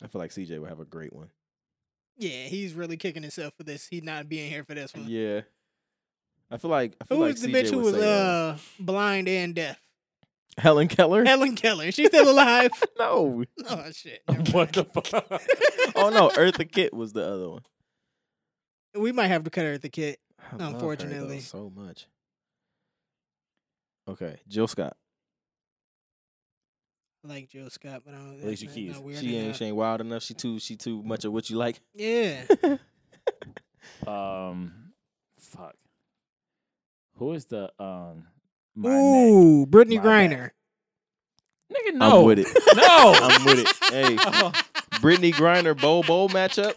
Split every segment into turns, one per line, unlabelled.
feel like CJ would have a great one.
Yeah, he's really kicking himself for this. He's not being here for this one.
Yeah. I feel like I feel
Mm. Who
like
was the
CJ
bitch who
would
was
say, uh,
uh blind and deaf?
Helen Keller?
Helen Keller. She's still alive.
no.
oh shit.
What the fuck?
Oh no, Eartha Kitt was the other one.
We might have to cut her at the kit.
I love her, though,
Unfortunately.
so much. Okay, Jill Scott,
I like Jill Scott, but I don't.
Alicia
that's
Keys.
not weird
She ain't
enough.
she ain't wild enough. She too she too much of what you like.
Yeah,
um, fuck. Who is the um? My neck?
Ooh, Brittany
My
Griner.
neck. Nigga, no.
I'm with it.
No.
I'm with it. Hey,
Oh,
Brittany Griner Bo Bo matchup.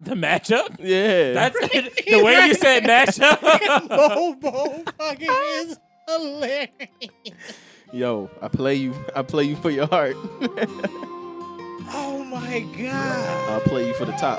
the matchup.
Yeah,
That's the way you said matchup.
Bo Bo fucking is hilarious.
yo. I play you. I play you for your heart.
Oh my
I
god.
play you for the top.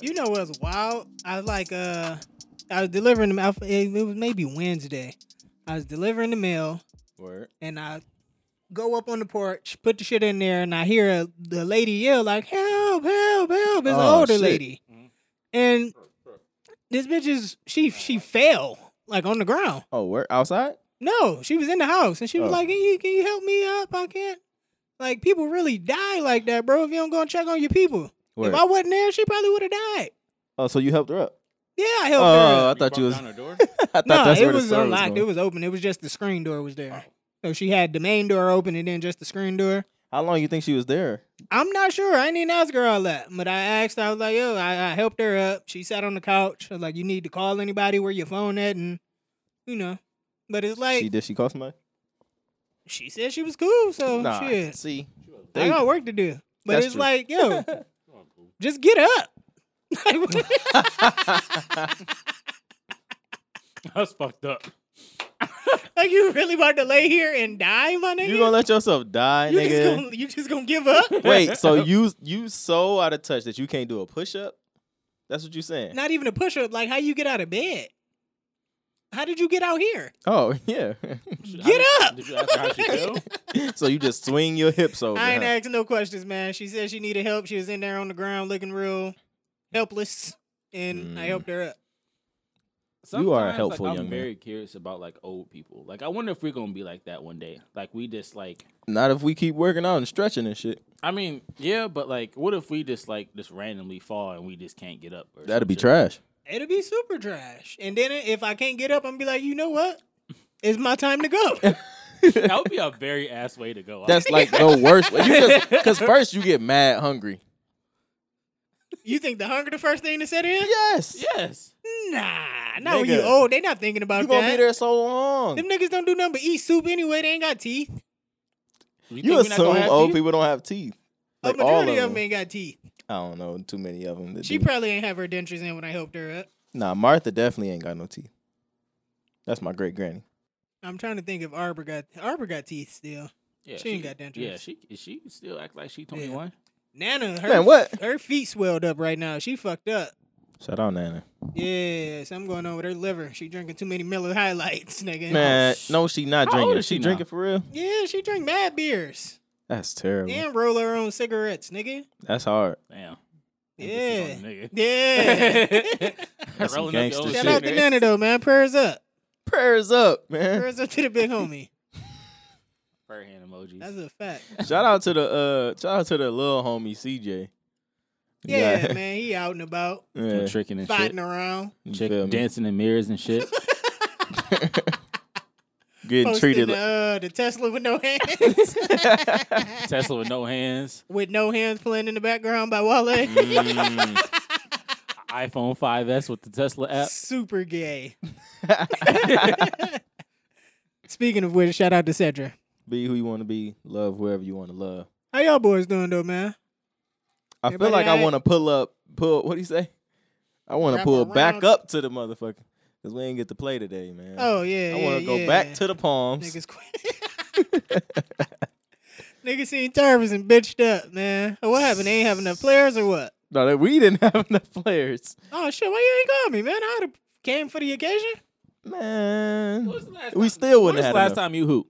You know what's wild? I was like, uh, I was delivering the mail. It it was maybe Wednesday. I was delivering the mail,
Word.
and I go up on the porch, put the shit in there, and I hear a, the lady yell like, "Help! Help! Help!" It's
Oh,
an older
shit.
lady, and this bitch is she she fell like on the ground.
Oh, word outside.
No, she was in the house, and she was
Oh.
like, "Can you can you help me up? I can't." Like people really die like that, bro. If you don't go and check on your people,
Word.
if I wasn't there, she probably would have died.
Oh, so you helped her up.
Yeah, I helped her.
Oh,
up.
I thought you was.
down the door.
I thought
No,
that's
it
where
was
the story was
unlocked.
going.
it was open. It was just the screen door was there. So she had the main door open and then just the screen door.
How long you think she was there?
I'm not sure. I didn't ask her all that, but I asked. I was like, "Yo, I, I helped her up." She sat on the couch. I was like, "You need to call anybody where your phone at?" And you know, but it's like
She
she,
did. She call somebody.
said she was cool, so
nah.
shit.
See,
I
they,
got work to do, but
That's
it's
true.
like, yo, just get up.
That's fucked up.
like you really about to lay here and die, my nigga?
you gonna let yourself die,
You
nigga?
just gonna, you just gonna give up?
Wait, so you you so out of touch that you can't do a push up? That's what you saying?
not even a push up. Like how you get out of bed? How did you get out here?
Oh yeah.
Get up!
Did you ask her how she feel?
so you just swing your hips over.
I ain't
huh?
asking no questions, man. She said she needed help. She was in there on the ground looking real helpless, and I
Mm.
helped her up.
You are a
Sometimes,
helpful
like, I'm
young man.
very curious about like old people. Like I wonder if we're gonna be like that one day. Like we just like
Not if we keep working out and stretching and shit.
I mean, yeah, but like what if we just like just randomly fall and we just can't get up? Or
That'd
some
be
shit?
trash.
It'll be super trash. And then if I can't get up, I'm be like, you know what? It's my time to go.
That would be a very ass way to go.
That's like the worst. Because first you get mad hungry.
you think the hunger the first thing that set in?
Yes.
yes.
Nah, not when you
Nigga.
old. They not thinking about
You gonna
that.
be there so long.
Them niggas don't do nothing but eat soup anyway. They ain't got teeth.
You,
You
think we're not gonna
assume
have
old
teeth?
people don't have teeth. Like
a
all of
Oh, majority of
them.
them ain't got teeth.
I don't know too many of them. that
She
do.
probably ain't have her dentures in when I helped her up.
Nah, Martha definitely ain't got no teeth. That's my great granny.
I'm trying to think if Arbor got Arbor got teeth still.
Yeah,
She ain't got dentures.
Yeah, she she still act like she twenty one.
Nana, her
Man, what?
her feet swelled up right now. She fucked up.
Shout out Nana.
Yeah, something going on with her liver. She drinking too many Miller Highlights, nigga.
Man, no, she not
How old
drinking.
is
she
she now?
drinking for real?
Yeah, she drink mad beers
That's terrible.
and roll her own cigarettes, nigga.
That's hard.
Damn.
Yeah,
Nigga.
yeah.
That's some
Rolling up your
gangster
own
shit.
Shout out to Nana though, man. Prayers up.
Prayers up, man.
Prayers up to the big homie.
Fur hand emojis.
That's a fact.
shout out to the uh, shout out to the little homie CJ.
Yeah, man. He out and about,
Yeah,
Tricking and
fighting
shit.
around.
you
Chick
feel me?
dancing in mirrors and shit.
Getting treated.
Posting the,
Like,
uh, the Tesla with no hands.
Tesla with no hands.
with no hands playing in the background by Wale.
iPhone
Uh,
5S with the Tesla app.
Super gay. Speaking of which, shout out to Cedra.
Be who you want to be. Love whoever you want to love.
How y'all boys doing though, man?
I
Everybody
feel like I
alright?
want to pull up. Pull. What do you say? I want to
Wrap
pull back
around.
up to the motherfucker because we ain't get to play today, man.
Oh yeah,
I
want
to go back to the palms.
niggas. Quit. niggas seen Tarvis and bitched up, man. Oh, What happened? They ain't have enough players or what?
No, that we didn't have enough players,
Oh shit, why you ain't call me, man? I would have came for the occasion.
man.
When's the last
We
time-
still
When
wouldn't
was the
have had
last
enough.
time you hoop?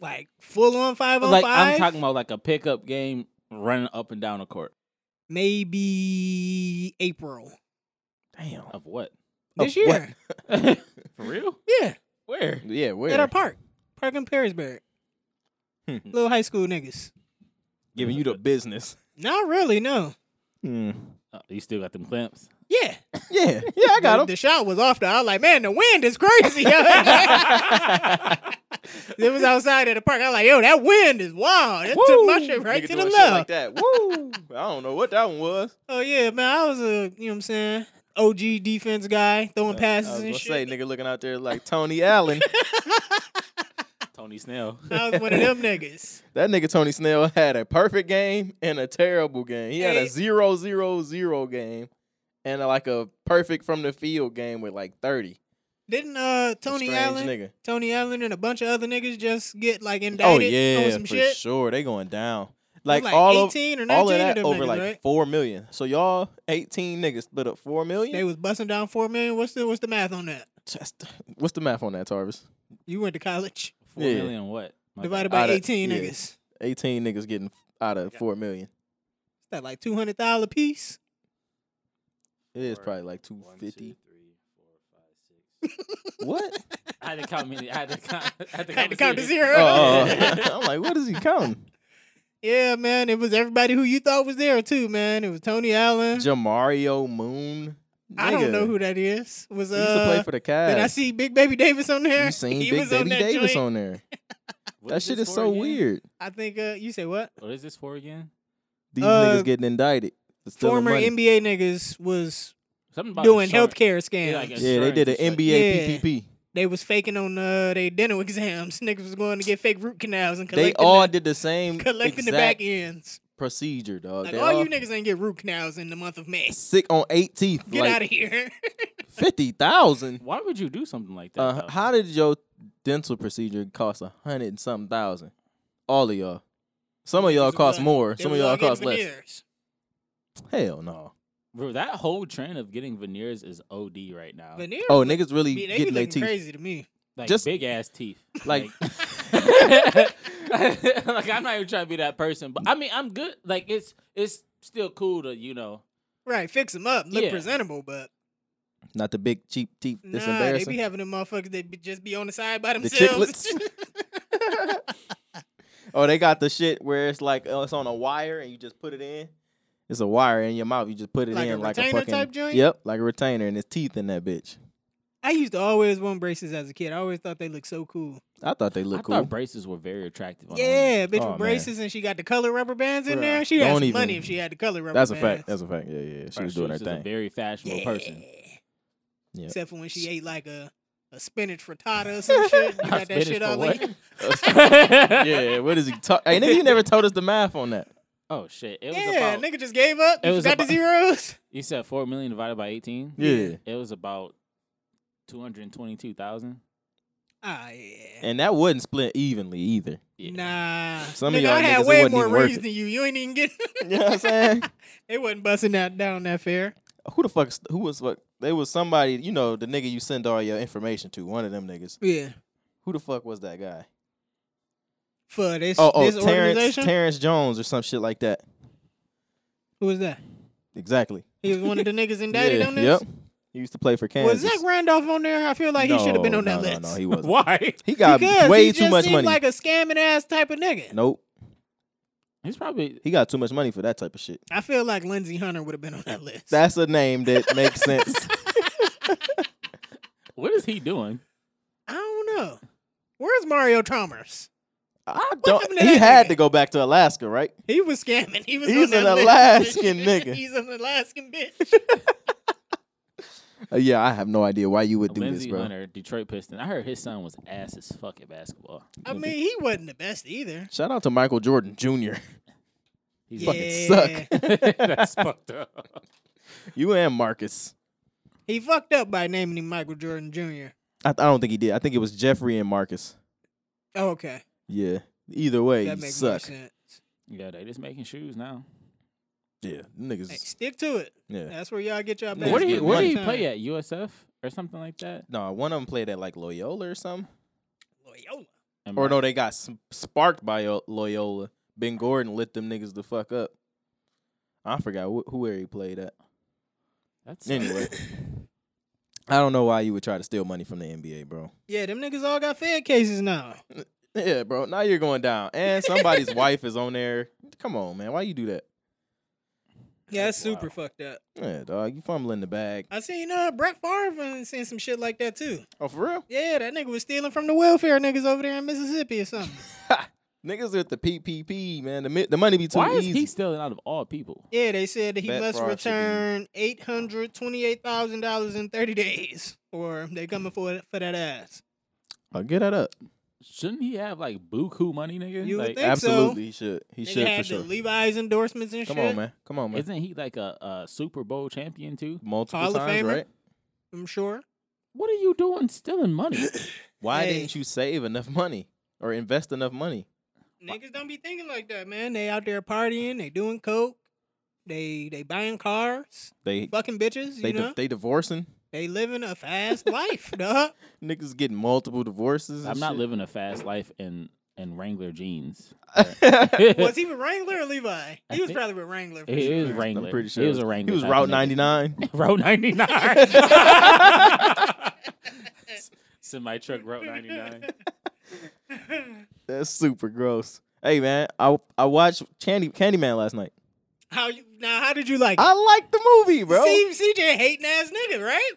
Like full on five on
Like
five.
I'm talking about like a pickup game running up and down the court.
Maybe April
Damn.
Of what?
this
Of
year.
what?
For real?
Yeah,
Where?
Yeah,
at our
where?
park, park in Perrysburg.
Hmm.
Little high school niggas.
Giving you the business.
Not really, no.
Uh, you still got them clamps?
Yeah,
Hmm. Yeah, yeah, I
the,
got him.
the shot was off. The I was like, man, the wind is crazy. it was outside at the park. I was like, yo, that wind is wild. It took my shit right
Nigga
to the
doing
left.
shit Like that. Woo! I don't know what that one was.
Oh yeah, man, I was a you know what I'm saying OG defense guy throwing
I
passes
was
and
gonna
shit.
say, nigga, looking out there like Tony Allen.
Tony Snell.
I was one of them niggas.
That nigga Tony Snell had a perfect game and a terrible game. He had
Hey.
a zero zero zero game and a, like a perfect from the field game with like 30.
Didn't uh
A
Tony
strange
Allen,
nigga.
Tony Allen, and a bunch of other niggas just get like
Oh
indicted
yeah,
on some
for
shit?
sure. They going down.
It was
Like, all of
18 or 19
all of that
them
over
niggas,
like
right?
4 million. So y'all 18 niggas split up 4 million?
They was busting down four million. What's the what's the math on that?
Just- what's the math on that, Tarvis?
You went to college.
Four
Yeah.
million what? My
Divided
Out
by
of-
eighteen
yeah.
niggas. Is
18 niggas getting out of 4 million.
that like two hundred thousand a piece?
It is
Four.
probably like
bad.
250.
three, four, five, six.
What?
I had to count. many- I had to count. I had to count,
Had to count to zero.
Oh, I'm like, what is he counting?
Yeah, man. It was everybody who you thought was there too, man. It was Tony Allen.
Jamario Moon.
I don't
Nigga.
know who that is. Was
He used to
uh
play for the Cavs.
Did I see Big Baby Davis on there?
You seen
He
Big
was on
Baby
that
Davis
joint.
on there.
What
That shit
this
is
for
so
again?
weird.
I think uh, you say what?
What is this for again?
These
Uh,
niggas getting indicted. for stealing
Former
money.
NBA niggas was
Something about
doing
insurance.
healthcare scams.
Yeah, I guess.
Yeah, they did an
insurance and shit.
NBA
Yeah.
PPP.
They was faking on uh, their dental exams. Niggas was going to get fake root canals and
They
collecting,
all
the,
did the same exact
collecting the back ends.
procedure, dog.
Like
they
all
all
you niggas ain't get root canals in the month of May.
sick on eight teeth.
Get
like
out of here.
fifty thousand.
Why would you do something like that?
Uh,
though?
how did your dental procedure cost a hundred and something thousand? All of y'all. Some of y'all
Because
cost
what?
more.
They
Some of
was
y'all
all getting
cost less.
veneers.
Hell no.
Bro, that whole trend of getting veneers is OD right now.
Veneers?
Oh, niggas
I
really
mean, they be
getting their
looking
teeth.
crazy to me.
like
just-
big ass teeth.
Like-
like like, I'm not even trying to be that person, but I mean I'm good. Like it's it's still cool to you know.
Right, fix them up, look
Yeah.
presentable, but
Not the big cheap teeth. That's
nah, they be
embarrassing.
having them motherfuckers. They be just be on the side by
The
themselves.
Oh, they got the shit where it's like oh, it's on a wire and you just put it in. It's a wire in your mouth. You just put it
Like a
in like a
retainer
fucking
type joint?
Yep, like a retainer and it's teeth in that bitch.
I used to always want braces as a kid. I always thought they looked so cool.
I thought they looked
I
cool.
thought braces were very attractive. On a woman.
yeah, bitch
Oh, man.
with braces and she got the color rubber bands in
Bruh,
there. She
don't
had some
even-
money if she had the color rubber
That's a
bands.
fact. That's a fact. Yeah, yeah. She
Right,
was doing her
just a
thing.
very fashionable person.
Yep.
Except for when she ate like a, a spinach frittata or some shit. You got that
Spinach
shit
for
all
what?
like
yeah, what is he talk? Hey, nigga, you never told us the math on that.
Oh shit! It was
Yeah,
about
nigga just gave up.
It
You
was
forgot the
about-
zeros.
you said four million divided by eighteen.
Yeah.
It was about two hundred twenty-two thousand.
Ah yeah.
And that wasn't split evenly either.
Nah,
Some
nigga,
of y'all
I
niggas,
had
it
way
wasn't
more
even worth
rings
it.
than you. You ain't even getting.
You know what I'm saying?
they wasn't busting that down that fair.
who the fuck? is- Who was fuck? They was somebody. You know, the nigga you send all your information to. One of them niggas.
Yeah,
Who the fuck was that guy?
for this
Oh, oh,
this
Terrence,
organization.
Terrence Jones or some shit like that.
Who was that?
Exactly.
He was one of the niggas indicted
Yeah,
on this.
Yep. He used to play for Kansas.
Was Zach Randolph on there? I feel like he should have been
No,
on that
no,
list.
No, no, he wasn't.
Why?
He got
because
way
he
too
just
much
seemed
money.
Like a scamming ass type of nigga.
nope.
He's probably
He got too much money for that type of shit.
I feel like Lindsey Hunter would have been on that list.
That's a name that makes sense.
What is he doing?
I don't know. Where's Mario Chalmers?
I don't.
happened to
He
that
had
nigga?
to go back to Alaska, right?
He was scamming. He was.
He's
on that
an
list.
Alaskan nigga.
He's an Alaskan bitch.
Uh, yeah, I have no idea why you would do
Lindsey
this, bro.
Hunter, Detroit Piston. I heard his son was ass as fuck at basketball.
I mean, he wasn't the best either.
Shout out to Michael Jordan Jr.
He's
Fucking suck.
Yeah.
That's fucked up.
You and Marcus.
He fucked up by naming him Michael Jordan Jr.
I, I don't think he did. I think it was Jeffrey and Marcus.
Oh, okay,
Yeah. Either way,
that
you
makes more
suck.
sense.
Yeah, they just making shoes now.
Yeah, niggas.
Hey, stick to it.
yeah.
That's where y'all get y'all.
Yeah,
where
it's
do you
good
where do
money.
you play at? USF or something like that?
No, one of them played at like Loyola or something.
Loyola.
Am
Or
I-
no, they got s- sparked by Yo- Loyola. Ben Gordon lit them niggas the fuck up. I forgot wh- who where he played at.
That's
Anyway, I don't know why you would try to steal money from the NBA, bro.
Yeah, them niggas all got Fed cases now.
Yeah, bro. Now you're going down, and somebody's wife is on there. Come on, man. Why you do that?
Yeah, that's
Wow.
super fucked up.
Yeah, dog. You fumbling the bag.
I seen uh Brett Favre and seen some shit like that too.
Oh, for real?
Yeah, that nigga was stealing from the welfare niggas over there in Mississippi or something.
Niggas with the PPP, man. The mi- the money be too
why is
easy.
he stealing out of all people?
yeah, they said that he
Brett
must
Favre should be-
return eight hundred twenty-eight thousand dollars in thirty days, or they coming for for that ass.
Oh, get that up.
Shouldn't he have like buku money, nigga?
You would
like,
think-
Absolutely, he should. He
Nigga
should
had
for
the
sure.
Levi's endorsements and
Come
shit.
on, man. Come on, man.
isn't he like a, a Super Bowl champion too?
Multiple
Hall of
times,
Famer?
right?
I'm sure.
What are you doing stealing money?
Why
Hey.
didn't you save enough money or invest enough money?
Niggas don't be thinking like that, man. They out there partying, they doing coke, they they buying cars,
They
fucking bitches, you
they
know.
di- they divorcing.
they living a fast life, dog.
Niggas getting multiple divorces.
I'm not living a fast life in in Wrangler jeans.
living.
Was he with Wrangler or Levi?
I
He was
think-
probably with Wrangler. For
He
sure.
is Wrangler.
I'm pretty sure
He was a Wrangler.
He was
type
Route
of nigga.
99.
Route 99. Semi truck Route 99.
That's super gross. Hey man, I I watched Candy Candyman last night.
How you, now? How did you like? it?
I like the movie, bro.
See, CJ hating ass nigga, right?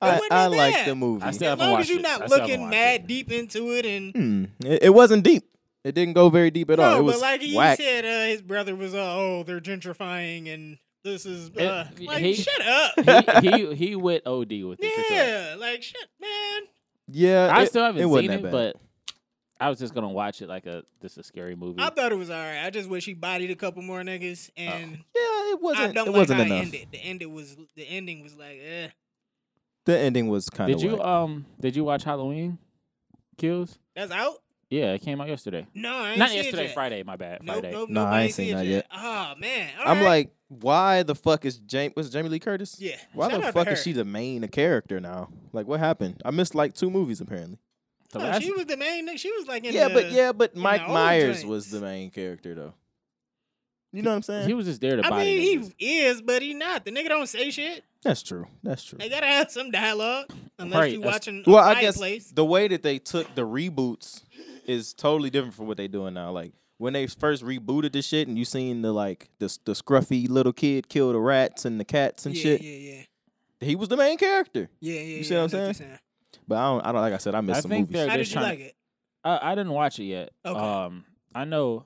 I,
wasn't
I
that
like
bad.
the movie.
I still
As
haven't
long as
watched
you're
it.
not
I still haven't
looking
watched
mad
it.
deep into it, and
Hmm. It, it wasn't deep. It didn't go very deep at all.
no,
It was
but like he
whack.
said, uh, his brother was, uh, oh, they're gentrifying, and this is uh,
It-
like,
he-
shut up,
he, he he went OD with it. for sure.
yeah, like shit, man.
yeah,
I
it-
still haven't
it wasn't
seen
that
it,
bad.
but I was just gonna watch it like a this is a scary movie.
I thought it was all right. I just wish he bodied a couple more niggas, and
yeah, Oh. it
I
wasn't.
don't
It
like
wasn't
how it
enough.
ended. The ended was the ending was like, eh.
The ending was kind of.
Did you um did you watch Halloween Kills?
That's out.
Yeah, it came out yesterday.
No, I ain't
Not
see it
yesterday,
yet.
Friday. My bad.
Nope,
Friday.
nope,
Nah,
nope.
I
I
ain't
ain't
seen
seen it
that
yet.
yet.
Oh man, All
I'm
right.
like, why the fuck is James? Was Jamie Lee Curtis?
yeah.
Why
shout
the
out
fuck
to
is
her.
she the main character now? Like, what happened? I missed like two movies apparently.
The
No,
last-
she was the main. nigga. She was like in
yeah,
the,
but yeah, but Mike
old
Myers
joints.
was the main character though. You know what I'm saying?
he was just there to
I
body.
mean,
niggas.
he is, but he not. The nigga don't say shit.
That's true. That's true.
They gotta have some dialogue, unless
Right,
you
that's-
watching.
Well,
a
I
Quiet
guess
Place.
the way that they took the reboots is totally different from what they're doing now. Like when they first rebooted the shit, and you seen the like the the scruffy little kid kill the rats and the cats and
yeah,
shit.
Yeah, yeah,
He was the main character.
yeah, yeah.
You see
yeah,
what I'm
I know
saying? But I don't. I don't. Like I said, I missed
I
some
think
movies.
they're
How
just
did you
trying.
like it?
I, I didn't watch it yet.
Okay.
Um, I know,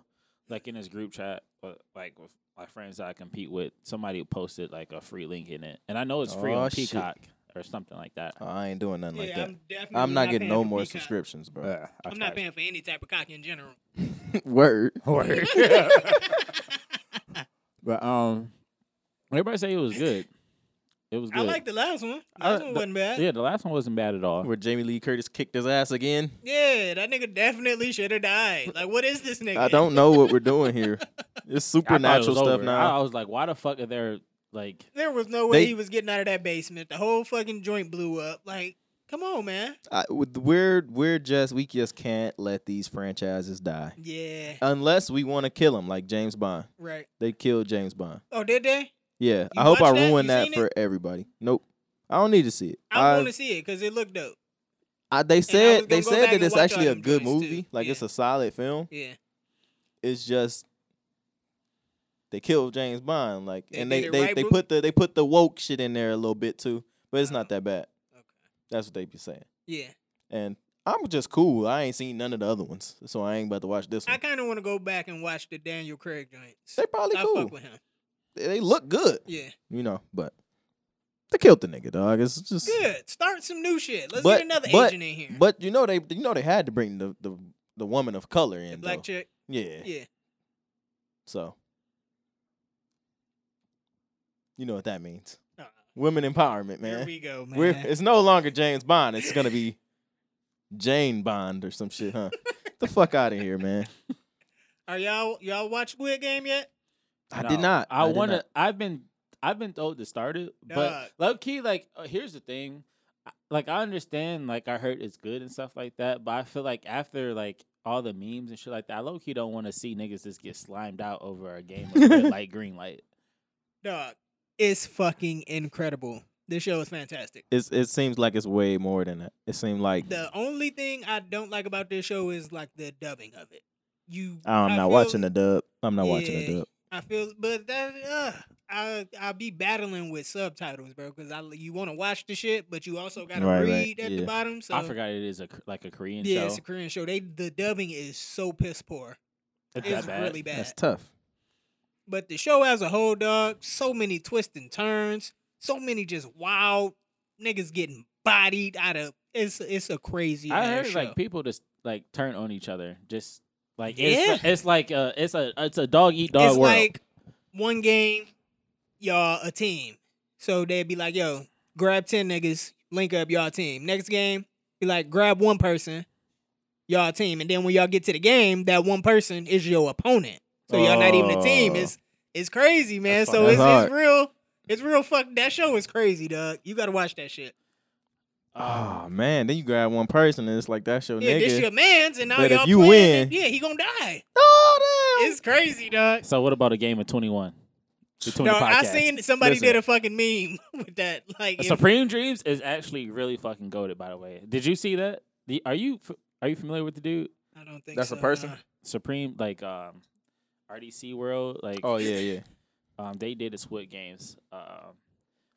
like in this group chat, uh, like with my friends that I compete with, somebody posted like a free link in it, and I know it's free
Aw,
on
Oh, shit. Oh,
Peacock or something like that.
I ain't doing nothing like
yeah,
that.
I'm definitely.
I'm, not getting
paying
no
for
more
Peacock.
subscriptions, bro.
Yeah, I
I'm not
tried.
paying for any type of cock in general.
Word.
but um, everybody say it was good. It was good.
I like the last one.
I-
Last one
the-
wasn't bad.
Yeah, the last one wasn't bad at all.
Where Jamie Lee Curtis kicked his ass again.
Yeah, that nigga definitely should have died. Like, what is this nigga?
I don't know what we're doing here. It's
I thought it was
supernatural stuff
over. I, I
now.
was like, why the fuck are there like?
There was no way
They-
he was getting out of that basement. The whole fucking joint blew up. Like, come on, man.
I, with- we're we're just we just can't let these franchises die
Yeah,
unless we want to kill them, like James Bond.
right.
They killed James Bond.
Oh, did they?
Yeah, I
You
hope I
watched that?
ruined
You
that
seen
for
it?
everybody. Nope, I don't need to see it.
I
I've-
want to see it because it looked dope.
I- they
was
said they
gonna go
said
back
that
and
it's
watch all
actually a
them
good
joints, too.
movie. Like
Yeah.
it's a solid film.
Yeah,
it's just they killed James Bond, like,
They
and
did
they
it
they,
right,
they
bro.
put the they put the woke shit in there a little bit too, but it's not
Oh.
that bad.
Okay.
That's what they be saying,
yeah.
and I'm just cool. I ain't seen none of the other ones, so I ain't about to watch this
I
one.
kind of want to go back and watch the Daniel Craig joints.
They probably
I
cool.
fuck with him.
They- They look good,
Yeah,
you know, but They killed the nigga, dog. It's just
Good. Start some new shit. Let's
But-
get another
but-
agent in here.
But you know they you know they had to bring the the, the woman of color in.
The black
though.
chick.
Yeah.
Yeah.
So you know what that means.
Uh-uh.
Women empowerment,
Here
man.
we go, man.
We're, it's no longer James Bond. It's gonna be Jane Bond or some shit, huh? Get the fuck out of here, man.
Are y'all y'all watch Squid Game yet?
I
No,
did not.
I,
did
want to.
not.
I've been. I've been told to start it,
Dog.
but low key, like uh, here's the thing. I- Like I understand, like I heard it's good and stuff like that, but I feel like after like all the memes and shit like that, I low key don't want to see niggas just get slimed out over a game of red light, green light.
Dog. It's fucking incredible. This show is fantastic.
It's, it seems like it's way more than that. It seemed like
The only thing I don't like about this show is like the dubbing of it. You
I'm
I
not
feel-
watching the dub. I'm not watching the
Yeah.
dub.
I feel, but that uh, I I be battling with subtitles, bro, because I you want to watch the shit, but you also gotta
Right, right,
read at
yeah.
the bottom. So
I forgot it is a K- like a Korean
Yeah,
show.
it's a Korean show. They the dubbing is so piss poor.
It's
It's
that bad.
really bad.
That's tough.
But the show as a whole, dog, so many twists and turns, so many just wild niggas getting bodied out of. It's it's a crazy.
I
ass
heard
show.
like people just like turn on each other, just like it's,
Yeah.
it's like uh it's a it's a dog eat dog
it's
world.
like one game, y'all a team. So they'd be like, yo, grab 10 niggas, link up y'all team. Next game, be like, grab one person, y'all team. And then when y'all get to the game, that one person is your opponent. So y'all not even a team.
Oh.
It's it's crazy, man.
That's
So
fucking
it's,
hard.
it's real. It's real fuck that show is crazy, dog. You gotta watch that shit.
Ah,
Oh man, then you grab one person and it's like that's your
Yeah,
nigga.
this your man's and now
But if
y'all
you
playing,
win-
yeah, he gonna die.
oh damn!
It's crazy, dog.
so what about a game of twenty one?
No, I seen somebody
Listen.
did a fucking meme with that. Like if-
Supreme Dreams is actually really fucking goaded. By the way, did you see that? The, are you f- are you familiar with the dude
I don't think
That's a
so,
person?
nah.
Supreme like um RDC World like
Oh yeah, yeah.
um they did the Squid Games um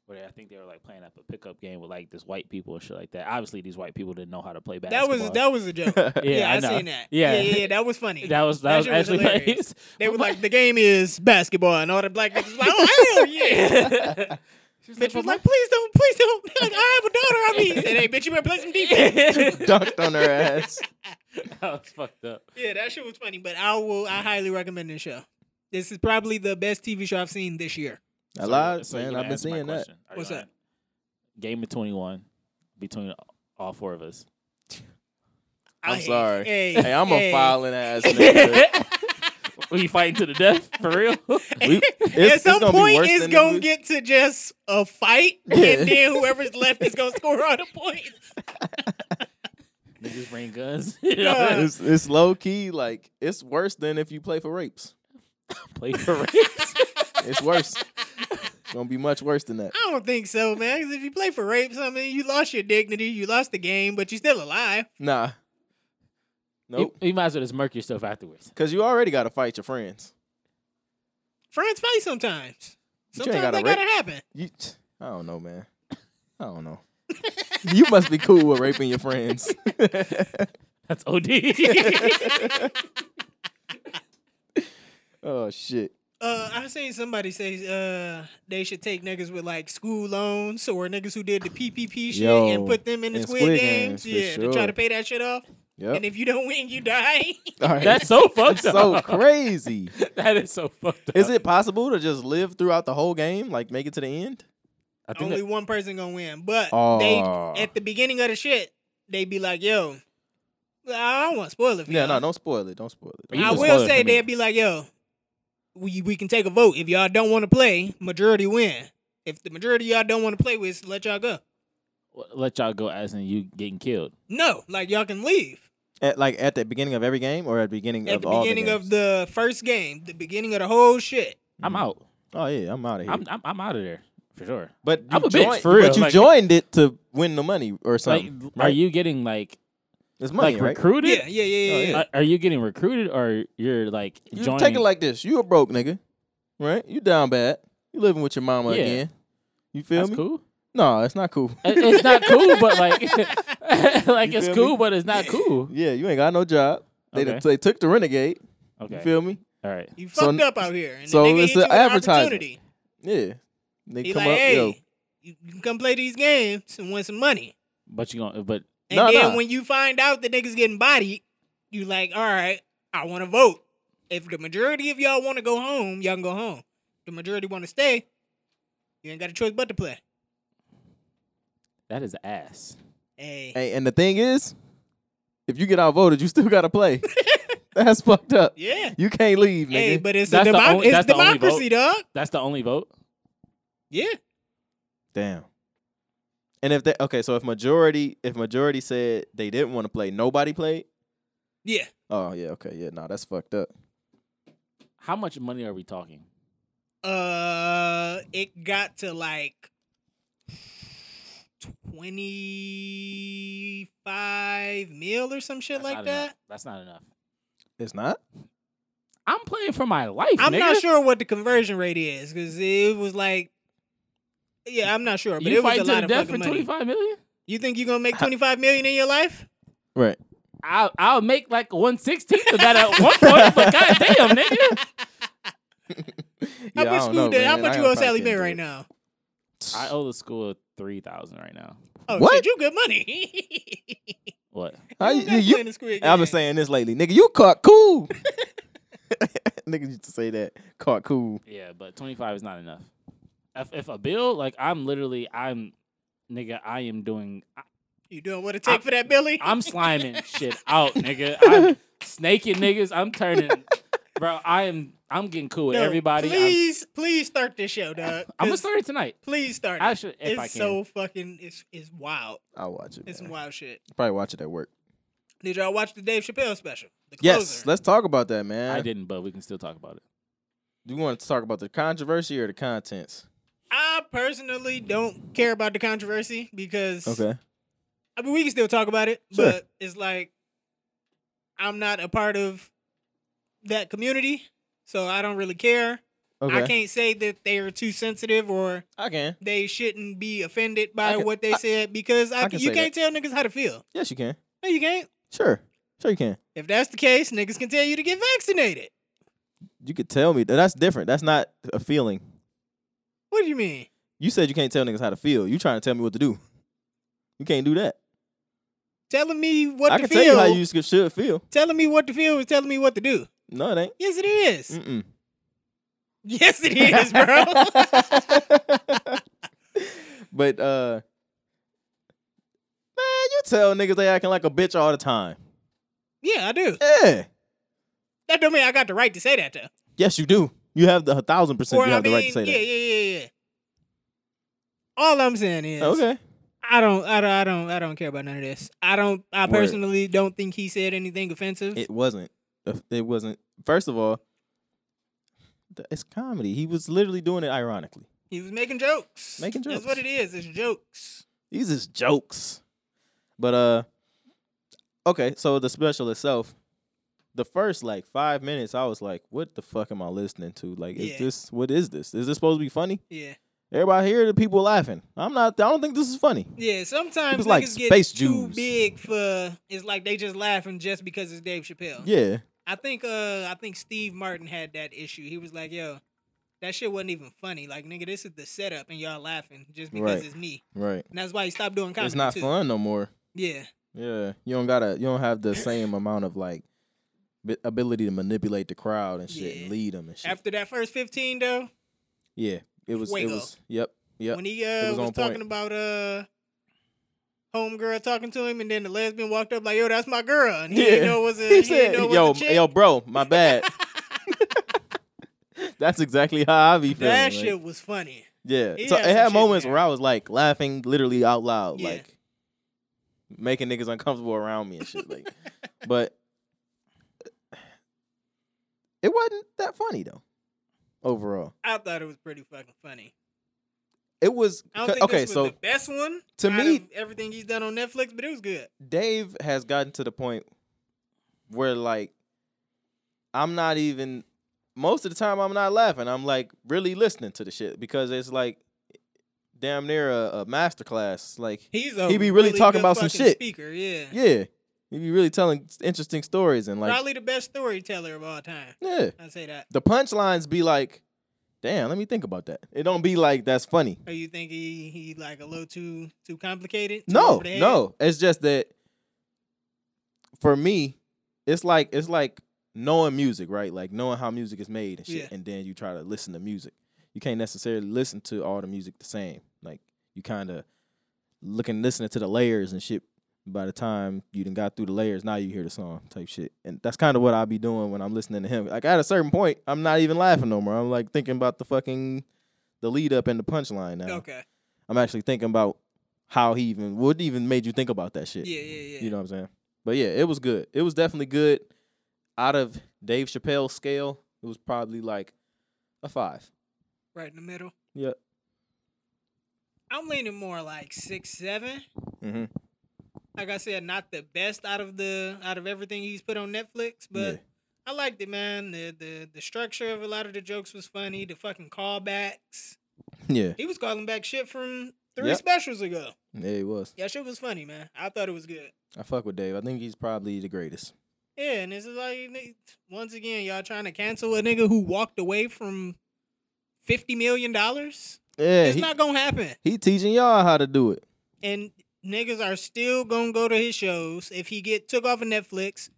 where they- I think they were like playing up a pickup game with like this white people and shit like that. Obviously, these white people didn't know how to play
That
basketball.
was that was a joke.
yeah,
yeah,
I,
I,
know.
seen that.
Yeah.
Yeah. yeah, yeah, that was funny.
That was
That
that,
shit was
was actually
hilarious.
hilarious.
they were like, the game is basketball, and all the black niggas was like, oh hell yeah.
She was
bitch
like,
was
"But
like, please don't, please don't. Like, I have a daughter. I mean, he said, hey, bitch, you better play some defense.
Dunked on her ass.
my-" that was fucked up.
yeah, that shit was funny. But I will, I highly recommend this show. This is probably the best TV show I've seen this year.
I
So-
lied,
so you're
man.
gonna
I've been
answer my
seeing that.
question. Are you
What's
gonna-
that?
Game of 21 between all four of us.
I
I'm
hate-
sorry.
Hey,
Hey, I'm a
hey.
filing ass nigga.
we fighting to the death for real.
We- it's-
At
it's
some
gonna be
point,
worse
it's
than
gonna
this.
get to just a fight,
Yeah.
and then whoever's left is gonna score all the points.
Niggas bring guns.
Yeah.
It's, it's low key like it's worse than if you play for rapes.
Play for real.
It's worse. it's gonna be much worse than that.
I don't think so, man. 'cause if you play for rapes, I mean, you lost your dignity, you lost the game, but you're still alive.
Nah. Nope.
You, you might as well just murk yourself afterwards.
Cause you already gotta fight your friends.
Friends fight sometimes.
But you ain't
Sometimes
gotta
that
rape.
gotta happen.
You, I don't know, man. I don't know. you must be cool with raping your friends.
That's OD.
oh shit.
Uh, I've seen somebody say uh, they should take niggas with like school loans or niggas who did the PPP shit
Yo,
and put them in the
and
Squid,
Squid
Games,
Games, for
yeah, to try
sure.
to pay that shit off.
Yep.
And if you don't win, you die.
All right.
That's so fucked up.
so crazy.
that is so fucked up.
Is it possible to just live throughout the whole game, like make it to the end?
I think
Only
that,
one person gonna win. But
Oh.
they at the beginning of the shit, they be like, "Yo, I don't want to spoil it." For
Yeah,
y'all.
no, don't spoil it. Don't spoil it.
You
I
can spoil it
will
for
say
me.
they'd be like, "Yo, we we can take a vote. If y'all don't want to play, majority win. If the majority of y'all don't want to play with, let y'all go.
let y'all go as in you getting killed.
No, like y'all can leave
At, like at the beginning of every game, or at the beginning
at
of
the
all
beginning
the
of the first game, the beginning of the whole shit.
I'm out.
Oh yeah, I'm out of here.
I'm I'm, I'm out of there for sure.
but you
I'm a bitch,
joined,
for real.
But you
Like-
joined it to win the money or
Like,
something.
are
right?
you getting like
It's money,
like
right?
recruited?
Yeah, yeah, yeah,
Oh,
yeah.
yeah.
yeah.
Are, are you getting recruited or you're like
You
joining?
take it like this. You a broke nigga, right? You down bad. You living with your mama
Yeah.
again. You feel
that's
me?
cool.
No, it's not cool.
It- it's not cool, but like like
You
it's
feel
cool,
me?
but it's not cool.
yeah, you ain't got no job. They
Okay.
they took the renegade.
Okay,
You feel me?
all right.
You
So-
fucked up out here. And
so
the nigga
it's
hit you
an
with an
advertisement.
opportunity.
Yeah. They
He
come
like,
up,
hey,
yo.
You, you can come play these games and win some money.
But you gonna but
And
No,
then
no.
when you find out the niggas getting bodied, you like, all right, I want to vote. If the majority of y'all want to go home, y'all can go home. the majority want to stay, you ain't got a choice but to play.
that is ass.
Hey,
Hey, and the thing is, if you get outvoted, you still gotta play. that's fucked up.
yeah.
You can't leave, nigga.
Hey, but it's
That's
a
the
democ-
only-
it's
that's the only
democracy, dog.
That's the only vote.
Yeah.
Damn. And if they okay, so if majority if majority said they didn't want to play, nobody played.
Yeah.
Oh yeah, okay, yeah, no, that's fucked up.
How much money are we talking?
Uh, it got to like twenty five mil or some shit
That's
like
not
that.
Enough. That's not enough.
It's not.
I'm playing for my life.
I'm
nigga.
not sure what the conversion rate is because it was like, yeah, I'm not sure, but
You
it was
fight
a
to
lot
the
of
death
fucking
for
money.
twenty five million.
You think you're gonna make twenty five million in your life?
Right.
I'll I'll make like one sixteenth of that at one point, but goddamn, nigga,
How
Yeah, I
much
don't
school
know,
debt? How
man.
much
I
you owe
probably
Sally
couldn't
Mae
do
right
it.
now?
I owe the school three thousand right now.
Oh
What?
shit, you good money.
What?
How
You
you-
good
you-
playing the squid
I've been
game.
saying this lately, nigga. You caught cool. Niggas used to say that caught cool.
Yeah, but twenty five is not enough. If if a bill, like I'm literally, I'm nigga, I am doing, I,
you doing what it take for that, Billy?
I'm sliming shit out, nigga. I'm snaking niggas. I'm turning, bro. I am. I'm getting cool with
No,
everybody. I'm,
Please, please start this show, dog.
I'm gonna
'cause
start it tonight.
Please start. it.
I should, if
it's
I can.
so fucking. It's it's wild.
I'll watch it.
It's some
man.
wild shit.
Probably watch it at work.
Did y'all watch the Dave Chappelle special? The
Yes,
Closer?
let's talk about that, man.
I didn't, but we can still talk about it.
Do you want to talk about the controversy or the contents?
I personally don't care about the controversy because I mean we can still talk about it,
Sure.
but it's like I'm not a part of that community, so I don't really care.
Okay.
I can't say that they are too sensitive or
I can.
they shouldn't be offended by
I can-
what they
I-
said because I,
I can
you
say
can't tell niggas how to feel.
Yes, you can.
No, you can't.
Sure. Sure, you can.
If that's the case, niggas can tell you to get vaccinated.
You could tell me that that's different. That's not a feeling.
What do you mean?
You said you can't tell niggas how to feel. You trying to tell me what to do. You can't do that.
Telling me what
I
to
can
feel.
tell you how you sh- should feel.
telling me what to feel is telling me what to do.
No, it ain't.
Yes, it is.
Mm-mm.
Yes, it is, bro.
but uh, man, you tell niggas they acting like a bitch all the time.
yeah, I do.
Yeah.
That don't mean I got the right to say that though.
Yes, you do. You have the a thousand percent.
Or
you
I
have
mean,
the right to say
yeah, yeah, yeah, yeah. All I'm saying is,
that. Okay.
I don't, I don't, I don't, I don't care about none of this. I don't, I
Word.
personally don't think he said anything offensive.
It wasn't. Uh, It wasn't. First of all, th- it's comedy. He was literally doing it ironically.
he was making jokes.
Making
That's what
jokes.
it is. It's jokes.
These is jokes. But uh okay, so the special itself, the first like five minutes, I was like, what the fuck am I listening to? Like, is
Yeah.
this what is this? Is this supposed to be funny?
Yeah,
Everybody here, the people laughing. I'm not I don't think this is funny.
yeah. Sometimes
It was like
niggas get
Space
too
Jews.
big for. It's like they just laughing just because it's Dave Chappelle.
Yeah.
I think uh I think Steve Martin had that issue. He was like, "Yo, that shit wasn't even funny. Like, nigga, this is the setup, and y'all laughing just because
Right.
it's me."
Right.
And that's why he stopped doing comedy.
It's not
too.
fun no more.
Yeah,
Yeah. You don't gotta you don't have the same amount of like bi- ability to manipulate the crowd and shit
Yeah.
and lead them and shit.
after that first fifteen though,
yeah. It was it
Fuego.
was yep. Yep.
when he uh
was
was,
on
talking
point.
about uh homegirl talking to him, and then the lesbian walked up like, "Yo, that's my girl," and he
Yeah.
didn't know it was a he,
He
didn't
said,
know it was
"Yo,
a chick."
yo, bro, my bad." That's exactly how I be feeling.
that
like,
shit was funny.
yeah.
he
so it
had some
had
shit
moments
there.
where I was like laughing literally out loud,
Yeah.
like making niggas uncomfortable around me and shit. Like, but it wasn't that funny though. Overall,
I thought it was pretty fucking funny.
it was
I don't think
okay.
this was
so
the best one
to
out
me-
of everything he's done on Netflix, but it was good.
Dave has gotten to the point where like I'm not even most of the time I'm not laughing. I'm like really listening to the shit because it's like damn near a, a master class. Like
He's a
He be really talking
good
about some
fucking
shit.
Speaker, yeah.
yeah, you be really telling interesting stories and like
Probably the best storyteller of all time.
yeah,
I say that.
the punchlines be like Damn, let me think about that. It don't be like that's funny.
Or you think he he like a little too too complicated? Too
No,
over the head?
no. It's just that for me, it's like it's like knowing music, right? Like knowing how music is made and shit.
Yeah.
And then you try to listen to music. You can't necessarily listen to all the music the same. Like you kind of looking listening to the layers and shit. By the time you done got through the layers, now you hear the song type shit. And that's kind of what I be doing when I'm listening to him. Like at a certain point, I'm not even laughing no more. I'm like thinking about the fucking the lead up and the punchline now.
Okay.
I'm actually thinking about how he even what even made you think about that
Yeah,
shit.
yeah, yeah.
You know what I'm saying? But yeah, it was good. It was definitely good. Out of Dave Chappelle's scale, it was probably like a five.
right in the middle.
Yep.
I'm leaning more like six, seven.
Mm-hmm.
Like I said, not the best out of the out of everything he's put on Netflix, but
yeah.
I liked it, man. The the the structure of a lot of the jokes was funny. The fucking callbacks.
Yeah.
He was calling back shit from three
Yep.
specials ago.
Yeah, it was.
Yeah, shit was funny, man. I thought it was good.
I fuck with Dave. I think he's probably the greatest.
Yeah, and this is like n- once again, y'all trying to cancel a nigga who walked away from fifty million dollars.
Yeah.
It's
he,
not gonna happen.
he teaching y'all how to do it.
And niggas are still gonna go to his shows. If he get took off of Netflix,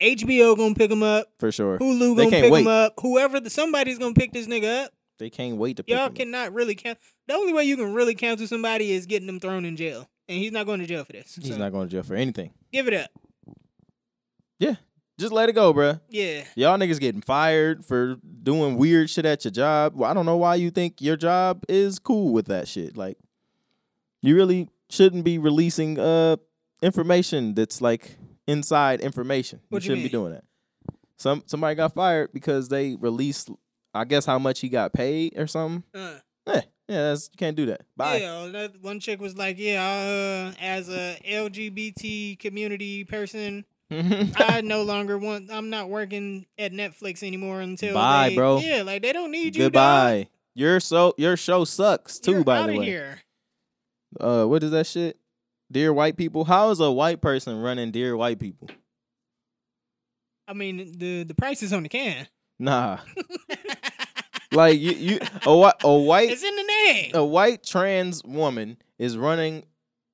HBO gonna pick him up.
For sure.
Hulu
They
gonna
can't
pick
wait.
him up. Whoever the, somebody's gonna pick this nigga up.
They can't wait to pick
Y'all
him up.
cannot really count. The only way you can really cancel somebody is getting them thrown in jail, and he's not going to jail for this.
He's
So,
not going to jail for anything.
Give it up.
Just let it go, bruh.
Yeah.
Y'all niggas getting fired for doing weird shit at your job. Well, I don't know why you think your job is cool with that shit. Like, you really shouldn't be releasing uh information that's like inside information.
What you
shouldn't
mean?
be doing that. Some somebody got fired because they released, I guess, how much he got paid or something.
Uh.
Yeah, yeah, that's you can't do that. Bye.
Yeah, that- one chick was like, "Yeah, uh, as a LGBT community person, I no longer want. I'm not working at Netflix anymore until
Bye,
they-
bro.
Yeah, like they don't need you. dog.
Goodbye. Your so your show sucks too.
You're
by
outta
the way,
here.
uh, what is that shit? Dear white people. How is a white person running dear white people?
I mean, the the price is on the can.
Nah, like you, you a white a white
it's in the name.
a white trans woman is running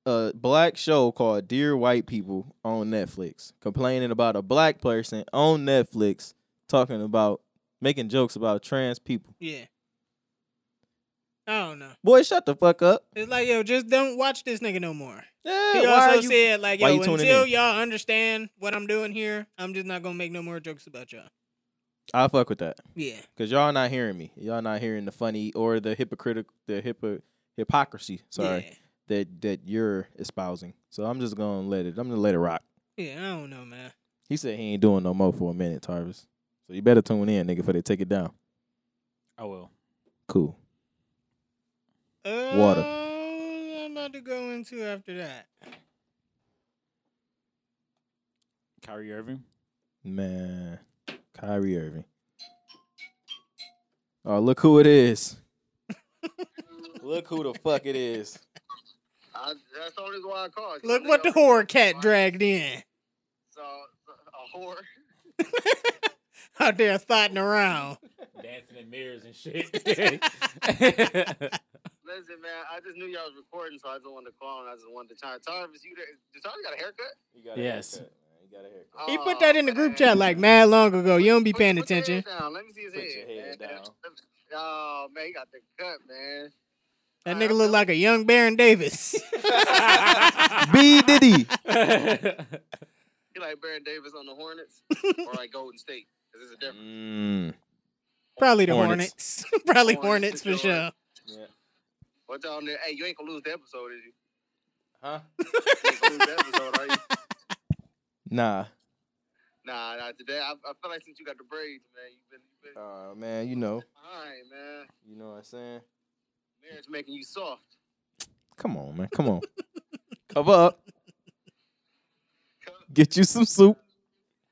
a black show called Dear White People on Netflix, complaining about a black person on Netflix talking about making jokes about trans people.
Yeah. I don't know.
Boy, shut the fuck up.
It's like, yo, just don't watch this nigga no more.
Yeah,
He
why are
also
you?
said, like,
why
yo,
you tuning
until
in?
y'all understand what I'm doing here, I'm just not gonna make no more jokes about y'all.
I fuck with that
Yeah.
because y'all not hearing me. Y'all not hearing the funny or the hypocritical, the hypo, hypocrisy. Sorry, that that you're espousing. So I'm just gonna let it. I'm gonna let it rock.
Yeah. yeah, I don't know, man.
He said he ain't doing no more for a minute, Tarvis. So you better tune in, nigga, before they take it down.
I will.
Cool.
Uh,
Water.
I'm about to go into after that.
Kyrie Irving.
Man. Kyrie Irving. Oh, look who it is. look who the fuck it is.
I, that's the only reason why I called. 'cause
Look
I
what the
think
whore
I-
cat dragged in
So a whore.
out there thotting around.
Dancing in mirrors and shit.
Listen, man, I just knew y'all was recording, so I just wanted to call and I just wanted to chime. Tarvis, you there? Did Tarvis got a haircut?
Yes.
He put that in the group chat like mad long ago. Oh, You don't be
Put-
paying
put your head
attention.
Down. Let me see his
Put
head.
your head
man.
down.
Oh man, he got the cut, man.
That nigga look like a young Baron Davis.
B Diddy.
He like Baron Davis on the Hornets or like Golden State. Cause it's a different.
Mm.
Probably the
Hornets.
Hornets. Probably Hornets
Hornets
for
for sure.
sure.
Mm-hmm.
What's on there? Hey, you ain't gonna lose the episode, is you?
Huh?
You ain't gonna lose the episode, are you?
Nah.
Nah, nah. Today, I, I feel like since you got the braids, man, you've been, you've been
Oh man, you know.
fine, man.
You know what I'm saying?
Marriage making you soft.
Come on, man. Come on. Cover up. Get you some soup.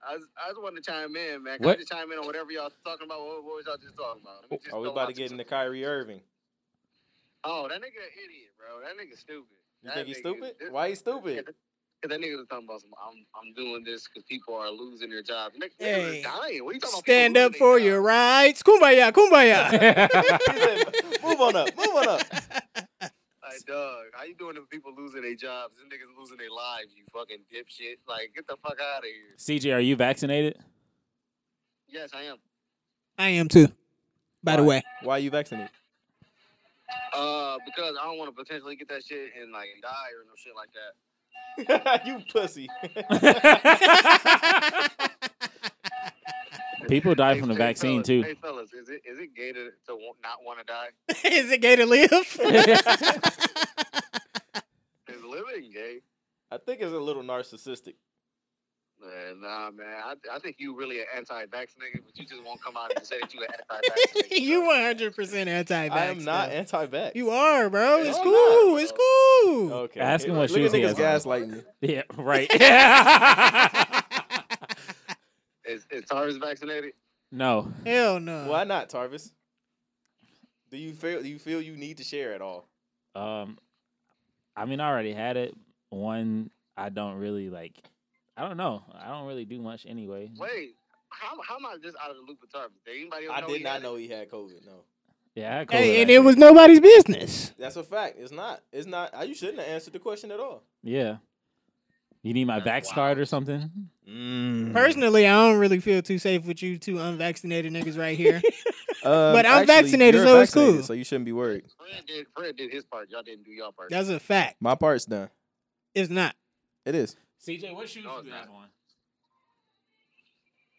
I just, I just wanted to chime in, man. Can
What?
I just chime in on whatever y'all talking about? What, what was y'all just talking about? Let me just
Oh, Are we
throw
about
out
to get
the-
into Kyrie Irving?
Oh, that nigga an idiot, bro. That nigga stupid.
You
That
think he's
nigga-
stupid?
this-
Why he stupid?
Cause that nigga was talking about some, I'm I'm doing this because people are losing their jobs. Nigga,
Hey,
hey, dying. What you talking about?
Stand
people
up
losing
for
their
your
jobs?
rights. Kumbaya, kumbaya.
He said, move on up, move on up.
Like, dog, how you doing if people losing their jobs? This niggas losing their lives. You fucking dipshit. Like, get the fuck out of here.
CJ, are you vaccinated?
Yes, I am.
I am too. By the way,
Why you vaccinated?
Uh, because I don't want to potentially get that shit and like die or no shit like that.
you pussy.
People die
Hey,
from the
hey,
vaccine
fellas,
too.
Hey fellas, is it is it gay to, to wa- not want to die?
is it gay to live?
Is living gay?
I think it's a little narcissistic.
Man, nah, man. I, I think you really an anti-vax nigga, but you just won't come out and say that you an anti-vax. nigga,
you
bro.
100% anti-vax.
I am not
bro.
anti-vax.
You are, bro.
No,
It's
I'm
cool.
not,
It's
bro.
cool.
Okay.
Ask him what
Look at
shoes he
niggas
has
gaslighting me.
yeah, right.
Is is Taurus vaccinated?
no.
Hell no.
Why not, Tarvis? Do you feel do you feel you need to share at all?
Um, I mean, I already had it. One, I don't really like. I don't know. I don't really do much anyway.
Wait, how how am I just out of the loop with Taurus? Did anybody else
I
know
did
he
not
had it?
know he had COVID. No,
Yeah. I had COVID,
Hey, and
actually.
it was nobody's business.
that's a fact. It's not. It's not. I- You shouldn't have answered the question at all.
Yeah. You need my
That's
Vax
wild.
card or something?
Mm.
Mm.
Personally, I don't really feel too safe with you two unvaccinated niggas right here.
Um,
But I'm vaccinated,
you're
so it's cool.
vaccinated, So you shouldn't be worried.
Fred did Fred did his part. Y'all didn't do y'all part.
That's a fact.
My part's done.
It's not.
It is.
CJ, what shoes
No, you it's have
on?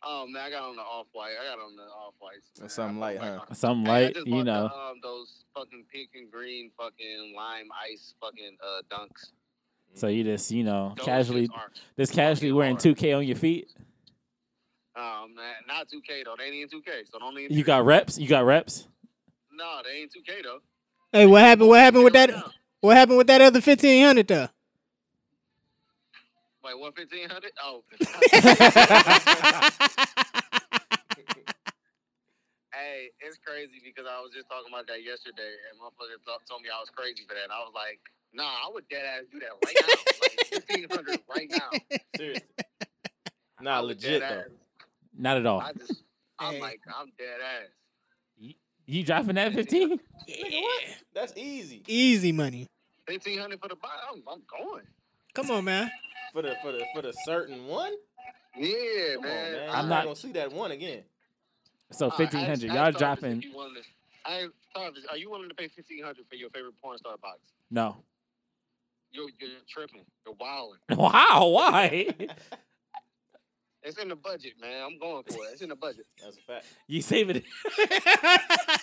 Oh man, I got on the off white. I got on the off whites.
That's something light, huh?
Some
Hey, I
light,
just
you
bought the,
know.
um, those fucking pink and green fucking lime ice fucking uh, dunks.
So you just, you know,
Those
casually,
shits aren't-
just casually wearing
hard.
2K on your feet.
Um, man, not 2K though. They ain't in 2K, so don't even.
You got reps. You got reps.
No, they ain't 2K though.
Hey, what happened? What happened with
They right
that?
now.
What happened with that other fifteen hundred though?
Wait, what? Fifteen hundred? Oh. hey, it's crazy because I was just talking about that yesterday, and motherfucker thought, told me I was crazy for that. And I was like, Nah, I would dead ass do that right now. like fifteen hundred right now.
Seriously. Nah,
I would
legit
dead
though.
ass.
Not at all.
I just, I'm
Hey.
like, I'm dead ass.
You dropping that 15?
That's easy
Easy money.
Fifteen hundred for the buy. I'm, I'm going.
Come on, man.
for the for the for the certain one.
Yeah,
Come on,
man.
man.
I'm
I'm
not-
not gonna see that one again.
So
Uh,
fifteen
ask-
hundred.
ask
Y'all
Tarvis if
dropping?
you willing to- I Tarvis, are you willing to pay fifteen hundred for your favorite porn star box?
No.
You're you're tripping. You're wilding.
Wow. Why?
It's in the budget, man. I'm going for it. It's in the budget.
That's a fact.
you saving it?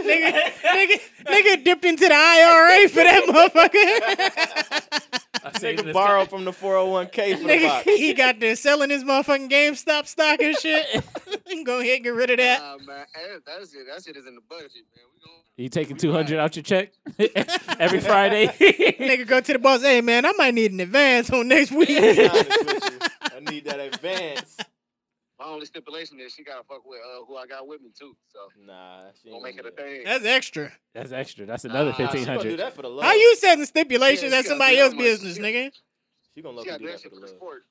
nigga, nigga, nigga dipped into the IRA for that
I saving
Nigga
this
borrowed from the 401k
motherfucker.
for the
nigga,
box.
he got there selling his motherfucking GameStop stock and shit. Go ahead, get rid of that.
Nah, man. eh, That shit, that shit is in the budget, man. We going
guy- You taking two hundred out your check every Friday?
Nigga, go to the boss. Hey, man, I might need an advance on next
To be
week.
honest with you, I need that advance.
my only stipulation is she gotta fuck with uh, who I got with me too. So
Nah, she
don't
ain't
make it
gonna
a
do that.
That's
thing.
extra.
That's extra. That's another
Nah, she
Nah, she
fifteen
gonna do
hundred.
that for the love.
How you setting stipulations
Yeah,
at
yeah,
somebody
yeah,
else's
I'm like,
business,
shit.
nigga?
She gonna love
She
to
got
do
that
that for the
shit for the oh
love.
sport.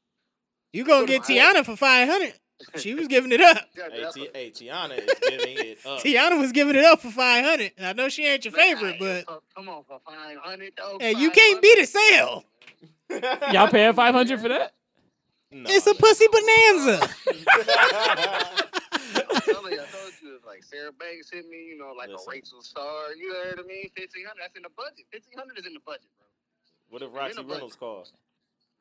You gonna
Put 'em
get
out.
Tiana for five hundred? She was giving it up.
She got
Hey,
that
T-
for-
hey, Tiana is giving it up.
Tiana was giving it up for five hundred. I know she ain't your
Man,
favorite,
I-
but
fuck, come on for five hundred though.
hey, you can't beat a sale.
Y'all paying five hundred for that?
No,
It's a pussy bonanza.
I'm telling you, I told you, it's like Sarah Banks hit me, you know, like
Listen.
a Rachel Star. You know what I mean? Fifteen hundred. That's in the budget. Fifteen hundred is in the budget, bro.
what if Roxy Reynolds calls?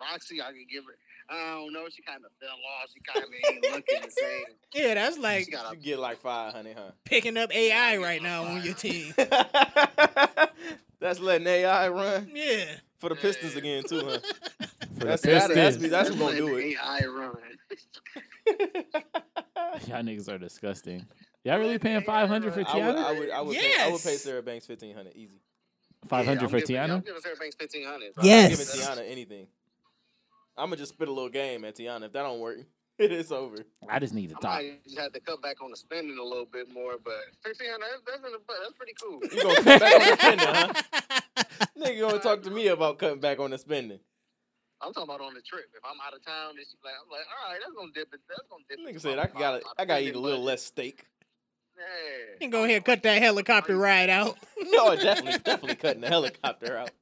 Roxy, I could give her. I don't know. She kind of fell off. She kind of ain't looking the same.
Yeah, that's
She
like
got
You get like five hundred,
picking up AI right now on your team.
huh? That's letting AI run
Yeah.
for the Pistons again too, huh?
For the
That's- that's- that's
Pistons.
me- that's- what's gonna do it.
AI run.
Y'all niggas are disgusting. Y'all really paying five hundred for
I would,
Tiana?
I would, I would, pay, I would pay
Yes.
Sarah Banks fifteen hundred easy.
Five
Yeah,
hundred
I'm
for
giving- I'm
Tiana?
giving Sarah Banks fifteen hundred.
I'm giving
Yes.
Tiana anything. I'm gonna just spit a little game at Tiana. If that don't work, it's over.
I just need to
I
talk.
might just have to cut back on the spending a little bit more, but fifteen hundred. That's in the budget. That's pretty cool.
You gonna cut back on the spending, huh? Nigga gonna talk to me about cutting back on the spending.
I'm talking about on the trip. If I'm out of town, then she like, I'm like, all right, that's gonna dip it. That's gonna dip. into
Nigga said
my-
I gotta
my- my
I gotta eat
spending
a little
budget."
less steak.
Yeah.
And go ahead and cut that helicopter ride out.
No, it definitely definitely cutting the helicopter out.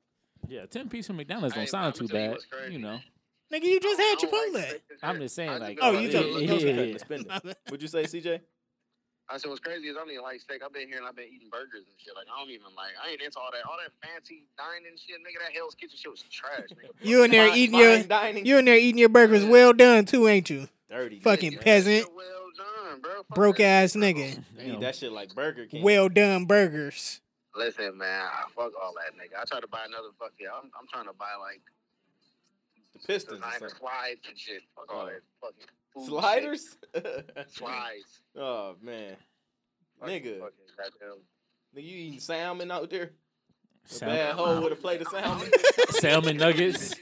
Yeah, ten piece from McDonald's don't
Hey,
sound
I'ma
too
tell you
bad.
what's crazy.
You know,
Nigga, you just
Oh, I
had
don't
Chipotle.
like steak and
I'm
shit.
just saying,
I
like-
don't
Oh, you
like
talking-
yeah,
steak.
those are cutting
yeah.
the spending. Would you say CJ?
I said, what's crazy is I don't even like steak. I've been here and I've been eating burgers and shit. Like I don't even like. I ain't into all that all that fancy dining shit, nigga. That Hell's Kitchen shit was trash, nigga.
You in there
Fine-
eating
fine
your
dining
you in there eating your burgers well done too, ain't you?
dirty.
fucking
nigga.
peasant.
Well done, bro. Fuck
Broke
that
ass
shit, bro.
nigga.
They
you
Eat
know.
that shit like Burger King.
Well done burgers.
Listen, man, ah, fuck all that, nigga. I tried to buy another fuck yeah. I'm, I'm trying to buy like
the Pistons. or
designer
something.
slides and shit. Fuck all
Oh.
that fucking food shit.
Sliders?
slides.
oh man.
Fucking-
Nigga.
fucking goddamn-
Nigga, you eating salmon out there? A
Sal-
bad hoe with a plate of salmon.
salmon nuggets.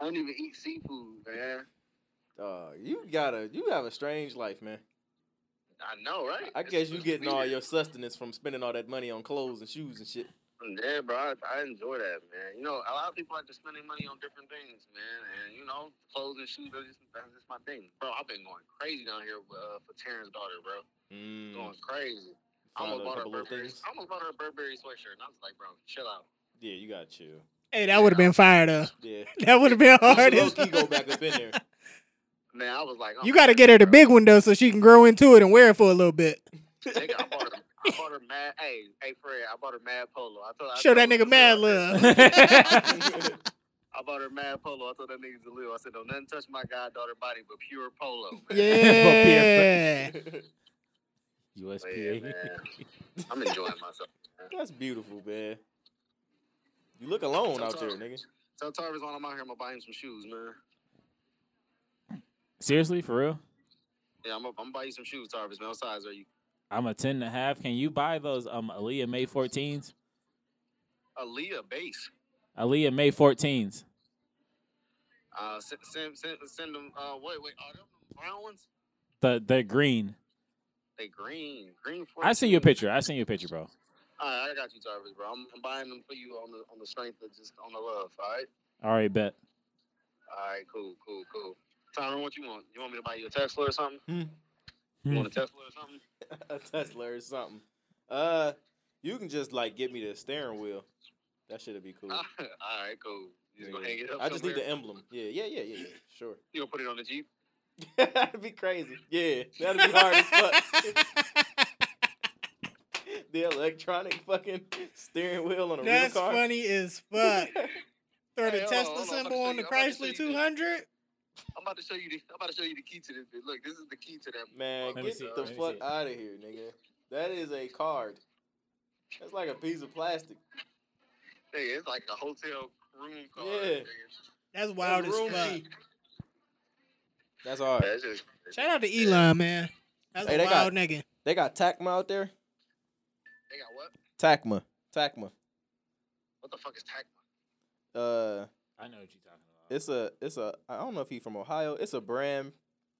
I don't even eat seafood, man.
Uh, you gotta, you have a strange life, man.
I know, right?
I
It's-
guess you
it's
getting all
weird.
your sustenance from spending all that money on clothes and shoes and shit.
Yeah, bro, I, I enjoy that, man. You know, a lot of people like to spend their money on different things, man. And you know, clothes and shoes are just that's just my thing, bro. I've been going crazy down here uh, for Terrence's daughter, bro.
Mm,
Going crazy. I
find
almost
a
bought her a
couple little
Burberry.
things.
I almost bought her a Burberry sweatshirt, and I was like, bro, chill out.
Yeah, you got chill.
Hey, that would have been fire though.
Yeah,
That would have been hard.
low
as-
key go back up in there.
Man, I was like, I'm
You got to get her the
crazy,
big one though, so she can grow into it and wear it for a little bit.
bro. Nigga, I bought her. I bought her mad. Hey, hey, Fred, I bought her mad polo. I told. I
Show that
told
nigga
Jaleel,
mad
I said-
love.
I bought her mad polo. I told that nigga Jaleel. I said, don't nothing touch my goddaughter body but pure polo. Man.
Yeah.
But Oh, yeah,
USPA.
man, I'm enjoying myself.
That's beautiful, man. You look alone out there, nigga.
Tell Tarvis while I'm out here, I'm gonna buy him some shoes, man.
Seriously, for real?
Yeah, I'm gonna, I'm gonna buy you some shoes, Tarvis. Man, what size are you?
I'm a ten and a half. Can you buy those um Aaliyah May 14s?
Aaliyah base.
Aaliyah May 14s.
Uh, send send send, send them. Uh, wait wait, are them brown ones?
The the green.
They green, green.
I seen your
14.
picture. I seen your picture, bro.
All right, I got you, Tarvis, bro. I'm, I'm buying them for you on the on the strength of just on the love. All right,
All right, bet.
all right, cool, cool, cool. Tyron, what you want? You want me to buy you a Tesla or something?
Hmm.
You
Hmm.
want a Tesla or something?
a Tesla or something. Uh, you can just like get me the steering wheel. That shit'll be cool.
all right, cool. You just gonna
Yeah.
hang it up.
I just need
somewhere?
the emblem. Yeah, yeah, yeah, yeah, yeah. Sure.
You gonna put it on the Jeep?
that'd be crazy. Yeah, that'd be hard as fuck. the electronic fucking steering wheel on a
That's
real car.
funny as fuck. Throw the
Hey, hold on,
Tesla
hold on, I'm about
symbol
to
on the
show you- I'm about to show
Chrysler
you this.
200.
I'm about to show you the I'm about to show you the key to this. Bitch. Look, this is the key to that.
Man,
Let me
get
see it,
the
let me see
fuck
it.
out of here, nigga. That is a card. That's like a piece of plastic.
Hey, it's like a hotel room card.
Yeah.
nigga.
That's wild as
That's room
fuck.
key. That's hard.
That's just
Shout out to Elon, man. That's
Hey,
a
they got-
wild nigga.
They got TACMA out there.
They got what?
TACMA. TACMA.
What the fuck is tac?
Uh.
I know what you're talking about.
It's a it's a I don't know if he from Ohio. It's a brand.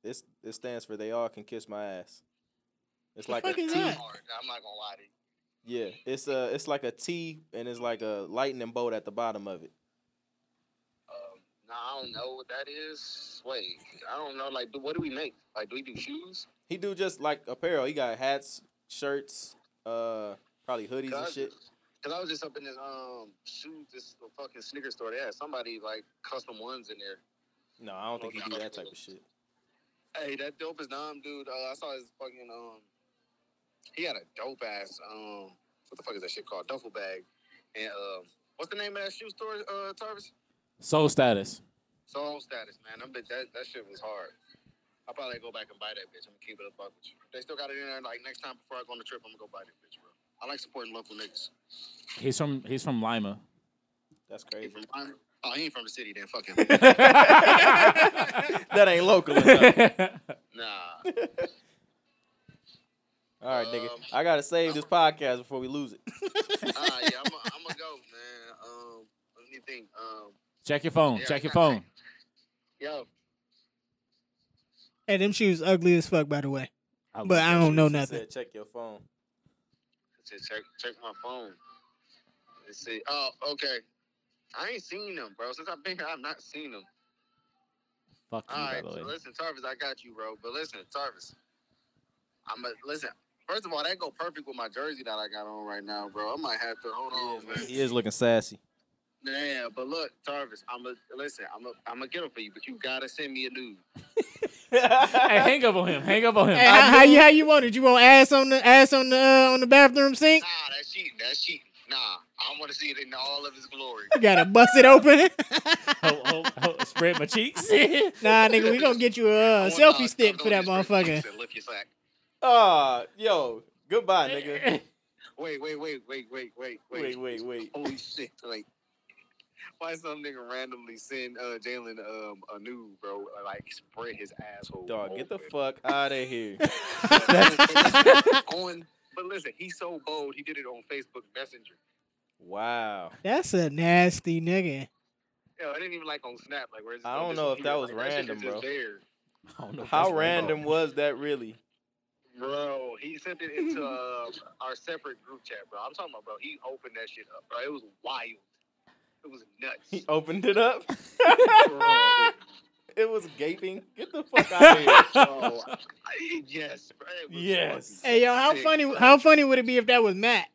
It's it stands for they all can kiss my ass. It's
The
like a
fuck
T.
is that?
Hard. I'm not gonna lie to you.
Yeah, it's a it's like a T and it's like a lightning bolt at the bottom of it.
Um, nah, I don't know what that is. Wait, I don't know. Like, do- what do we make? Like, do we do shoes?
He do just like apparel. He got hats, shirts, uh, probably hoodies and shit.
Cause I was just up in this um shoes, this little fucking sneaker store. They had somebody like custom ones in there.
No, I don't think he do that type of shit.
Hey, that dope is Dom dude. Uh, I saw his fucking um. He had a dope ass um. What the fuck is that shit called? Duffel bag. And um, what's the name of that shoe store? Uh, Tarvis.
Soul status.
Soul status, man. Them bitch, that that shit was hard. I'll probably go back and buy that bitch. I'm gonna keep it a buck with you. They still got it in there. Like next time before I go on the trip, I'm gonna go buy that bitch, bro. I like supporting local niggas.
He's from he's from Lima.
That's
He
crazy.
from, Lima? oh, he ain't from the city, then fuck him.
That ain't local.
Um,
Enough.
nah.
All right, nigga.
Um,
I gotta save this podcast before we lose it.
All right, yeah, I'm gonna I'm go, man. Um, let me think. Um,
Check your phone.
Yeah,
Check your
I-
phone.
yo,
Hey, them shoes ugly as fuck, by the way.
love
But I
that
don't
shit.
know
She
nothing.
Said, Check your phone.
let's just check check my phone. Let's see. Oh, okay. I ain't seen them, bro. Since I've been here, I've not seen them.
Fuck you,
All right,
by the
so
way.
listen, Tarvis, I got you, bro. But listen, Tarvis, I'm a listen. First of all, that go perfect with my jersey that I got on right now, bro. I might have to hold on, man.
He is looking sassy.
Yeah, but look, Tarvis, I'm a listen. I'm a I'm gonna get them for you, but you gotta send me a dude.
hey, hang up on him. Hang up on him.
Hey, how, how you how you want it? You want ass on the ass on the uh, on the bathroom sink?
Nah, that's cheating. That's cheating. Nah, I want to see it in all of its glory.
You gotta bust it open.
Ho- ho- ho- spread my cheeks.
nah, nigga, we gonna get you a
I
uh,
want- nah,
selfie
I'm
stick for
going
that
to just break your
motherfucker.
cheeks and Lick your sack.
Ah, yo, goodbye, nigga.
Wait, wait, wait, wait, wait, wait,
Wait,
wait.
wait, wait.
Holy shit! Like, why some nigga randomly send uh, Jalen um, a nude, bro? Like, spread his asshole.
Dog, get the
open.
fuck out of here.
on. But listen, he's so bold. He did it on Facebook Messenger.
Wow.
That's a nasty nigga.
Yeah, I didn't even like on Snap. Like, where's?
I don't know if that was random, bro.
I don't know if that's
How
right.
random was that really?
Bro, he sent it into uh, our separate group chat, bro. I'm talking about, bro. He opened that shit up, bro. It was wild. It was
He
nuts.
opened it up.
Bro.
it was gaping. Get the fuck out of here.
So, I- yes, bro. it was
Yes.
fucking
Hey yo, how
sick,
funny
bro.
how funny would it be if that was Matt?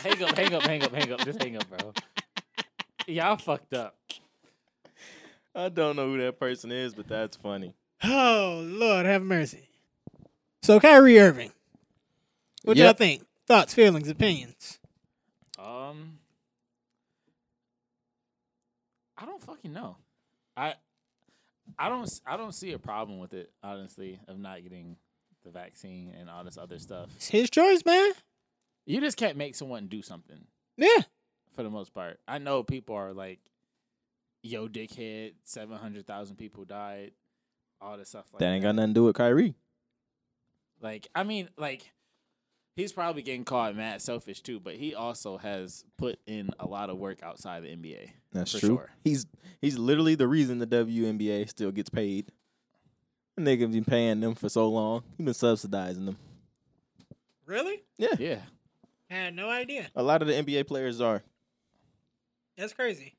Hang up, hang up, hang up, hang up. Just hang up, bro. Y'all fucked up.
I don't know who that person is, but that's funny.
Oh Lord, have mercy. So Kyrie Irving, what y'all
Yep.
think? Thoughts, feelings, opinions.
Um, I don't fucking know. I, I don't, s- I don't see a problem with it honestly of not getting the vaccine and all this other stuff.
It's his choice, man.
You just can't make someone do something
Yeah,
for the most part. I know people are like, "Yo, dickhead!" Seven hundred thousand people died. All this stuff like
That ain't got nothing to do with Kyrie.
Like, I mean, like, he's probably getting called mad selfish too, but he also has put in a lot of work outside the NBA.
That's
For
true.
sure.
He's he's literally the reason the WNBA still gets paid. Nigga been paying them for so long. He been subsidizing them.
really?
Yeah.
I had no idea.
A lot of the NBA players are.
That's crazy.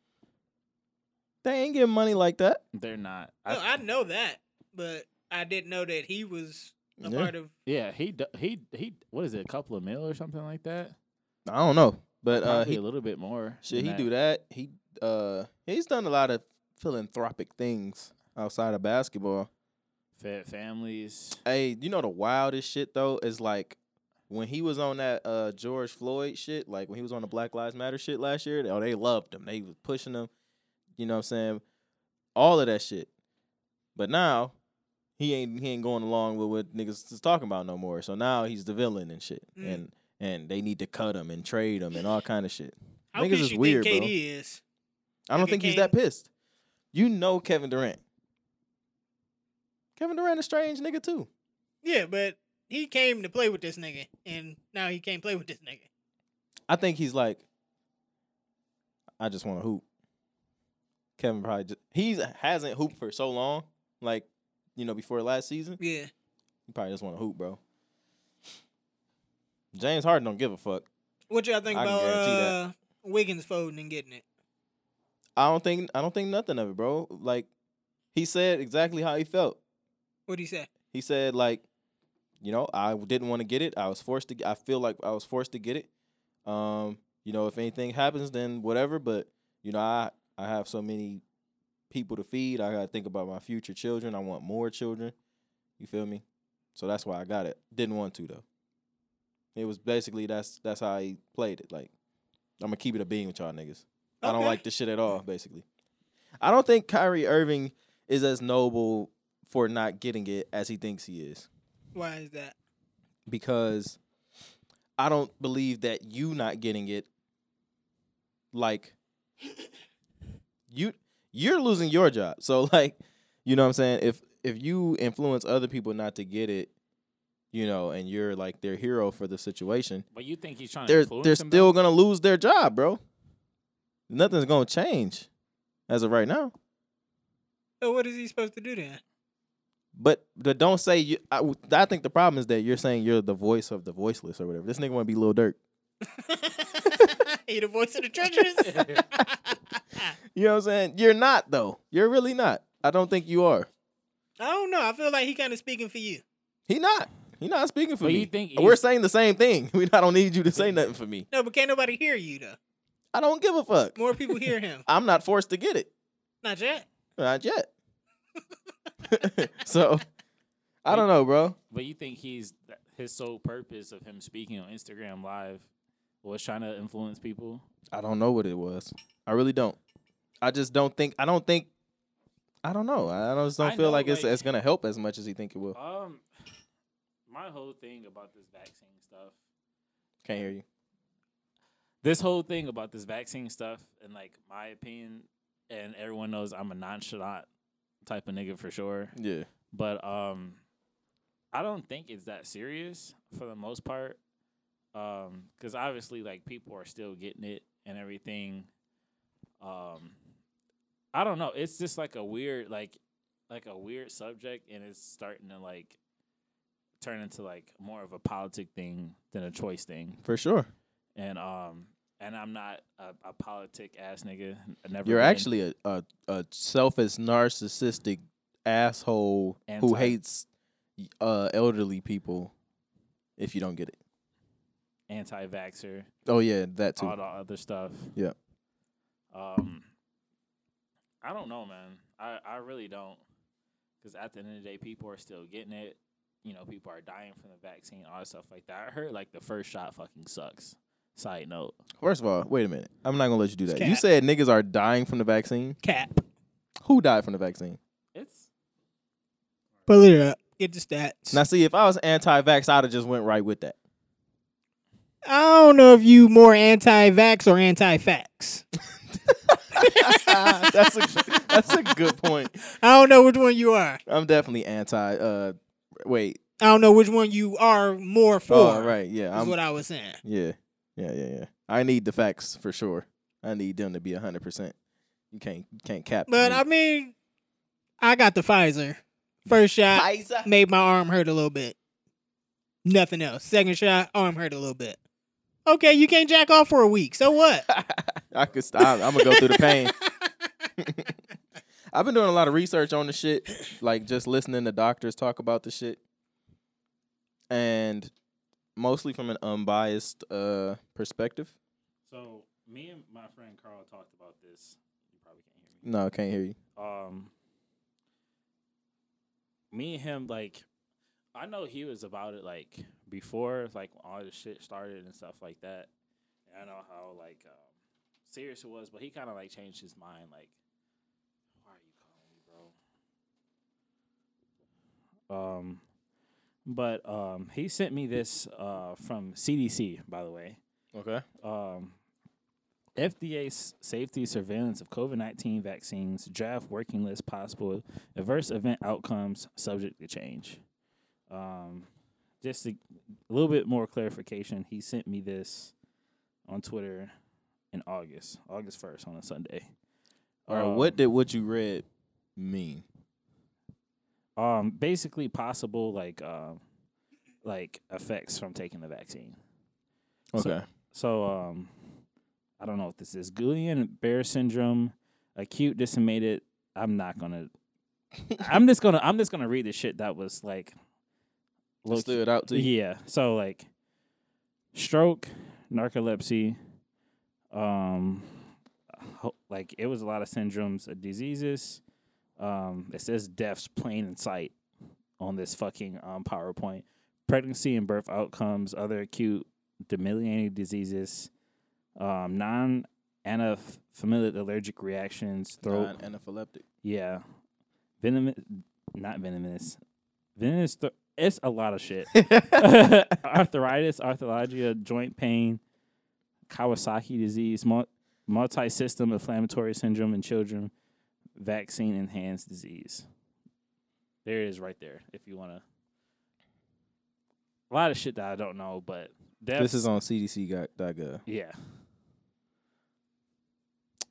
They ain't getting money like that.
They're not. I-
No, I know that, but I didn't know that he was a
Yeah.
part of.
yeah, he do- he he. What is it? A couple of mil or something like that.
I don't know, but uh,
Probably
he
a little bit more.
Should
than
he do that? He uh he's done a lot of philanthropic things outside of basketball.
Fed families.
Hey, you know the wildest shit though is like when he was on that uh George Floyd shit, like when he was on the Black Lives Matter shit last year, oh they loved him. They was pushing him, you know what I'm saying? All of that shit. But now he ain't he ain't going along with what niggas is talking about no more. So now he's the villain and shit.
Mm.
And and they need to cut him and trade him and all kind of shit.
How
Niggas
pissed
is
you
weird, bro.
think KD is?
I don't
Nigga
think he's
came-
that pissed. You know Kevin Durant. Kevin Durant a strange nigga too.
Yeah, but he came to play with this nigga, and now he can't play with this nigga.
I think he's like, I just want to hoop. Kevin probably just, he hasn't hooped for so long, like you know before last season.
Yeah,
He probably just want to hoop, bro. James Harden don't give a fuck.
what y'all think
I can
about
guarantee
uh,
that.
Wiggins folding and getting it?
I don't think I don't think nothing of it, bro. Like he said exactly how he felt.
What do you say?
He said like, you know, I didn't want to get it. I was forced to. g- I feel like I was forced to get it. Um, you know, if anything happens, then whatever. But you know, I I have so many people to feed. I gotta think about my future children. I want more children. You feel me? So that's why I got it. Didn't want to though. It was basically that's that's how he played it. Like I'm gonna keep it a being with y'all niggas. I don't
Okay.
like this shit at all. Basically, I don't think Kyrie Irving is as noble for not getting it as he thinks he is
Why is that?
because I don't believe that you not getting it like you you're losing your job. So like, you know what I'm saying? If if you influence other people not to get it, you know, and you're like their hero for the situation,
But you think he's trying
they're
to?
they're still going to lose their job, bro. Nothing's going to change as of right now.
So what is he supposed to do then?
But but don't say you. I, w- I think the problem is that you're saying you're the voice of the voiceless or whatever. This nigga want to be Lil Durk.
you the voice of the treacherous.
You know what I'm saying? You're not though. You're really not. I don't think you are.
I don't know. I feel like he kind of speaking for you.
He not. He not speaking for
But
me.
you think
We're
he's-
saying the same thing. We I don't need you to say nothing for me.
No, but can't nobody hear you though.
I don't give a fuck.
More people hear him.
I'm not forced to get it.
Not yet.
Not yet. so I don't know, bro.
But you think he's his sole purpose of him speaking on Instagram Live was trying to influence people?
I don't know what it was. I really don't. I just don't think. I don't think. I don't know. I don't- just don't
I
feel
know,
like it's
like-
it's gonna help as much as he think it will.
Um, my whole thing about this vaccine stuff,
Can't hear you.
this whole thing about this vaccine stuff, and like my opinion, and everyone knows I'm a nonchalant type of nigga for sure.
Yeah.
but um i don't think it's that serious for the most part um because obviously like people are still getting it and everything um i don't know it's just like a weird like like a weird subject and it's starting to like turn into like more of a politic thing than a choice thing
For sure.
and um and i'm not a, a politic ass nigga I never
You're
been.
actually a, a a selfish, narcissistic asshole who
Anti.
hates uh elderly people. If you don't get it.
anti-vaxer
Oh yeah, that too.
all the other stuff.
Yeah.
Um, I don't know, man. I, I really don't, because at the end of the day, people are still getting it. You know, people are dying from the vaccine, all that stuff like that. I heard like the first shot fucking sucks. Side note,
First of all, wait a minute. I'm not gonna let you do
It's
that. You
cap.
said niggas are dying from the vaccine.
Cap.
Who died from the vaccine?
it's
Pull it up. Get the stats.
Now, see, if I was anti-vax, I'd have just went right with that.
I don't know if you more anti-vax or anti-fax.
that's a that's a good point.
I don't know which one you are.
I'm definitely anti. Uh, wait.
I don't know which one you are more for.
Oh, right. Yeah.
Is
I'm.
what I was saying.
yeah. Yeah. Yeah. Yeah. I need the facts for sure. I need them to be hundred percent. You can't you can't cap.
But I mean, I got the Pfizer. First shot made my arm hurt a little bit. Nothing else. Second shot, arm hurt a little bit. Okay, you can't jack off for a week. So what?
I could stop. I'm gonna go through the pain. I've been doing a lot of research on the shit, like just listening to doctors talk about the shit, and mostly from an unbiased uh perspective.
so me and my friend Carl talked about this. You probably can't hear me.
No, I can't hear you.
um me and him like I know he was about it like before like all the shit started and stuff like that. And I know how like um, serious it was, but he kind of like changed his mind. Like, why are you calling me, bro? Um, but um, he sent me this uh from CDC by the way
Okay.
um, FDA's safety surveillance of COVID 19 vaccines, draft working list possible adverse event outcomes subject to change. Um, just a little bit more clarification. He sent me this on Twitter in August, August 1st on a Sunday.
All right.
Um,
what did what you read mean?
um basically possible like um like effects from taking the vaccine. So-
Okay.
So um, I don't know what this is. Guillain Barre syndrome, acute disseminated. I'm not gonna. I'm just gonna. I'm just gonna read the shit that was like. low-key-
Stood out to you.
yeah. So like, stroke, narcolepsy, um, ho- like it was a lot of syndromes, uh, diseases. Um, it says deaths plain in sight on this fucking um PowerPoint. Pregnancy and birth outcomes, other acute demyelinating diseases, um, non anaphylactic allergic reactions, throat,
Non-anaphylactic.
yeah, venomous, not venomous, venomous. Th- it's a lot of shit. Arthritis, arthralgia, joint pain, Kawasaki disease, mul- multi-system inflammatory syndrome in children, vaccine enhanced disease. There it is, right there. If you want to, a lot of shit that I don't know, but
This
that's-
is on CDC.gov.
yeah.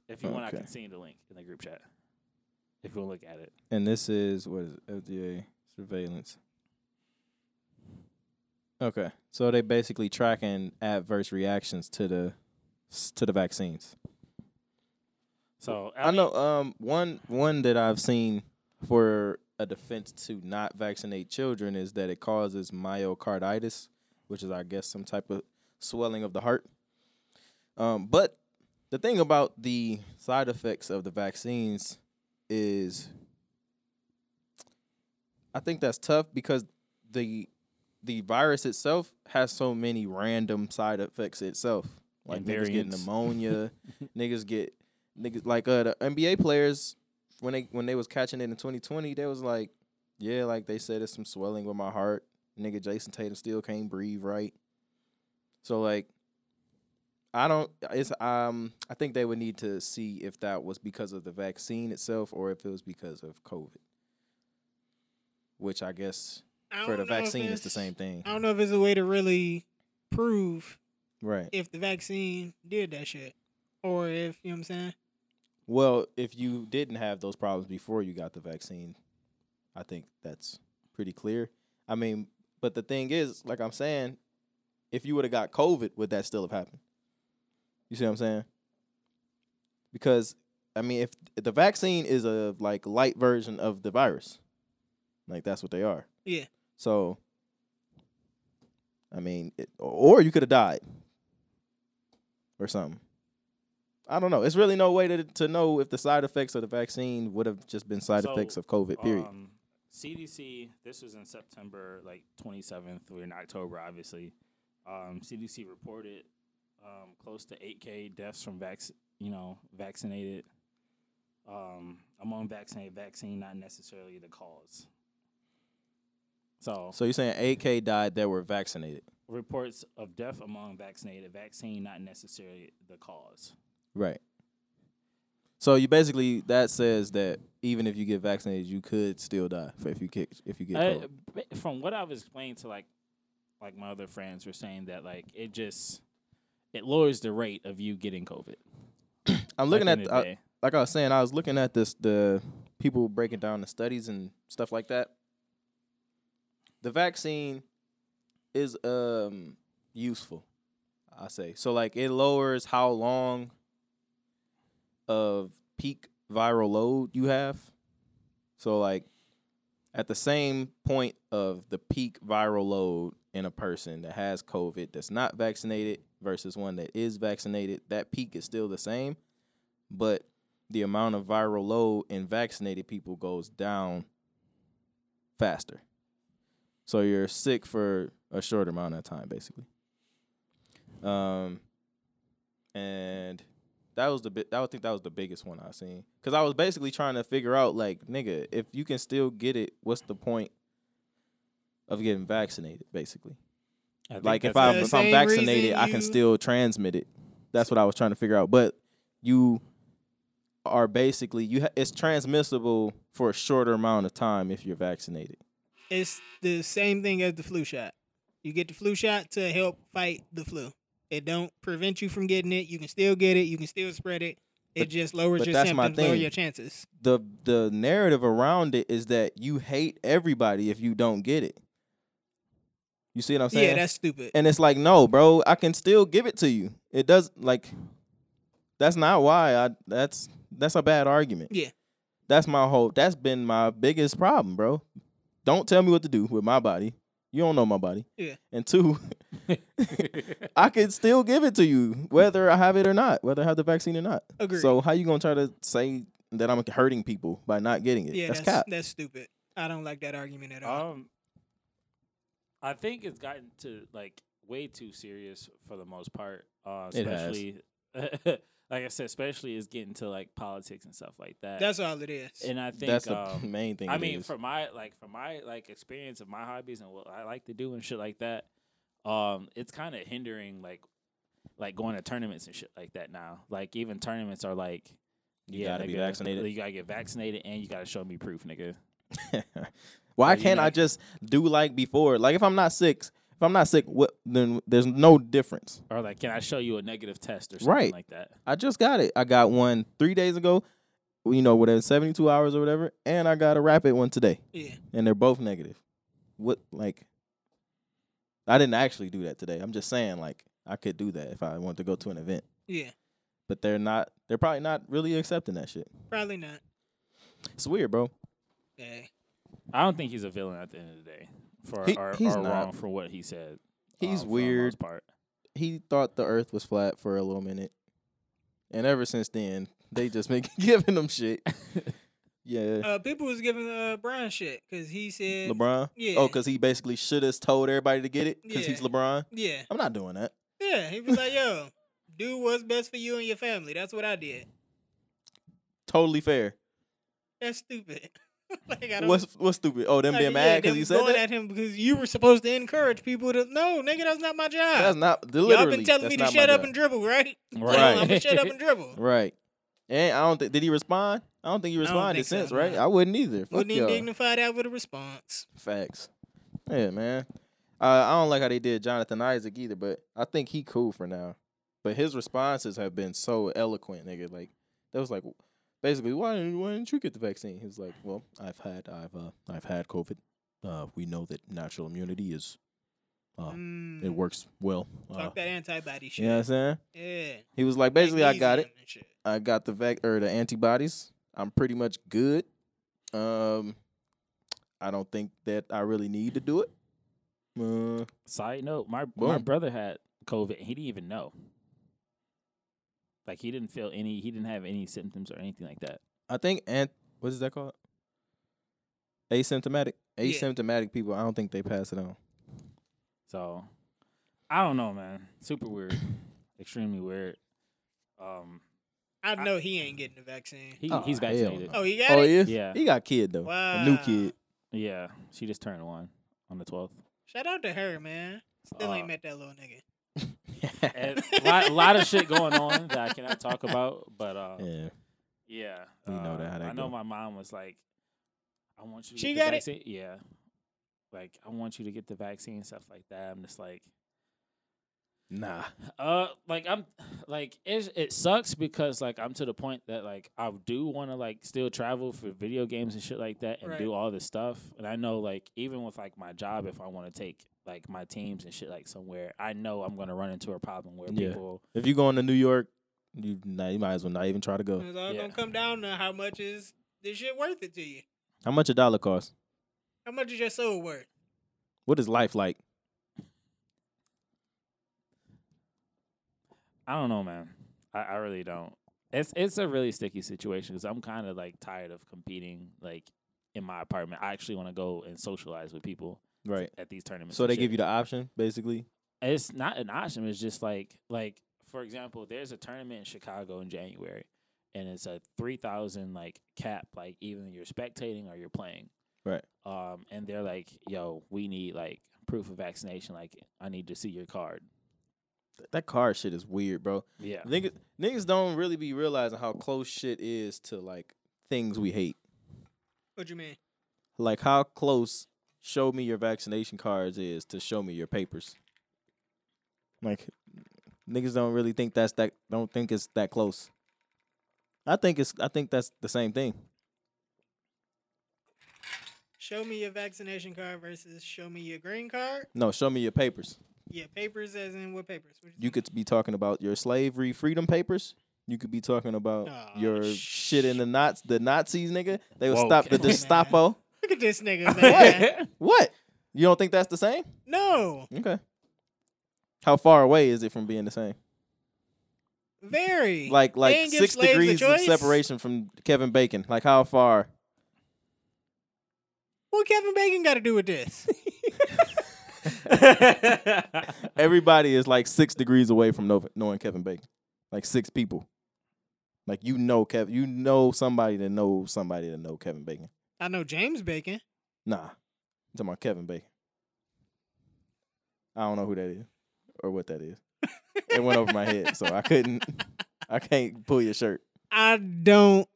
If you want, I
Okay.
can send you the link in the group chat. If you want to look at it.
And this is what is it? FDA surveillance. Okay. So they basically tracking adverse reactions to the s- to the vaccines.
So
I, know um one one that I've seen for a defense to not vaccinate children is that it causes myocarditis, which is I guess some type of swelling of the heart. Um, but the thing about the side effects of the vaccines is I think that's tough because the the virus itself has so many random side effects itself. Like
And
niggas get
variants.
pneumonia, niggas get niggas like uh the NBA players when they when they was catching it in 2020, they was like, yeah, like they said it's some swelling with my heart. Nigga Jason Tatum still can't breathe right. So like I don't it's um I think they would need to see if that was because of the vaccine itself or if it was because of COVID. Which I guess
I
for the
don't know if
vaccine it's the
it's-
same thing.
I don't know if it's a way to really prove
Right.
if the vaccine did that shit. Or if, you know what I'm saying?
Well, if you didn't have those problems before you got the vaccine, I think that's pretty clear. I mean, but the thing is, like I'm saying, if you would have got COVID, would that still have happened? You see what I'm saying? Because I mean, if the vaccine is a like light version of the virus, like that's what they are.
Yeah.
So, I mean, it, or you could have died or something. I don't know. It's really no way to to know if the side effects of the vaccine would have just been side
So,
effects of COVID. Period.
Um, CDC, this was in September, like 27th. We're in October, obviously. Um, CDC reported um, close to 8K deaths from vac- you know, vaccinated, um, among vaccinated, vaccine not necessarily the cause. So,
so you're saying AK died that were vaccinated,
reports of death among vaccinated, vaccine not necessarily the cause.
right? So you basically that says that even if you get vaccinated, you could still die for- if you get if you get
Uh,
COVID.
b- from what I've explained to like like my other friends were saying that like it just it lowers the rate of you getting COVID.
I'm looking at
like in
the, uh,
a
I-
day.
like I was saying, I was looking at this the people breaking down the studies and stuff like that. The vaccine is um useful, I say. So like it lowers how long of peak viral load you have. So like at the same point of the peak viral load in a person that has COVID that's not vaccinated versus one that is vaccinated, that peak is still the same, but the amount of viral load in vaccinated people goes down faster. So you're sick for a short amount of time, basically. Um, and that was the bit. I would think that was the biggest one I seen because I was basically trying to figure out, like, nigga, if you can still get it, what's the point of getting vaccinated? Basically,
I think
like if
that's
I'm
it.
The
if I'm
same
vaccinated,
reason
I can
you-
still transmit it. That's what I was trying to figure out. But you are basically you. Ha- it's transmissible for a shorter amount of time if you're vaccinated.
It's the same thing as the flu shot. You get the flu shot to help fight the flu. It don't prevent you from getting it. You can still get it. You can still spread it. It
But-
just lowers
but
your
that's my
symptoms, lower
thing.
your chances.
the The narrative around it is that you hate everybody if you don't get it. You see what I'm saying?
Yeah, that's stupid.
and it's like, no, bro, I can still give it to you. It does like. That's not why I. That's that's a bad argument.
Yeah.
That's my whole. That's been my biggest problem, bro. Don't tell me what to do with my body. You don't know my body.
Yeah.
And two, I can still give it to you whether I have it or not, whether I have the vaccine or not.
Agreed.
So how you gonna try to say that I'm hurting people by not getting it?
yeah,
that's,
that's
cap.
that's, stupid. I don't like that argument at all.
um I think it's gotten to like way too serious for the most part. Uh
It has.
especially like I said, especially it's getting to like politics and stuff like that.
that's all it is.
and I think
that's the
um,
main thing.
I
it
mean,
is.
for my like for my like experience of my hobbies and what I like to do and shit like that, um, it's kind of hindering like like going to tournaments and shit like that now. Like even tournaments are like
You
yeah,
gotta be
nigga,
vaccinated.
You gotta get vaccinated and you gotta show me proof, nigga.
Why
Like, you
can't I
not-
just do like before? Like if I'm not sick, if I'm not sick, what then there's no difference.
Or like, can I show you a negative test or something
Right.
like that?
I just got it. I got one three days ago, you know, whatever, 72 hours or whatever, and I got a rapid one today,
yeah,
and they're both negative. What like? I didn't actually do that today. I'm just saying like I could do that if I wanted to go to an event.
Yeah,
but they're not. They're probably not really accepting that shit.
probably not.
It's weird,
Oh,
bro.
Yeah.
I don't think he's a villain at the end of the day for
He-
or,
he's
or
not.
wrong for what he said.
He's
um, for the most
weird.
Part.
He thought the Earth was flat for a little minute, and ever since then, they just been giving him shit. Yeah,
Uh, people was giving uh Brian shit because he said
LeBron.
yeah.
Oh, because he basically should have told everybody to get it because
Yeah.
he's LeBron.
Yeah,
I'm not doing that.
yeah. He was like, "Yo, do what's best for you and your family. That's what I did.
Totally fair. What's
That's stupid. like I don't.
what's stupid? Oh, them
like,
being mad
yeah,
because he
them
said
going
that.
at him because you were supposed to encourage people to no, nigga, that's not my job.
That's not literally.
Y'all been telling
that's
me to
not
shut
my
up
job.
and dribble, right?
Right.
I'm gonna shut up and dribble.
Right. And I don't think did he respond? I don't think he
don't
responded
think so,
since, right?
nah.
I wouldn't either. Fuck
Wouldn't
y'all.
even dignify that with a response.
Facts. Yeah, man. Uh, I don't like how they did Jonathan Isaac either, but I think he cool for now. But his responses have been so eloquent, nigga. Like that was like basically why didn't, why didn't you get the vaccine? He's like, well, I've had I've uh, I've had COVID. Uh, we know that natural immunity is uh, it
Mm,
works well. Uh,
Talk that antibody
you know what I'm
shit.
saying?
Yeah.
He was like, basically, I got it.
magnesium and shit.
I got the vac or the antibodies. I'm pretty much good. Um, I don't think that I really need to do it. Uh,
Side note: my my
Boom.
brother had COVID. and He didn't even know. Like he didn't feel any. He didn't have any symptoms or anything like that.
I think and what is that called? Asymptomatic.
Yeah.
Asymptomatic people. I don't think they pass it on.
So I don't know, man. Super weird. Extremely weird. Um,
I know he ain't getting the vaccine.
he
Oh,
he's
hell
vaccinated.
no.
Oh, he got
Oh,
it.
he is.
Yeah.
he got kid though. A new
Wow.
kid.
Yeah, she just turned one on the twelfth.
Shout out to her, man. Still
Uh,
ain't met that little nigga.
A lot, lot of shit going on that I cannot talk about, but uh,
yeah.
yeah,
We know
uh,
that, how that
I know
go.
my mom was like, "I want you to
She
get the
got it?
vaccine." Yeah, like I want you to get the vaccine and stuff like that. I'm just like,
Nah.
uh, like I'm, like it it sucks because like I'm to the point that like I do want to like still travel for video games and shit like that and
Right.
do all this stuff. And I know like even with like my job, if I want to take like my teams and shit like somewhere, I know I'm gonna run into a problem where
Yeah.
people.
If you going to New York, you nah, you might as well not even try to go.
It's all
yeah.
gonna come down to how much is this shit worth it to you?
How much a dollar cost?
How much is your soul worth?
What is life like?
I don't know, man. I, I really don't. It's it's a really sticky situation because I'm kind of like tired of competing like in my apartment. I actually want to go and socialize with people
Right.
at these tournaments.
So
and
they
shit.
give you the option, basically.
It's not an option. It's just like like for example, there's a tournament in Chicago in January, and it's a three thousand like cap. Like even you're spectating or you're playing.
Right.
Um, and they're like, "Yo, we need like proof of vaccination. Like, I need to see your card."
Th- That car shit is weird, bro.
Yeah.
Niggas, niggas don't really be realizing how close shit is to like things we hate.
What you mean?
Like how close show me your vaccination cards is to show me your papers. Like niggas don't really think that's that don't think it's that close. I think it's I think that's the same thing.
Show me your vaccination card versus show me your green card.
No, show me your papers.
Yeah, papers as in what papers? What
You could be talking about your slavery freedom papers. You could be talking about
Aw,
your shit in the Nazi, the Nazis, nigga. They would
Woke.
stop the
Come on, man.
Gestapo.
look at this nigga, man.
What? You don't think that's the same?
no,
Okay. How far away is it from being the same?
very
Like
They
like
ain't give
six
slaves a
degrees of
choice?
separation from Kevin Bacon. Like how far?
What Kevin Bacon got to do with this?
Everybody is like six degrees away from know- knowing Kevin Bacon. Like six people. Like you know Kevin, you know somebody that knows somebody that know Kevin Bacon.
I know James Bacon.
Nah, I'm talking about Kevin Bacon. I don't know who that is or what that is. it went over my head, so I couldn't. I can't pull your shirt.
I don't.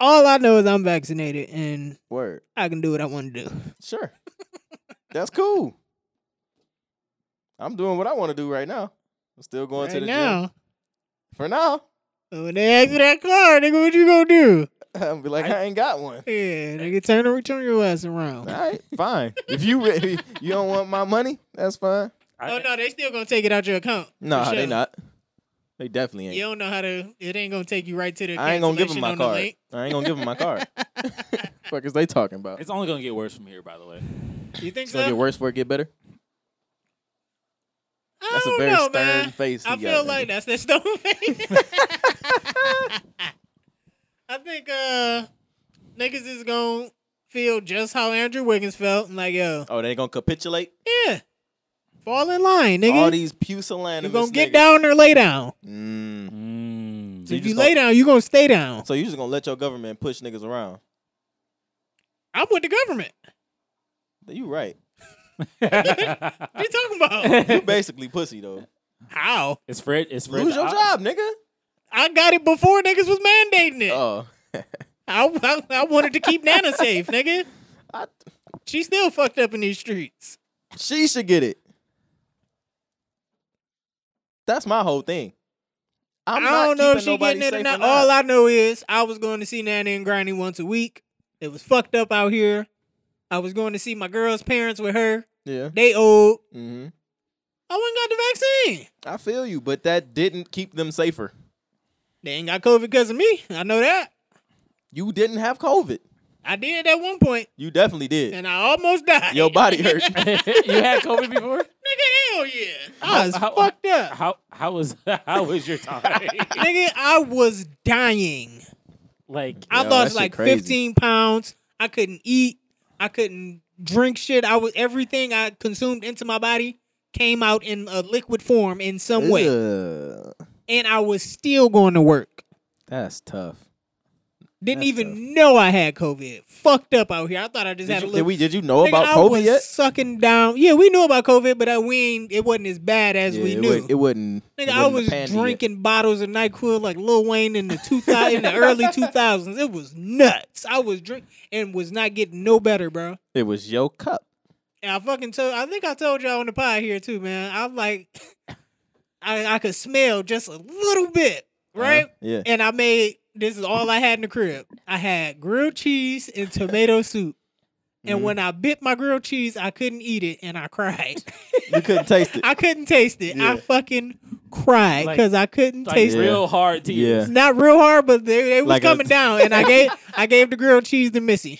All I know is I'm vaccinated and
Word.
I can do what I want to do.
Sure. That's cool. I'm doing what I want to do right now. I'm still going to
Right
the gym.
now,
For now,
So when they ask for that car, nigga, what you gonna do?
I'll be like, I, ain't got one.
Yeah, nigga, turn and return your ass around.
All right, fine. if you re- you don't want my money, that's fine.
I
no,
can-
Oh, no, they still gonna take it out your account. for
Nah,
sure.
they not. They definitely ain't.
You don't know how to. It ain't gonna take you right to the.
I ain't gonna give them
cancellation
my
on the
card.
link.
I ain't gonna give them my card. Fuck is they talking about?
It's only gonna get worse from here, by the way.
You think
It's
so?
gonna get worse before it get better.
I
That's
don't
a very
know,
stern
man.
face.
I
he got,
feel
nigga.
like that's the stone face. I think uh niggas is gonna feel just how Andrew Wiggins felt and like yo,
Oh, they gonna capitulate?
yeah, fall in line, nigga.
All these pusillanimous.
you gonna get
niggas.
down or lay down.
Mm.
Mm.
So you
if
just
you
gonna-
lay down, you gonna stay down.
So you just gonna let your government push niggas around?
I'm with the government.
You right.
What you talking about?
You basically pussy though.
how?
it's for it. It's for
Lose
the
your
op-
job, nigga.
I got it before niggas was mandating it.
Oh,
I, I, I wanted to keep Nana safe, nigga.
I-
She still fucked up in these streets.
she should get it. That's my whole thing. I'm
I'm I
not
do not know if
keeping
she
nobody
getting it or
safe
not. All I know is I was going to see Nana and Granny once a week. It was fucked up out here. I was going to see my girl's parents with her.
yeah.
They old.
hmm
I went and got the vaccine.
I feel you, but that didn't keep them safer.
They ain't got COVID because of me. I know that.
You didn't have COVID.
I did at one point,
You definitely did.
and I almost died.
Your body hurt.
you had COVID before?
nigga, hell yeah. I
How-
was
how-
fucked up.
How how was how was your time?
nigga, I was dying.
like
I
Yo, that
lost
shit
like
crazy.
15 pounds. I couldn't eat. I couldn't drink shit. I was everything I consumed into my body came out in a liquid form in some way,
Ugh,
and I was still going to work.
that's tough.
Didn't
That's
even
tough.
know I had COVID. Fucked up out here. I thought I just
Did
had
you,
a
did
little.
we? Did you know
Nigga,
about
I
COVID
was
yet?
Sucking down. Yeah, we knew about COVID, but uh, we ain't, it wasn't as bad as
Yeah,
we
it,
knew.
Would, it wouldn't. it
Nigga, I
wouldn't
was
have panned yet.
drinking bottles of Nyquil like Lil Wayne in the two thousand in the early two thousands. It was nuts. I was drink and was not getting no better, bro.
It was your cup.
And I fucking told. I think I told y'all on the pod here too, man. I'm like, I I could smell just a little bit, right?
Uh-huh. Yeah.
And I made this is all I had in the crib. I had grilled cheese and tomato soup. And
Mhm.
when I bit my grilled cheese, I couldn't eat it, and I cried.
You couldn't taste it.
I couldn't taste it.
Yeah.
I fucking cried
Like-
because I couldn't
like
taste it.
real hard tears.
Yeah.
Not real hard, but they, they was
Like a-
coming down, and I gave I gave the grilled cheese to Missy.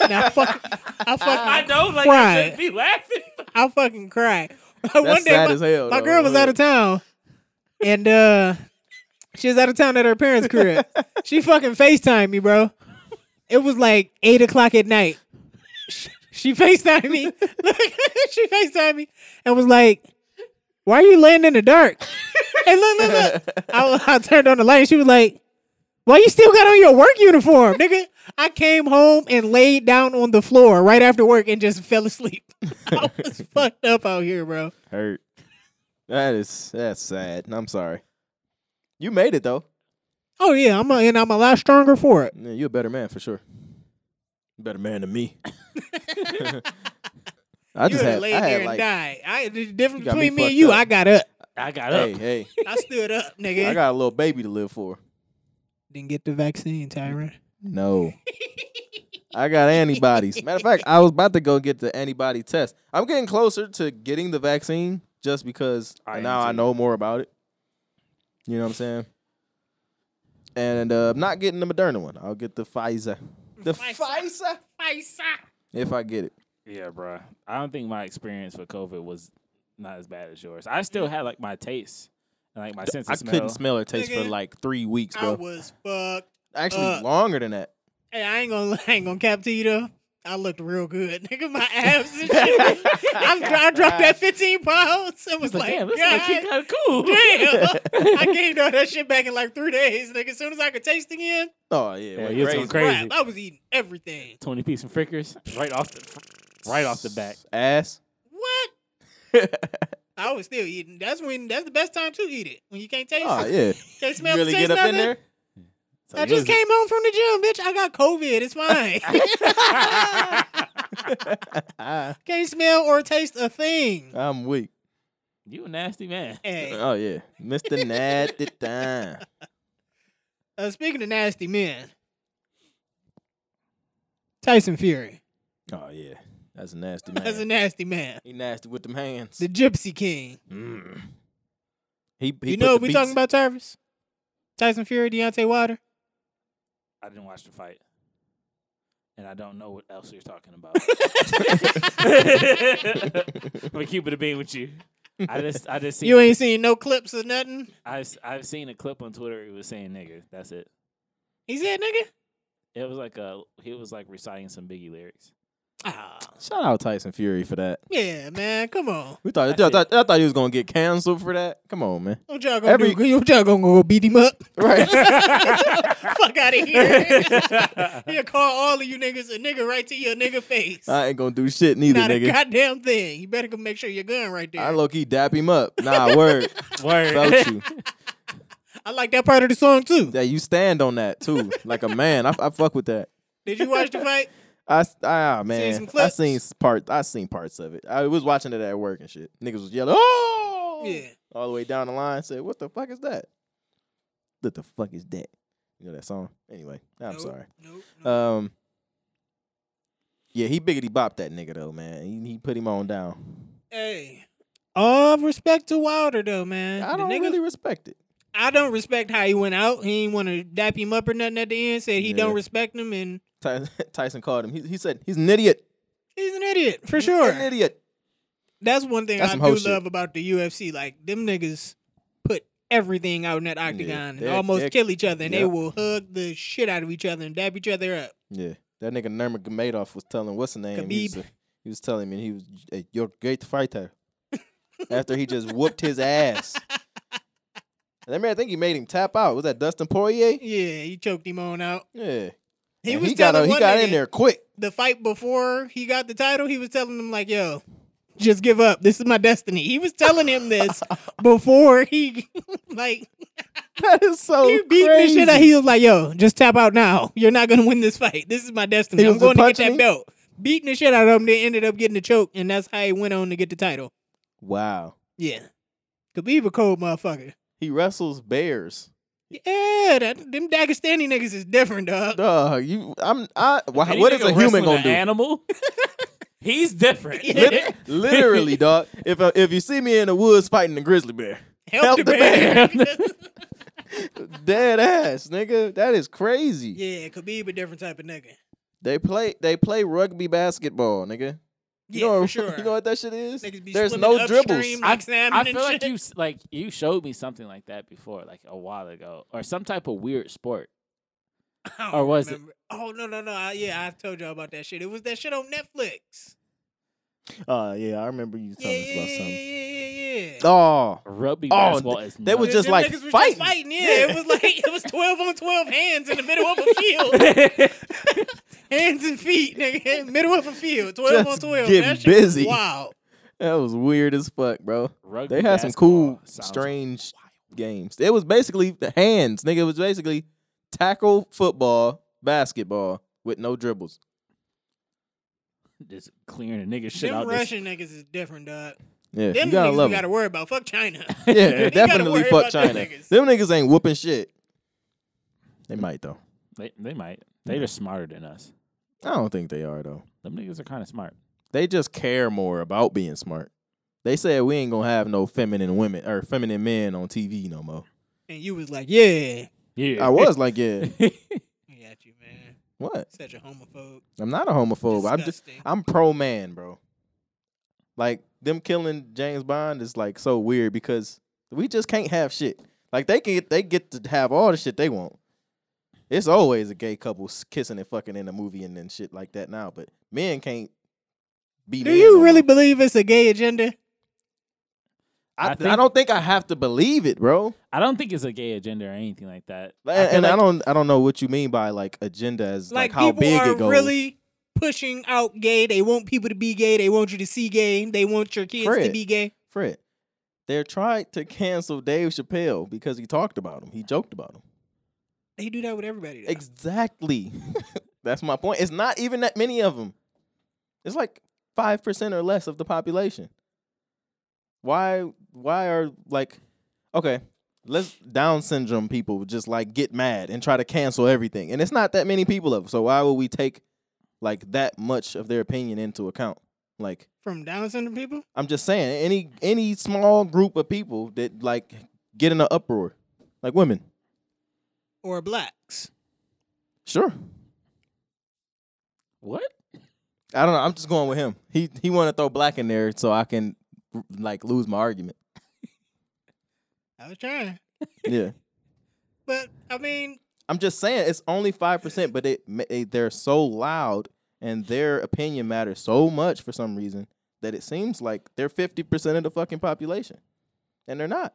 and I fucking I fucking
I know, like I
Right.
shouldn't be laughing.
I fucking cried.
That's sad
my,
as hell.
my
though.
girl was out of town, and uh, she was out of town at her parents' crib. she fucking Facetime me, bro. It was like eight o'clock at night. She, she Facetime me. Look, she Facetime me and was like, "Why are you laying in the dark?" And look, look, look. I, I turned on the light. And she was like, "Why you still got on your work uniform, nigga?" I came home and laid down on the floor right after work and just fell asleep. I was fucked up out here, bro.
Hurt. That is. That's sad. I'm sorry. You made it though.
Oh yeah, I'm a, and I'm a lot stronger for it.
Yeah, you're a better man for sure. Better man than me. I just
you
had.
would have laid
I
there
had
and
like.
died. I, the
You
difference
got me
between me and
fucked
you,
up.
I got up.
I got
Hey,
up.
hey.
I stood up, nigga.
I got a little baby to live for.
Didn't get the vaccine, Tyron.
No. I got antibodies. Matter of fact, I was about to go get the antibody test. I'm getting closer to getting the vaccine just because
I am
now I
too.
know more about it. You know what I'm saying? And uh, I'm not getting the Moderna one. I'll get the Pfizer. The Pfizer? If I get it.
Yeah, bro. I don't think my experience with COVID was not as bad as yours. I still had like my taste and like my sense of
I
smell.
couldn't smell or taste for
Nigga,
like three weeks,
I
bro.
was fucked.
Actually,
uh,
longer than that.
Hey, I ain't gonna I ain't gonna cap to you though. I looked real good, nigga. My abs and shit. I, I dropped that 15 pounds. It was
But
like,
damn, this
God,
like kind of cool.
damn. I gained all that shit back in like three days, nigga. As soon as I could taste again,
Oh, yeah.
Yeah,
went
you're
crazy.
going crazy.
crap, I was eating everything.
Twenty piece and frickers right off the right off the back.
Ass.
What? I was still eating. That's when. That's the best time to eat it when you can't taste.
oh,
it.
yeah.
Can't smell.
You really
taste
get up
nothing.
in there?
So
I
you
just
was-
came home from the gym, bitch. I got COVID. It's fine. can't smell or taste a thing.
I'm weak.
You a nasty man.
Hey,
Oh yeah, Mr. Nasty Time.
uh, speaking of nasty men, Tyson Fury.
Oh yeah, That's a nasty man.
That's a nasty man.
he nasty with them hands.
The Gypsy King.
Mm. He, he put
you know
the
we talking
beats-
about Travis? Tyson Fury, Deontay Wilder.
I didn't watch the fight, and I don't know what else you're talking about. but keep it a bean with you. I just, I just seen,
You ain't seen no clips or nothing.
I, s- I've seen a clip on Twitter. It was saying "nigga." That's it.
He said, nigga.
It was like a, he was like reciting some Biggie lyrics.
Ah,
Shout out Tyson Fury for that.
yeah, man. Come on.
We thought I,
That's
thought I thought he was gonna get canceled for that. Come on, man.
What y'all gonna
Every-
do? What y'all gonna go beat him up?
Right.
Fuck out of here. He'll call all of you niggas a nigga right to your nigga face.
I ain't gonna do shit neither,
Not a
nigga.
goddamn thing. You better go make sure your gun right there.
I low key dap him up. Nah, word. Felt
Word.
you.
I like that part of the song too.
Yeah, you stand on that too, like a man. I, I fuck with that.
Did you watch the fight?
I s- ah man,
some
I
clips?
seen s- part. I seen parts of it. I was watching it at work and shit. Niggas was yelling, "Oh!"
Yeah.
all the way down the line. Said, "What the fuck is that? What the fuck is that?" You know that song. Anyway, I'm
Nope,
sorry.
Nope. nope.
Um, yeah, he biggity bopped that nigga though, man. He, he put him on down.
hey. All respect to Wilder though, man.
I
The
don't
nigga-
really respect it.
I don't respect how he went out. He ain't want to dap him up or nothing at the end. Said he
Yeah.
don't respect him, and
Ty- Tyson called him. He, he said he's an idiot.
he's an idiot for
He's
sure.
an idiot.
That's one thing
That's
I
some
do
hoe
love
shit.
about the UFC. Like them niggas put everything out in that octagon and
they're-
almost
they're-
kill each other, and they
yep.
will hug the shit out of each other and dap each other up.
Yeah, that nigga Nurmagomedov was telling what's the name. He was, uh,
Khabib.
he was telling me he was "Hey, you're a great fighter. After he just whooped his ass. And I mean, I think he made him tap out. Was that Dustin Poirier?
Yeah, he choked him on out.
Yeah,
He
And
was
he got
telling
a- he
one
got
nigga
in there quick.
the fight before he got the title. He was telling him like, "Yo, just give up. This is my destiny." He was telling him this before he like
That is so
He beat
crazy.
the shit out. He was like, "Yo, just tap out now. You're not gonna win this fight. This is my destiny.
He
I'm
was just
going to get that
punching him?
belt." Beating the shit out of him, they ended up getting the choke, and that's how he went on to get the title.
wow,
Yeah, Khabib a cold motherfucker.
he wrestles bears.
Yeah, that, them Dagestani niggas is different, dog.
Dog, you, I'm. I. Why,
Any
what is
nigga
a human
wrestling
gonna
an
do?
Animal. He's different.
Lit- literally, dog. If uh, if you see me in the woods fighting a grizzly bear,
Help,
Help
the
the
bear.
dead ass, nigga. That is crazy.
yeah, Khabib a different type of nigga.
They play they play rugby basketball, nigga.
Yeah,
you know,
for sure.
You know what that shit is?
Niggas be
There's
swimming
no
upstream
dribbles.
Like salmon
I
and
feel like
shit.
you s- like you showed me something like that before, like a while ago, or some type of weird sport.
I
Or
don't
was it-
remember. Oh no, no, no! I, yeah, I told y'all about that shit. It was that shit on Netflix.
Uh yeah, I remember you
Yeah, yeah, yeah, yeah, yeah, yeah, yeah.
Oh,
Rugby
Oh,
basketball is
they was
nuts.
just
Them- them
like
niggas was just
fighting.
fighting. Yeah, it was like it was twelve on twelve hands in the middle of a field, hands and feet, nigga, middle of a field, twelve
Just
on twelve.
get
that shit was
busy.
Wild.
that was weird as fuck, bro.
Rugby
They had some
basketball
cool,
sounds
strange games. It was basically the hands, nigga. It was basically tackle football, basketball with no dribbles.
just clearing a nigga shit
Them
out.
Russian niggas is different, dog.
Yeah,
Them
you gotta
niggas
love
we
'em.
gotta worry about. Fuck China.
Yeah,
gotta
definitely
worry
fuck
about them
China.
niggas.
Them niggas ain't whooping shit. They might though.
This, they they might. They are smarter than us.
I don't think they are though.
Them niggas are kind of smart.
They just care more about being smart. They said we ain't gonna have no feminine women or feminine men on TV no more.
and you was like, yeah,
Yeah,
I was like, yeah,
I got you, man.
what?
Such a homophobe.
I'm not a homophobe. I'm just
Disgusting.
I'm pro man, bro. Like them killing James Bond is like so weird because we just can't have shit. Like they can they get to have all the shit they want. It's always a gay couple s- kissing and fucking in a movie and then shit like that now, but men can't be.
Do
men no
you
more.
really believe it's a gay agenda?
I,
I
I,
think-
don't think I have to believe it, bro.
I don't think it's a gay agenda or anything like that.
And,
I feel
and I
like-
don't I don't know what you mean by like agenda as like,
Like,
how
people
big
are
it goes.
really pushing out gay. They want people to be gay. They want you to see gay. They want your kids to
Fred.
be gay.
Fred, they're trying to cancel Dave Chappelle because he talked about him. He joked about him.
They do that with everybody. though.
Exactly. That's my point. It's not even that many of them. It's like five percent or less of the population. Why? Why are like, okay, let's Down syndrome people just like get mad and try to cancel everything, and it's not that many people of. 'em, So why would we take like that much of their opinion into account? Like
From Down syndrome people?
I'm just saying, any any small group of people that like get in an uproar, like women,
Or blacks?
sure.
What?
I don't know. I'm just going with him. He he want to throw black in there so I can like lose my argument.
I was trying.
Yeah,
But, I mean,
I'm just saying it's only five percent, but it, ma- it they're so loud and their opinion matters so much for some reason that it seems like they're fifty percent of the fucking population, and they're not.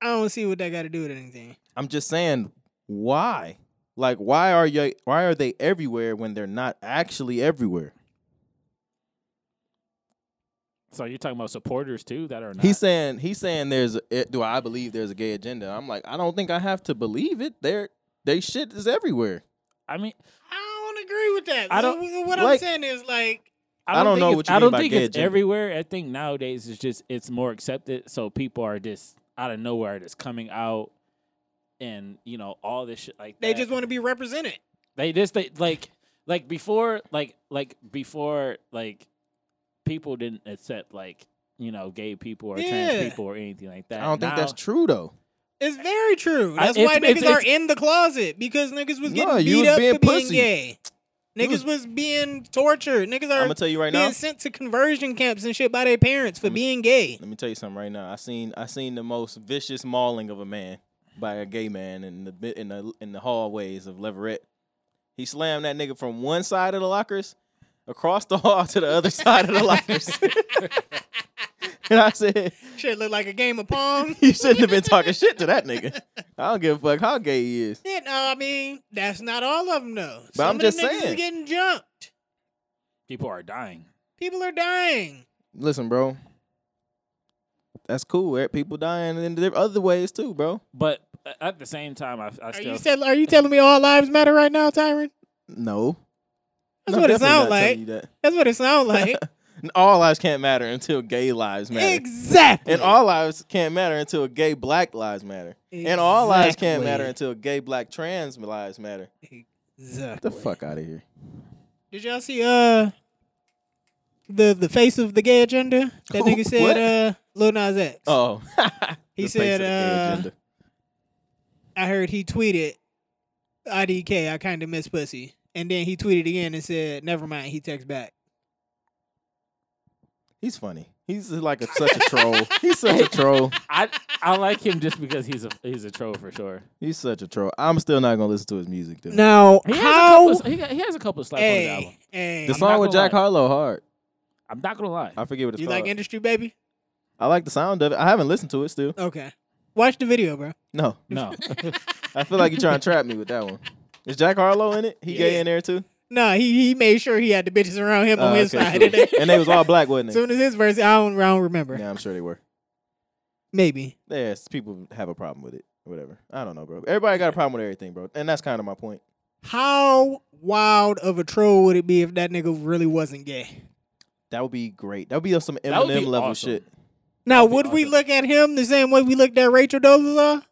I don't see what that got to do with anything.
I'm just saying why. Like why are you why are they everywhere when they're not actually everywhere?
So you're talking about supporters too that are not.
He's saying he's saying there's a, eh, do I believe there's a gay agenda? I'm like I don't think I have to believe it. There they shit is everywhere.
I mean,
I don't agree with that.
I
I
don't-
don't, what I'm
like-
saying is, like,
I
I
don't,
don't
think
know
it's-
what you
I
mean
don't
by
think
gay
it's
agenda.
everywhere. I think nowadays it's just it's more accepted, so people are just out of nowhere just coming out, and you know all this shit like
they
that.
just want to be represented.
They just they, like like before like like before like people didn't accept like you know gay people or
Yeah.
trans people or anything like that.
I don't think
Now-
that's true though.
It's very true.
I-
That's
it's-
why
it's-
niggas are
it's-
in the closet because niggas was getting
No, you
beat
was
up
being
for being
pussy.
gay.
You was-
Niggas was, being tortured. Niggas
I'm
are
gonna tell you right
being
now.
sent to conversion camps and shit by their parents for being gay.
Let me tell you something right now. I seen I seen the most vicious mauling of a man by a gay man in the bit in the in the hallways of Leverett. He slammed that nigga from one side of the lockers across the hall to the other side of the lockers. and I said,
Shit look like a game of pong.
you shouldn't have been talking shit to that nigga. I don't give a fuck how gay he is.
yeah, no, I mean that's not all of them though.
But I'm
Some of
just
them niggas
saying.
is getting jumped.
people are dying.
People are dying.
Listen, bro. That's cool. eh? People dying in there other ways too, bro.
But a- at the same time, I, I
Are
still
you tell, Are you telling me all lives matter right now, Tyron?
No.
That's what it
definitely
sound
not telling
like.
you that.
That's what it sounds like.
All lives can't matter until gay lives matter.
exactly.
And all lives can't matter until gay black lives matter. And all lives can't matter
Exactly.
until gay black trans lives matter. Get the
Exactly.
fuck out of here.
Did y'all see uh the the face of the gay agenda? That
Who?
nigga said
What?
uh Lil Nas X.
Oh.
He
The face
said,
of the gay
uh,
agenda.
I heard he tweeted IDK, I kinda miss pussy. And then he tweeted again and said, Never mind, he texts back.
He's funny. He's like a, such a troll. He's such a troll.
I I like him just because he's a he's a troll for sure.
He's such a troll. I'm still not gonna listen to his music though.
Now
He has
how
a couple, he, got- he has a couple slaps on his album.
hey, hey,
The
I'm
song
not
with
gonna
Jack
lie.
Harlow, hard.
I'm not gonna lie.
I forget what it's
you
called.
like industry baby?
I like the sound of it. I haven't listened to it still.
Okay. Watch the video, bro.
No,
No,
I feel like you're trying to trap me with that one. Is Jack Harlow in it? He gay in there too.
Nah, he he made sure he had the bitches around him
Oh,
on his
okay,
side.
cool.
didn't he?
and they was all black, wasn't
As
they?
soon as his verse, I don't, I don't remember.
Yeah, I'm sure they were.
Maybe.
Yes, people have a problem with it. Whatever. I don't know, bro. Everybody got a problem with everything, bro. And that's kind of my point.
How wild of a troll would it be if that nigga really wasn't gay?
That would be great. That would be on some
That would be
Eminem level
awesome.
shit.
Now,
That'd be
would we
awesome.
look at him the same way we looked at Rachel Dolezal,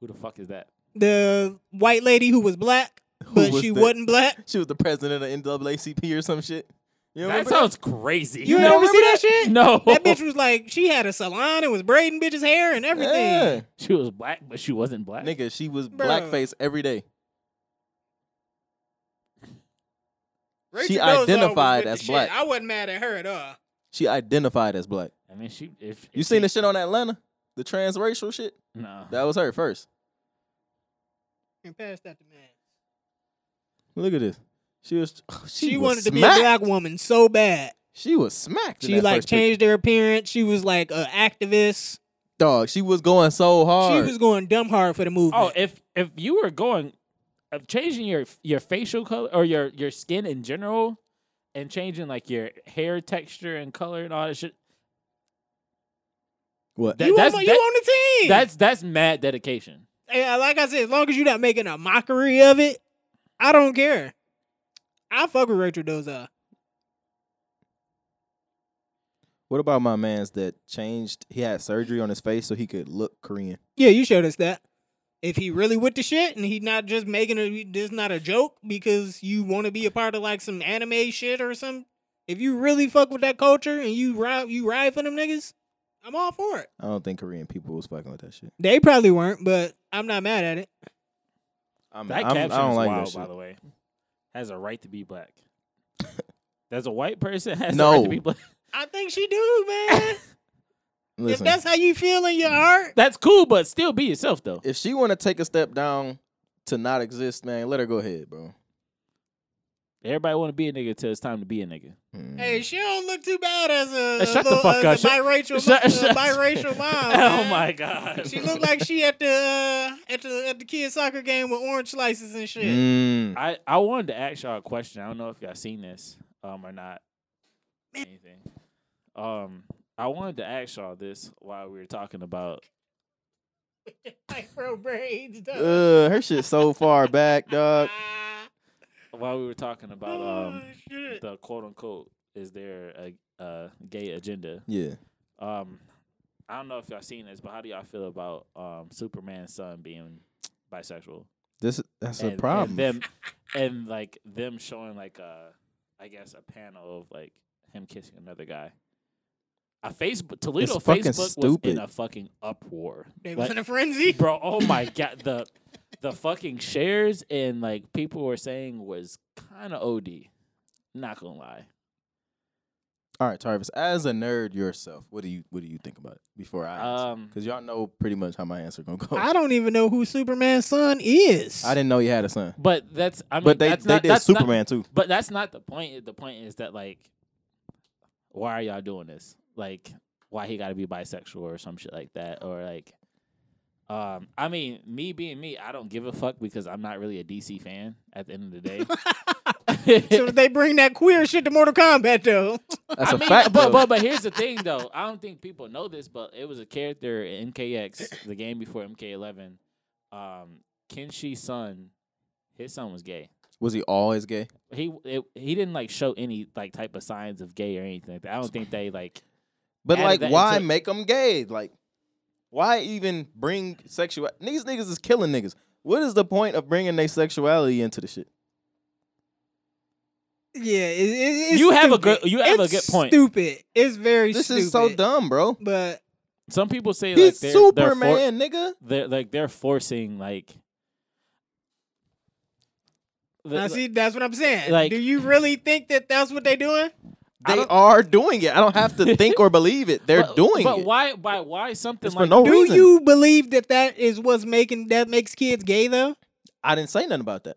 who the fuck is that?
the white lady who was black, but
was
she
the-
wasn't black?
She was the president of NAACP or some shit. You
That
remember
sounds crazy.
You ain't
No.
ever see that, shit?
No,
That bitch was like, she had a salon and was braiding bitches' hair and everything.
Yeah.
She was black, but she wasn't black.
Nigga, she was
Bro.
blackface every day. She
Dolezal was
identified
with the
as
shit.
black.
I wasn't mad at her at all.
She identified as black.
I mean, she. If,
You
if
seen
she-
the shit on Atlanta? The transracial shit?
No.
That was her first.
And passed that to man.
Look at this. She was she,
She
was
wanted to be a
smacked.
black woman so bad.
She was smacked. in
She
that
like
first picture.
changed her appearance. She was like an activist.
Dog, she was going so hard.
She was going dumb hard for the movement.
Oh, if if you were going, of changing your your facial color or your your skin in general, and changing like your hair texture and color and all that shit.
what?
that-
you,
that's-
on, you
that-
on the team.
That's that's mad dedication.
Yeah, like I said, as long as you're not making a mockery of it, I don't care. I fuck with Rachel Doza.
what about my man's that changed? He had surgery on his face so he could look Korean.
Yeah, you showed us that. if he really with the shit and he not just making it this not a joke because you want to be a part of like some anime shit or some if you really fuck with that culture and you ride you ride for them niggas, I'm all for it.
I don't think Korean people was fucking with that shit.
They probably weren't, but I'm not mad at it.
I'm,
That
I'm, I
caption
don't
is
like
wild,
that
by
shit.
the way. Has a right to be black. As a white person, has a right
No.
to be black.
I think she do, man. if
Listen,
that's how you feel in your heart,
That's cool, but still be yourself though.
if she want to take a step down to not exist, man, let her go ahead, bro.
Everybody want to be a nigga till it's time to be a nigga.
Mm.
hey, she don't look too bad as a,
Uh, shut the
little-
fuck
as a
up. Shut-
biracial
shut-
mo-
shut-
a biracial mom.
oh
man.
my god.
She looked like she at the uh, at the at the kids soccer game with orange slices and shit.
Mm.
I I wanted to ask y'all a question. I don't know if y'all seen this um or not. Anything. Um, I wanted to ask y'all this while we were talking about.
Micro braids. dog.
Ugh, her shit so far back, dog.
Ah,
While we were talking about
oh,
um
shit.
the quote unquote is there a, a gay agenda?
Yeah.
Um, I don't know if y'all seen this, but how do y'all feel about um Superman's son being bisexual?
This that's
and,
a
and
problem.
them and like them showing like a, I guess a panel of like him kissing another guy. A Facebook Toledo
It's fucking
Facebook was in
stupid.
a fucking uproar.
They was
Like,
in a frenzy.
bro, oh my god, the the fucking shares and like people were saying was kind of OD. Not gonna lie.
All right, Tarvis, as a nerd yourself, what do you what do you think about it before I answer?
Um,
Because y'all know pretty much how my answer gonna go.
I don't even know who Superman's son is.
I didn't know you had a son,
but that's I mean,
but they
that's
they
not,
did
that's not-
Superman too.
But that's not the point. The point is that like, why are y'all doing this? Like, why he got to be bisexual or some shit like that, or like, um, I mean, me being me, I don't give a fuck because I'm not really a DC fan. At the end of the day,
so they bring that queer shit to Mortal Kombat though.
That's a
I mean,
fact.
But,
though.
but but here's the thing though. I don't think people know this, but it was a character in MKX, the game before MK11. Um, Kenshi's son, his son was gay.
was he always gay?
He it, he didn't like show any like type of signs of gay or anything. like that. I don't think they like.
But
Added
like,
that
why
into-
make them gay? Like, why even bring sexual? These niggas is killing niggas. What is the point of bringing their sexuality into the shit?
Yeah, it, it, it's
You have a
stupid.
good- you have a
It's
good point.
Stupid. It's very
This
stupid.
is so dumb, bro.
But
Some people say like
He's
they're, They're, for-
Superman, nigga.
they're like they're forcing like. the-
now
the-
see, that's what I'm saying.
like-
do you really think that that's what they doing?
I
They
don't-
are doing it. I don't have to think or believe it. They're
but,
doing
but
it.
why? By why something
It's for
like
no
Do
reason.
you believe that that is what's making that makes kids gay though?
I didn't say nothing about that.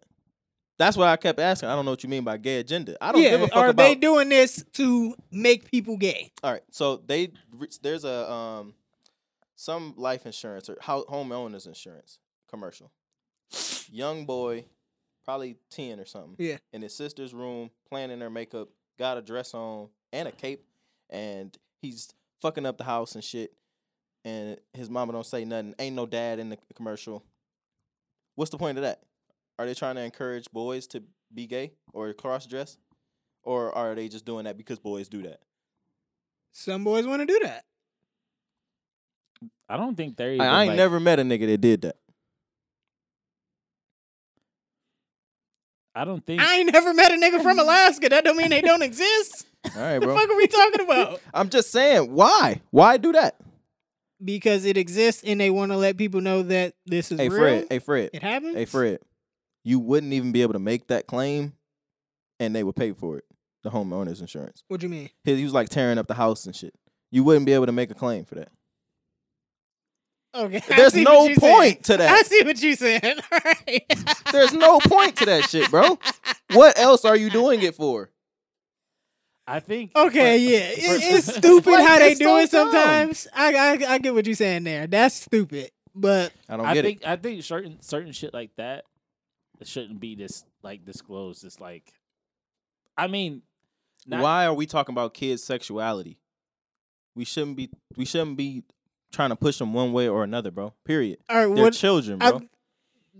That's why I kept asking. I don't know what you mean by gay agenda. I don't
yeah,
give a fuck
are
about.
they doing this to make people gay?
All right, so they re- there's a um some life insurance or ho- homeowners insurance commercial. Young boy, probably ten or something.
Yeah.
In his sister's room, playing in her makeup, got a dress on and a cape, and he's fucking up the house and shit. And his mama don't say nothing. Ain't no dad in the commercial. What's the point of that? Are they trying to encourage boys to be gay or cross dress, or are they just doing that because boys do that?
Some boys want to do that.
I don't think they're. Even,
I, I ain't
like-
never met a nigga that did that.
I don't think.
I ain't never met a nigga from Alaska. That don't mean they don't exist.
All right,
The
bro.
fuck are we talking about?
I'm just saying, why? Why do that?
Because it exists and they want to let people know that this is
Hey,
real.
Fred. Hey, Fred.
it happens.
Hey, Fred. You wouldn't even be able to make that claim, and they would pay for it. The homeowners insurance.
What do you mean?
He, he was like tearing up the house and shit. You wouldn't be able to make a claim for that.
Okay. I
There's
see
no
what you said.
point to
I
that.
see what you said. All right.
There's no point to that shit, bro. What else are you doing it for?
I think.
Okay,
but-
yeah, it,
but-
it's stupid
Like,
how they
it's
do
so
it
dumb.
sometimes. I, I I get what you're saying there. That's stupid, but
I don't
I
get
think I think certain certain shit like that it shouldn't be this like disclosed. It's like, I mean,
it.
not-
Why are we talking about kids' sexuality? We shouldn't be. We shouldn't be trying to push them one way or another, bro. Period.
all right,
They're
what?
children,
I,
bro.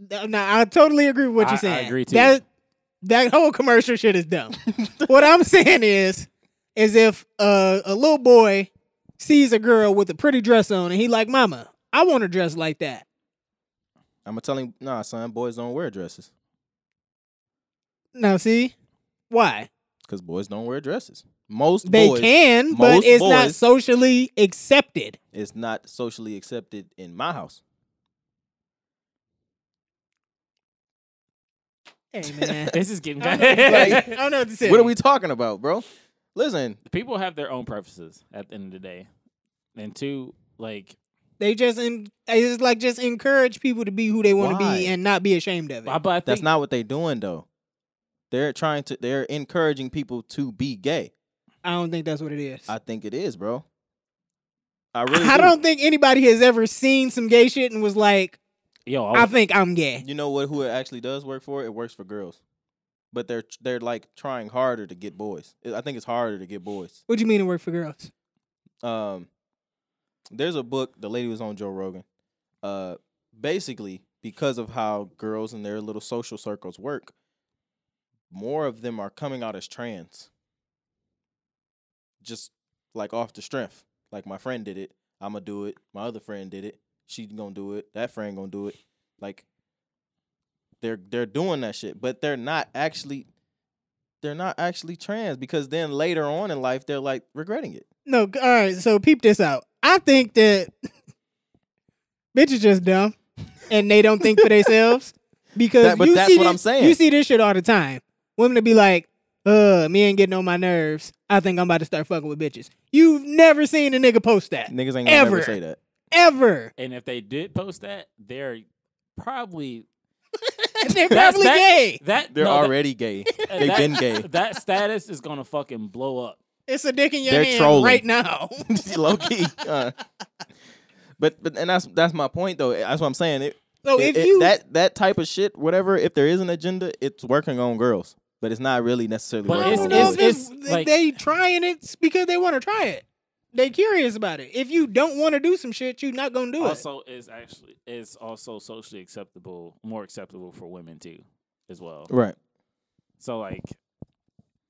th- no, I totally agree with what
I-
you're
I
saying.
agree too.
That that whole commercial shit is dumb. what I'm saying is, is if uh, a little boy sees a girl with a pretty dress on and he like, "Mama, I want to dress like that,"
I'm gonna tell him, nah, son, boys don't wear dresses
Now see why
because boys don't wear dresses. Most
they
boys,
can, but
most
it's not
boys-
socially accepted.
it's not socially accepted in my house.
Hey man,
This is getting
I don't know what to say.
Like,
I don't know what to say.
What are we talking about, bro? Listen,
People have their own purposes at the end of the day, and two, like
They just in, they just like just encourage people to be who they want to
Why?
be and not be ashamed of it.
I, but I think
that's not what they're doing though. They're trying to. They're encouraging people to be gay.
I don't think that's what it is.
I think it is, bro. I really.
I
do.
don't think anybody has ever seen some gay shit and was like,
yo. I
I
Oh.
was-
think I'm gay.
You know what? Who it actually does work for? It works for girls, but they're they're like trying harder to get boys. I think it's harder to get boys.
What do you mean it work for girls?
Um, there's a book. The lady was on Joe Rogan. Uh, basically because of how girls and their little social circles work, more of them are coming out as trans. Just like off the strength. Like my friend did it. I'ma do it. My other friend did it. She gonna do it. That friend gonna do it. Like they're they're doing that shit, but they're not actually they're not actually trans because then later on in life they're like regretting it.
No, g- all right. So peep this out. I think that bitches just dumb and they don't think for themselves because
That- but
you
that's
see
what
thi-
I'm saying.
You see this shit all the time. Women to be like, "Uh, me ain't getting on my nerves. I think I'm about to start fucking with bitches." You've never seen a nigga post that
Niggas ain't gonna ever,
Ever.
say that.
ever.
and if they did post that, they're probably
They're
That's-
probably
that-
gay.
that
They're
no, that-
already gay.
that-
They've been gay.
That status is gonna fucking blow up.
It's a dick in your
They're
hand
trolling.
right now.
low key. Uh, but but and that's that's my point though. That's what I'm saying. It,
So
it-
if
it-
you
that that type of shit, whatever. If there is an agenda, it's working on girls, but it's not really necessarily.
But
I
working
don't
on girls.
know
it's-
if
it's-
it's-
it's like-
they trying it because they want to try it. They curious about it. If you don't want to do some shit, you're not gonna do it.
Also, is actually is also socially acceptable, more acceptable for women too, as well.
right
So like,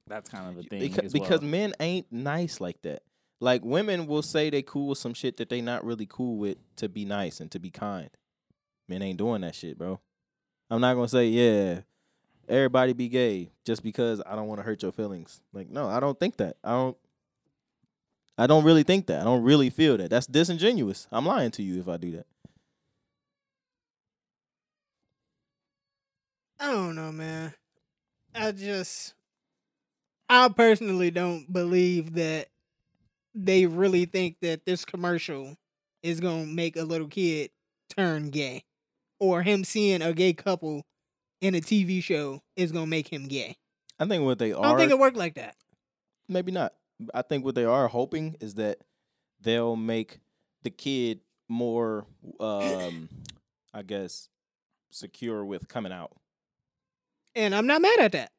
that's kind of a thing
because,
as
because
well.
men ain't nice like that. Like women will say they cool with some shit that they not really cool with to be nice and to be kind. Men ain't doing that shit, bro. I'm not gonna say yeah. Everybody be gay just because I don't want to hurt your feelings. Like no, I don't think that. I don't. I don't really think that. I don't really feel that. That's disingenuous. I'm lying to you if I do that.
I don't know, man. I just, I personally don't believe that they really think that this commercial is gonna make a little kid turn gay, or him seeing a gay couple in a TV show is gonna make him gay.
I think what they are.
I don't think it worked like that.
maybe not. I think what they are hoping is that they'll make the kid more, um, I guess, secure with coming out.
And I'm not mad at that.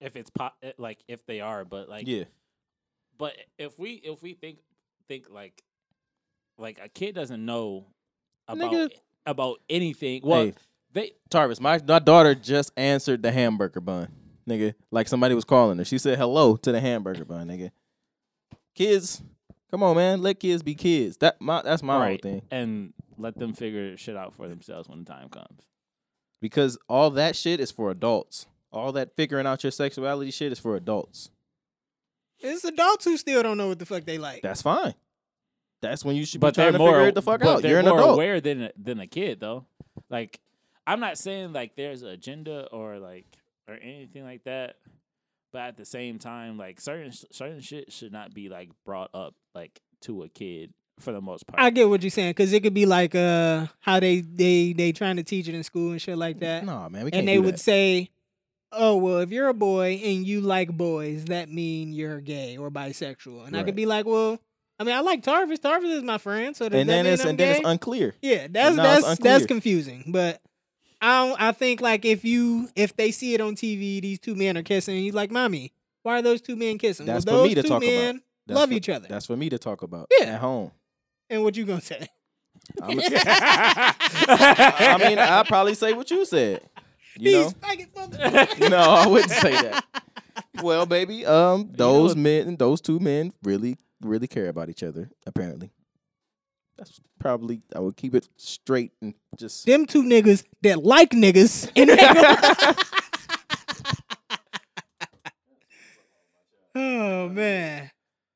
if it's po- eh, like if they are, but like,
yeah,
but if we if we think think like like a kid doesn't know about
Nigga.
about anything. Well,
Hey.
they
Tarvis, my, my daughter just answered the hamburger bun, nigga. Like somebody was calling her. She said hello to the hamburger bun, nigga. Kids, come on, man. Let kids be kids. That my that's my
right
whole thing.
and let them figure shit out for themselves when the time comes.
Because all that shit is for adults. All that figuring out your sexuality shit is for adults.
It's adults who still don't know what the fuck they like.
That's fine. That's when you should be
but
trying to
they're more
figure it the fuck
but
out.
they're
You're an
more
adult.
aware than a, than a kid though. Like I'm not saying like there's an agenda or like or anything like that, but at the same time, like certain s- certain shit should not be like brought up like to a kid for the most part.
I get what you're saying because it could be like uh how they they they trying to teach it in school and shit like that,
No, man, we can't.
and they would say, "Oh well, if you're a boy and you like boys, that mean you're gay or bisexual." And I
Right.
could be like, "Well, I mean, I like Tarvis. Tarvis is my friend, so does
and
that
then
mean
it's
I'm
and
gay?"
then it's unclear.
Yeah, that's
now it's
that's that's
unclear.
confusing. But I don't, I think like if you if they see it on TV, these two men are kissing. And he's like, "Mommy, why are those two men kissing?"
That's
well,
for
those
me to
two
talk about.
men
That's
love
for-
each other.
That's for me to talk about.
Yeah.
at home.
And what you gonna say?
I'm a- I mean, I'll probably say what you said. You know,
These faggot motherfuckers.
no, I wouldn't say that. Well, baby, um,
know
those
what-
men, those two men, really, really care about each other. Apparently, That's probably I would keep it straight and just
Them two niggas that like niggas and they gonna- Oh man.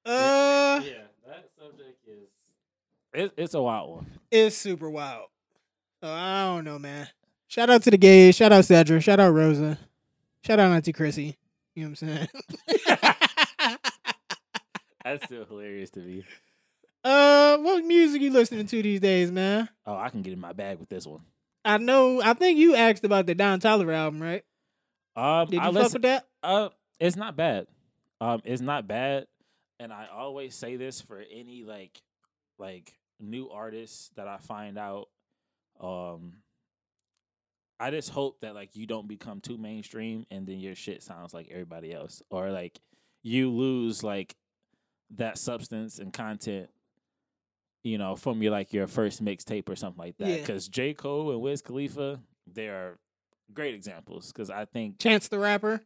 Uh
yeah, that subject is it, it's a wild one.
it's super wild. So I don't know, man. Shout out to the gays. Shout out Cedra. Shout out Rosa. Shout out Auntie Chrissy. You know what I'm saying?
That's still hilarious to me.
uh, what music you listening to these days, man?
Oh, I can get in my bag with this one.
I know. I think you asked about the Don Tyler album, right?
Um,
Did you
I
fuck
listen,
with that?
uh, it's not bad. Um, it's not bad, and I always say this for any like, like new artists that I find out. Um, I just hope that like you don't become too mainstream, and then your shit sounds like everybody else, or like you lose like that substance and content. You know, from your like your first mixtape or something like that.
Yeah.
Because J Cole and Wiz Khalifa, they are great examples. Because I think
Chance the Rapper.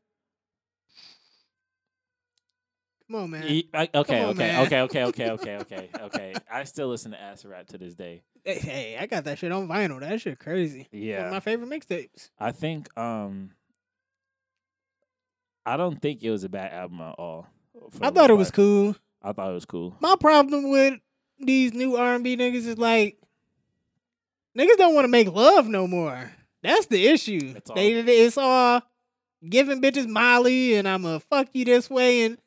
Come on, man.
Ye- I- okay,
on,
okay,
man.
okay, okay, okay, okay, okay, okay. I still listen to Acid to this day.
Hey, hey, I got that shit on vinyl. That shit crazy. One of my
Yeah,
favorite mixtapes.
I think um, I don't think it was a bad album at all. for the
I
most
thought it was
part.
cool.
I thought it was cool.
My problem with these new R and B niggas is like niggas don't want to make love no more. That's the issue.
That's all.
They it's all giving bitches Molly and I'ma fuck you this way and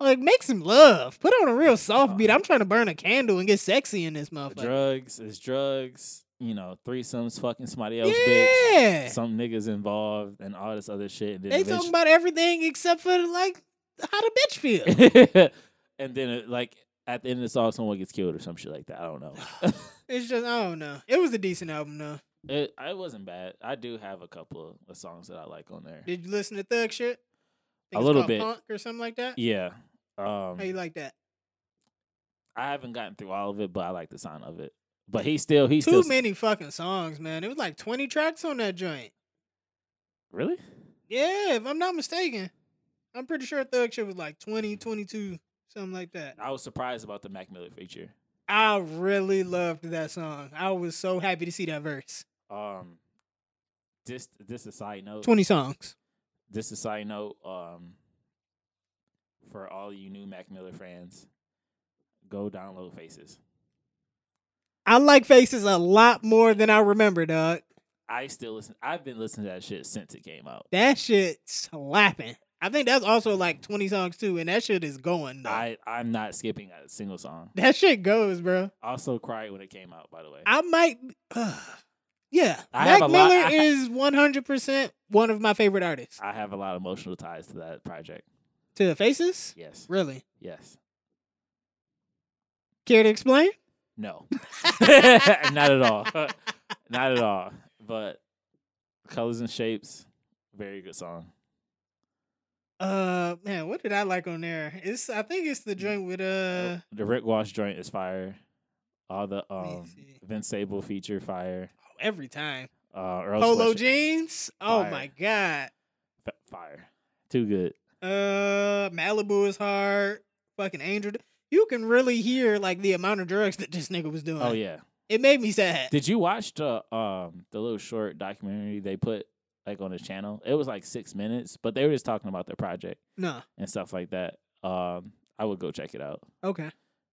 like make some love. Put on a real soft
Uh,
beat. I'm trying to burn a candle and get sexy in this motherfucker.
drugs is drugs. You know, threesomes, fucking somebody else, bitch.
Yeah.
Some niggas involved and all this other shit. And then
They talking about everything except for like how the bitch feel.
about. and then it, like at the end of the song, someone gets killed or some shit like that. I don't know.
it's just I don't know. It was a decent album though.
it, it wasn't bad. I do have a couple of songs that I like on there.
Did you listen to Thug shit?
A
Think it's
little
called
bit.
Punk or something like that.
Yeah. Um,
How you like that?
I haven't gotten through all of it, but I like the sound of it. But he still, he
Too
still,
many fucking songs, man. It was like 20 tracks on that joint.
really?
Yeah, if I'm not mistaken. I'm pretty sure Thug shit was like 20, 22, something like that.
I was surprised about the Mac Miller feature.
I really loved that song. I was so happy to see that verse.
Um, just, this a side note.
20 songs.
This a side note. Um, for all you new Mac Miller fans, go download Faces.
I like Faces a lot more than I remember, dog.
I still listen. I've been listening to that shit since it came out.
That shit slapping. I think that's also like 20 songs too, and that shit is going, though.
I I'm not skipping a single song.
that shit goes, bro.
Also, cried when it came out. By the way,
I might. Uh, yeah.
I have
Mac
a lot-
Miller
I-
is 100% one of my favorite artists.
I have a lot of emotional ties to that project.
To the faces?
Yes.
Really?
Yes.
Care to explain?
No. Not at all. Not at all. But Colors and Shapes, very good song.
Uh, man, what did I like on there? It's I think it's the joint with uh.
the Rick Wash joint is fire. All the
me
um
see.
Vince Sable feature fire.
oh, Every time
Uh Earl
polo
Sweatshirt,
jeans. Oh
Fire.
my god.
f- fire. Too good.
Uh, Malibu is hard. Fucking Angel. You can really hear like the amount of drugs that this nigga was doing.
Oh yeah.
It made me sad.
Did you watch the um the little short documentary they put like on his channel? It was like six minutes, but they were just talking about their project
no.
and stuff like that. Um I would go check it out.
Okay.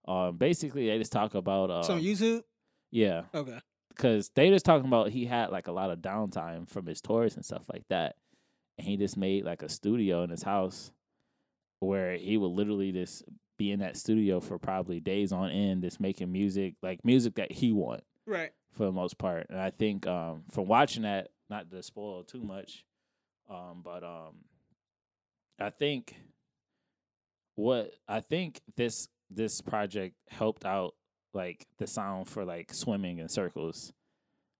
Um,
Um basically they just talk about um
so YouTube.
yeah.
Okay.
because they just talking about he had like a lot of downtime from his tours and stuff like that, and he just made like a studio in his house where he would literally just be in that studio for probably days on end, just making music like music that he want
Right.
for the most part. And I think um, from watching that, not to spoil too much, um, but um, I think what I think this this project helped out like the sound for like swimming in circles.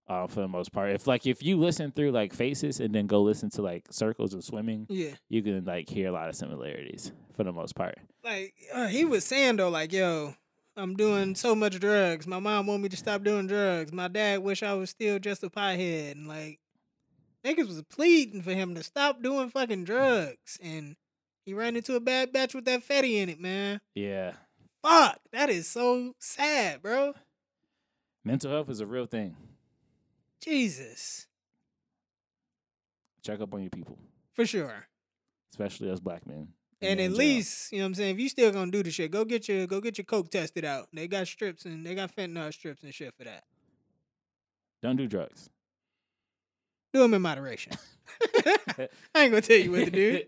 Uh, for the most part, if like if you listen through like faces and then go listen to like circles and swimming,
Yeah.
you can like hear a lot of similarities for the most part.
like uh, he was saying though, like yo, I'm doing so much drugs. My mom want me to stop doing drugs. My dad wish I was still just a pothead, and like niggas was pleading for him to stop doing fucking drugs, and he ran into a bad batch with that fatty in it, man.
Yeah,
Fuck, that is so sad, bro.
Mental health is a real thing.
Jesus,
Check up on your people,
for sure.
especially us black men. when
And
you're
at
in jail.
least, you know what I'm saying, if you still gonna do the shit, go get your go get your coke tested out. They got strips and they got fentanyl strips and shit for that.
don't do drugs.
Do them in moderation. I ain't gonna tell you what to do.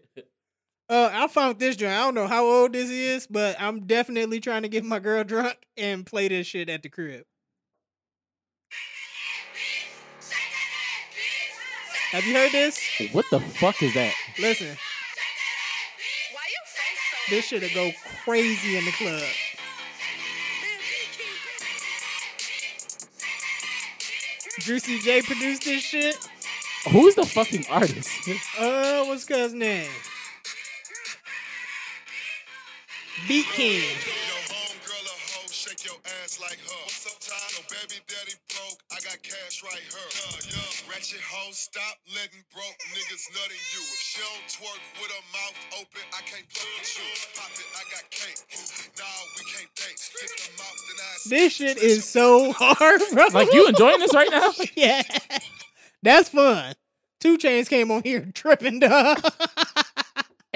Uh, I found this joint. I don't know how old this is, but I'm definitely trying to get my girl drunk and play this shit at the crib. Have you heard this?
what the fuck is that?
Listen, this shit'll go crazy in the club. Juicy J produced this shit.
Who's the fucking artist?
Uh, what's cuz name? Beat King.
Yo, homegirl a hoe, shake your ass like her. What's up, Ty? Yo, baby daddy broke, I got cash right here. Yeah, yeah. Ratchet hoe, stop letting broke niggas nutting you. If she don't twerk with her mouth open, I can't play with you. Pop it, I got cake. Nah, we can't date. Stick the mouth, then I
This shit is so hard, bro.
Like you enjoying this right now?
yeah. That's fun. Two Chains came on here tripping, dog.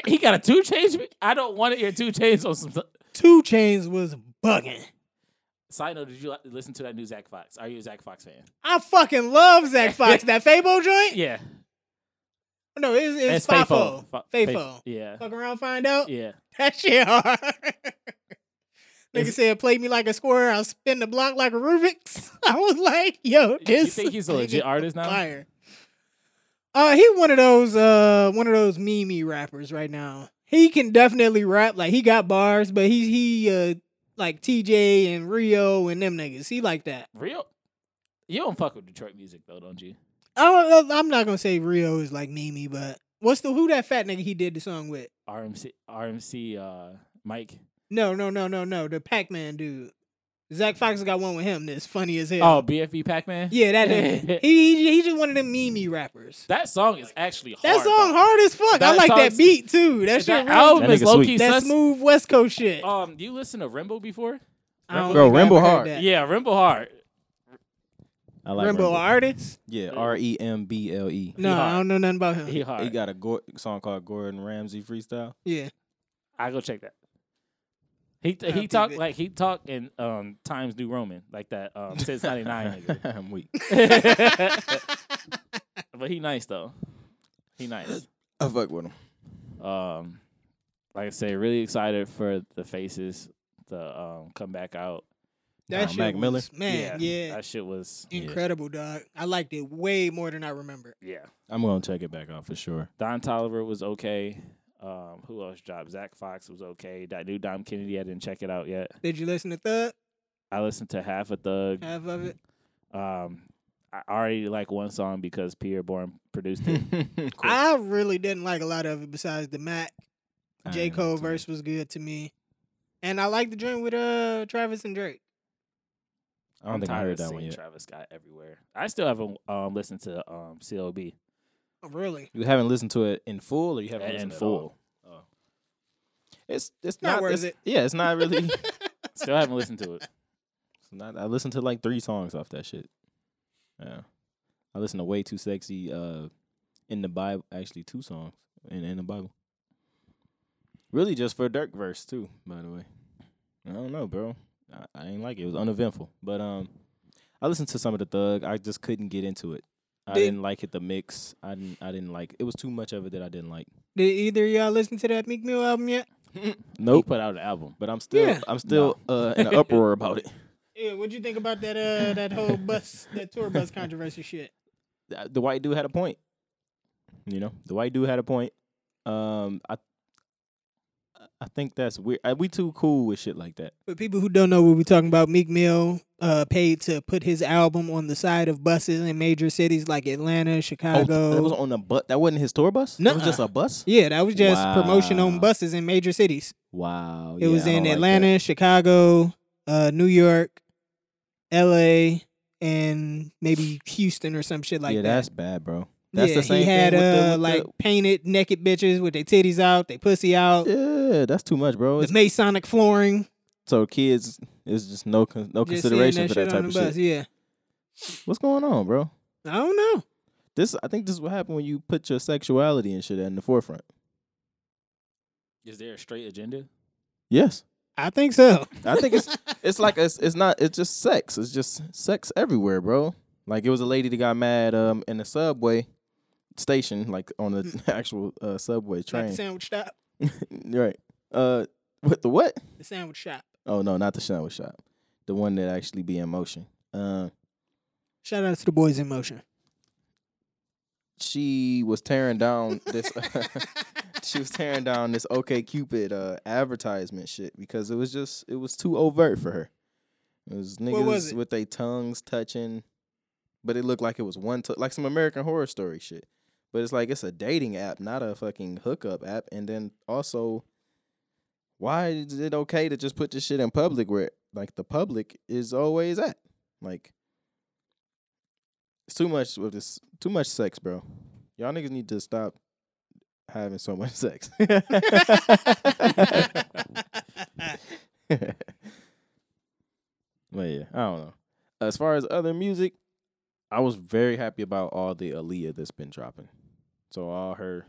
He got a two change. I don't want to hear two chains on some.
Two Chains was bugging.
Side note: Did you li- listen to that new Zach Fox? Are you a Zach Fox fan?
I fucking love Zach Fox. that Fabo joint?
Yeah,
No, it's, it's,
Fafo.
Fafo.
Fa-
Fafo.
Faf- Yeah,
Fuck around, find out.
yeah.
That shit hard. Nigga
Is-
said, play me like a square. I'll spin the block like a Rubik's. I was like, yo,
You
this
think he's a legit
nigga
artist now?
fire. Uh, he one of those uh one of those meme rappers right now. He can definitely rap. Like he got bars, but he he uh like TJ and Rio and them niggas. He like that.
Real. You don't fuck with Detroit music though, don't you?
I don't, I'm not gonna say Rio is like meme, but what's the who that fat nigga he did the song with?
RMC, RMC, uh, Mike.
No, no, no, no, no. The Pac Man dude. Zach Fox got one with him that's funny as hell.
Oh, BFE Pac Man.
yeah, that nigga. he, he he just one of them meme rappers.
That song is actually hard.
That song
though.
hard as fuck. I
That
like that
song's-
beat too. That shit.
That
real-
album
That
is
nigga
low
sweet.
key.
that
sus-
smooth West Coast shit.
Um, do you listen to Rimbo before?
I don't
Bro,
think I
Rimble
ever heard
hard.
that.
Yeah, Rimbo hard.
I like
Rimble
Rimble.
artist?
Yeah, R E M B L E.
No,
hard.
I don't know nothing about him.
He
He
hard.
got a go- song called Gordon Ramsay Freestyle.
yeah.
I go check that. He
I'll
he
be
talked
back.
like he talked in um Times New Roman like that um since '99
I'm weak.
nigga. but he nice though. He nice.
I fuck with him.
Um, like I say, really excited for the faces to um come back out.
That
Nah, Mac
was-
Miller?
Man, yeah.
that shit was
yeah.
Incredible, dog. I liked it way more than I remember.
yeah.
I'm gonna check it back out for sure.
Don Tolliver was okay. Um, who else dropped? Zach Fox was okay. That new Dom Kennedy, I didn't check it out yet.
Did you listen to Thug?
I listened to half of Thug.
Half of it.
Um, I already like one song because Pierre Bourne produced it.
Cool.
I really didn't like a lot of it besides the Mac. J.
Alright,
Cole
so-
verse was good to me. And I liked the joint with uh Travis and Drake.
I don't
I'm
think I
tired
heard
of
that one
seeing
yet.
Travis Scott everywhere. I still haven't um listened to um CLB.
Oh, really?
You haven't listened to it in full, or you haven't
In
listened
full.
At all? Oh. It's it's
Not
not,
worth
it's-
it.
Yeah, it's not really. it's
Still haven't listened to it.
not, I listened to like three songs off that shit. Yeah, I listened to way too sexy. Uh, in the Bible, actually two songs in in the Bible. Really, just for Dirk verse too. By the way, I don't know, bro. I, I ain't like it. It was uneventful, but um, I listened to some of the Thug. I just couldn't get into it. I
Did-
didn't like it. The mix. I didn't. I didn't like. It was too much of it that I didn't like.
Did either of y'all listen to that Meek Mill album yet?
Nope.
He put out an album.
but I'm still
Yeah.
I'm still uh, in an uproar about it.
Yeah, what'd you think about that uh that whole bus that tour bus controversy shit?
uh, The- The white dude had a point. You know, the white dude had a point. Um, I I think that's weird. Uh, We too cool with shit like that.
For people who don't know what we're talking about, Meek Mill uh, paid to put his album on the side of buses in major cities like Atlanta,
Oh,
Chicago.
that was on a bus. That wasn't his tour bus. That was just
Nuh-uh.
a bus.
yeah, that was just promotion on
Wow.
buses in major cities.
Wow.
It
yeah,
was
I
in
don't like
Atlanta, Chicago, uh, New York, L.A., and maybe Houston or some shit
that.
like
yeah,
that.
that's bad, bro. That's
yeah,
the same
he had
thing. with the-
uh,
with the-
like painted naked bitches with their titties out, their pussy out,
yeah, that's too much, bro.
the
It's,
Masonic flooring.
So kids is just no con- no
Just
consideration
seeing
for that
shit
type
on
of
the bus,
shit.
Yeah.
What's going on, bro?
I don't know.
This I think this is what happened when you put your sexuality and shit in the forefront.
Is there a straight agenda?
Yes,
I think so.
I think it's it's like it's it's not it's just sex. It's just sex everywhere, bro. Like it was a lady that got mad um in the subway station, like on the actual uh, subway
Not the
train.
sandwich shop.
right. Uh, what the what?
The sandwich shop.
Oh no, not the sandwich shop. The one that actually be in motion. Um,
Shout out to the boys in motion.
she was tearing down this. she was tearing down this OK Cupid uh, advertisement shit because it was just it was too overt for her. It was niggas
was it?
with their tongues touching, but it looked like it was one t- like some American Horror Story shit. But it's like it's a dating app, not a fucking hookup app. And then also, why is it okay to just put this shit in public where like the public is always at? Like it's too much with this too much sex, bro. Y'all niggas need to stop having so much sex. but yeah, I don't know. As far as other music, I was very happy about all the Aaliyah that's been dropping. So all her,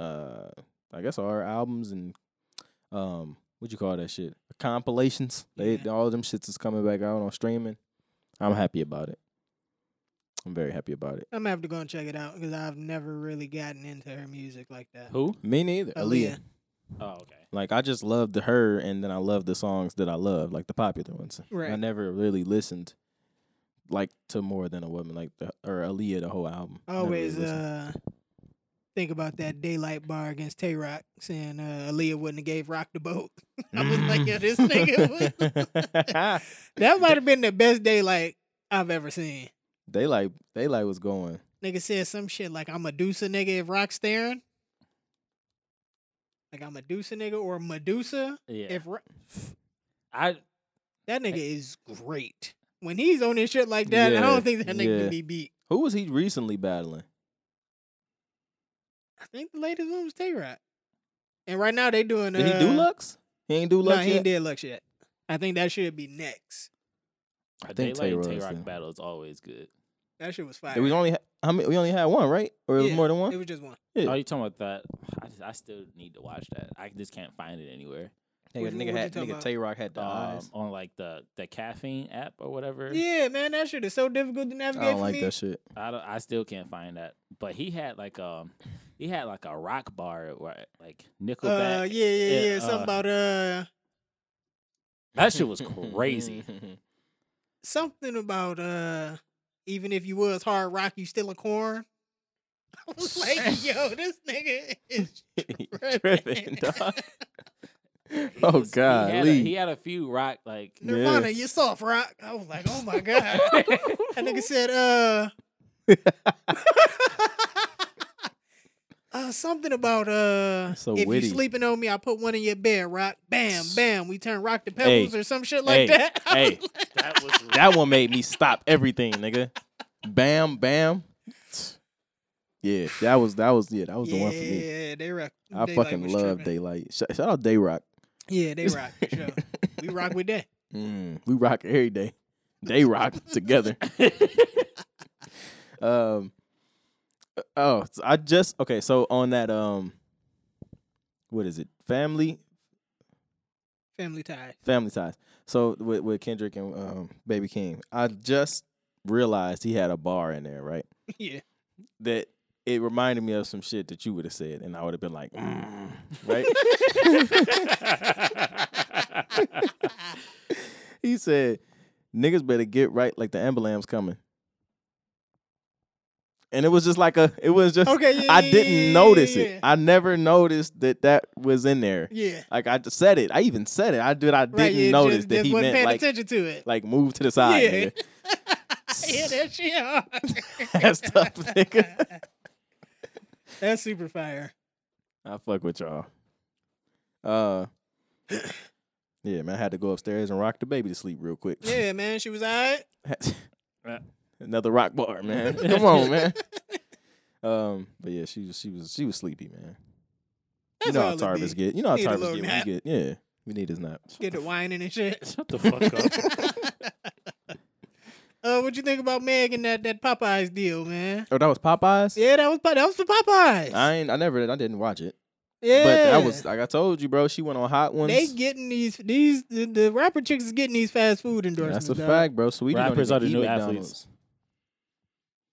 uh, I guess all her albums and um, what you call that shit? Compilations. They
Yeah.
all them shits is coming back out on streaming. I'm happy about it. I'm very happy about it.
I'm gonna have to go and check it out because I've never really gotten into her music like that.
Who?
Me neither. Aaliyah.
Aaliyah.
Oh, okay.
Like I just loved the her, and then I love the songs that I love, like the popular ones.
Right.
I never really listened like to more than a woman, like the or Aaliyah, the whole album. Never really
Always
listened.
uh, think about that daylight bar against Tay Rock saying uh, Aaliyah wouldn't have gave Rock the boat. uh, I was like, yo, this nigga. was-
Mm.
that might have been the best daylight I've ever seen.
they like they like was going.
Nigga said some shit like I'm a deucer nigga if Rock staring. Like I'm a deucer nigga or Medusa
Yeah.
if Ro-
I
that nigga is great. When he's on his shit like that, I
Yeah,
don't think that nigga
yeah.
can be beat.
Who was he recently battling?
I think the latest one was Tay Rock. And right now they doing.
Did he do
uh,
Lux? He ain't do
No,
Lux
he
yet?
ain't did Lux yet. I think that should be next.
I
They
think Tay
like
Rock.
Tay Rock battle is always good.
That shit was fire.
Did we only ha- how many? We only had one, right? Or it was
Yeah,
more than one.
It was just one.
Yeah.
Oh, you talking about that? I, just, I still need to watch that. I just can't find it anywhere.
nigga,
What you-
nigga
what you
had
talking
nigga
about?
Tay Rock had the
Um,
eyes.
on like the the caffeine app or whatever.
Yeah, man, that shit is so difficult to
I
navigate
don't
for
like
me.
that shit.
I don't. I still can't find that. But he had like um, he had like a rock bar where like Nickelback.
uh, yeah, yeah,
Yeah,
yeah. Something
uh,
about uh,
That shit was crazy.
something about uh, even if you was hard rock, you still a corn. I was like, yo, this nigga is
Tripping, dog.
He
oh
was- he had
God,
a-
Lee.
he had a few rock like.
Nirvana.
Yeah.
You soft rock. I was like, oh my god. That nigga said, uh, uh, something about uh,
So
if
witty.
you sleeping on me, I put one in your bed, rock, bam, bam. We turn rock to
Hey.
pebbles or some shit like
Hey,
that. I
hey,
was like-
That was
that one made me stop everything, nigga. Bam, bam. Yeah, that was that was yeah, that was the one for me.
Yeah, they rock.
I
Daylight
fucking
was
love
tripping.
Daylight. Shout, shout out Day Rock.
Yeah, they rock. For sure. we rock with that.
Mm, we rock every day. They rock together. um. Oh, so I just okay. So on that um, what is it? Family,
Family tie.
family ties. So with with Kendrick and um, Baby King, I just realized he had a bar in there, right?
Yeah.
that it reminded me of some shit that you would have said, and I would have been like, mm, right? he said, "Niggas better get right, like the ambulance coming." And it was just like a, it was just.
Okay. Yeah,
I
yeah,
didn't
yeah, yeah,
notice
yeah,
it. I never noticed that that was in there.
Yeah. yeah.
Like I just said it. I even said it. I did. I didn't
right, yeah,
notice
just,
that
just
he
wasn't
meant
paying
like,
attention to it.
like move to the side.
Yeah.
nigga.
yeah, that shit hard.
That's tough, nigga.
That's super fire.
I fuck with y'all. Uh, yeah, man, I had to go upstairs and rock the baby to sleep real quick.
Yeah, man, she was alright.
Another rock bar, man. Come on, man. Um, but yeah, she was she was she was sleepy, man.
That's
you know
all
how
it
Tarvis
be.
get. You know how
Need a
Tarvis
little
get. When
nap.
you get yeah, We need his nap.
Get to whining and shit.
Shut the fuck up.
Uh, what you think about Meg and that, that Popeyes deal, man?
Oh, that was Popeyes.
Yeah, that was Pop- that was for Popeyes.
I ain't. I never. I didn't watch it.
yeah,
But that was like I told you, bro. She went on hot ones.
they getting these these the, the rapper chicks is getting these fast food endorsements.
That's a
dog.
fact, bro. Sweetie
Rappers
don't
are the
even
new
eat McDonald's.
athletes.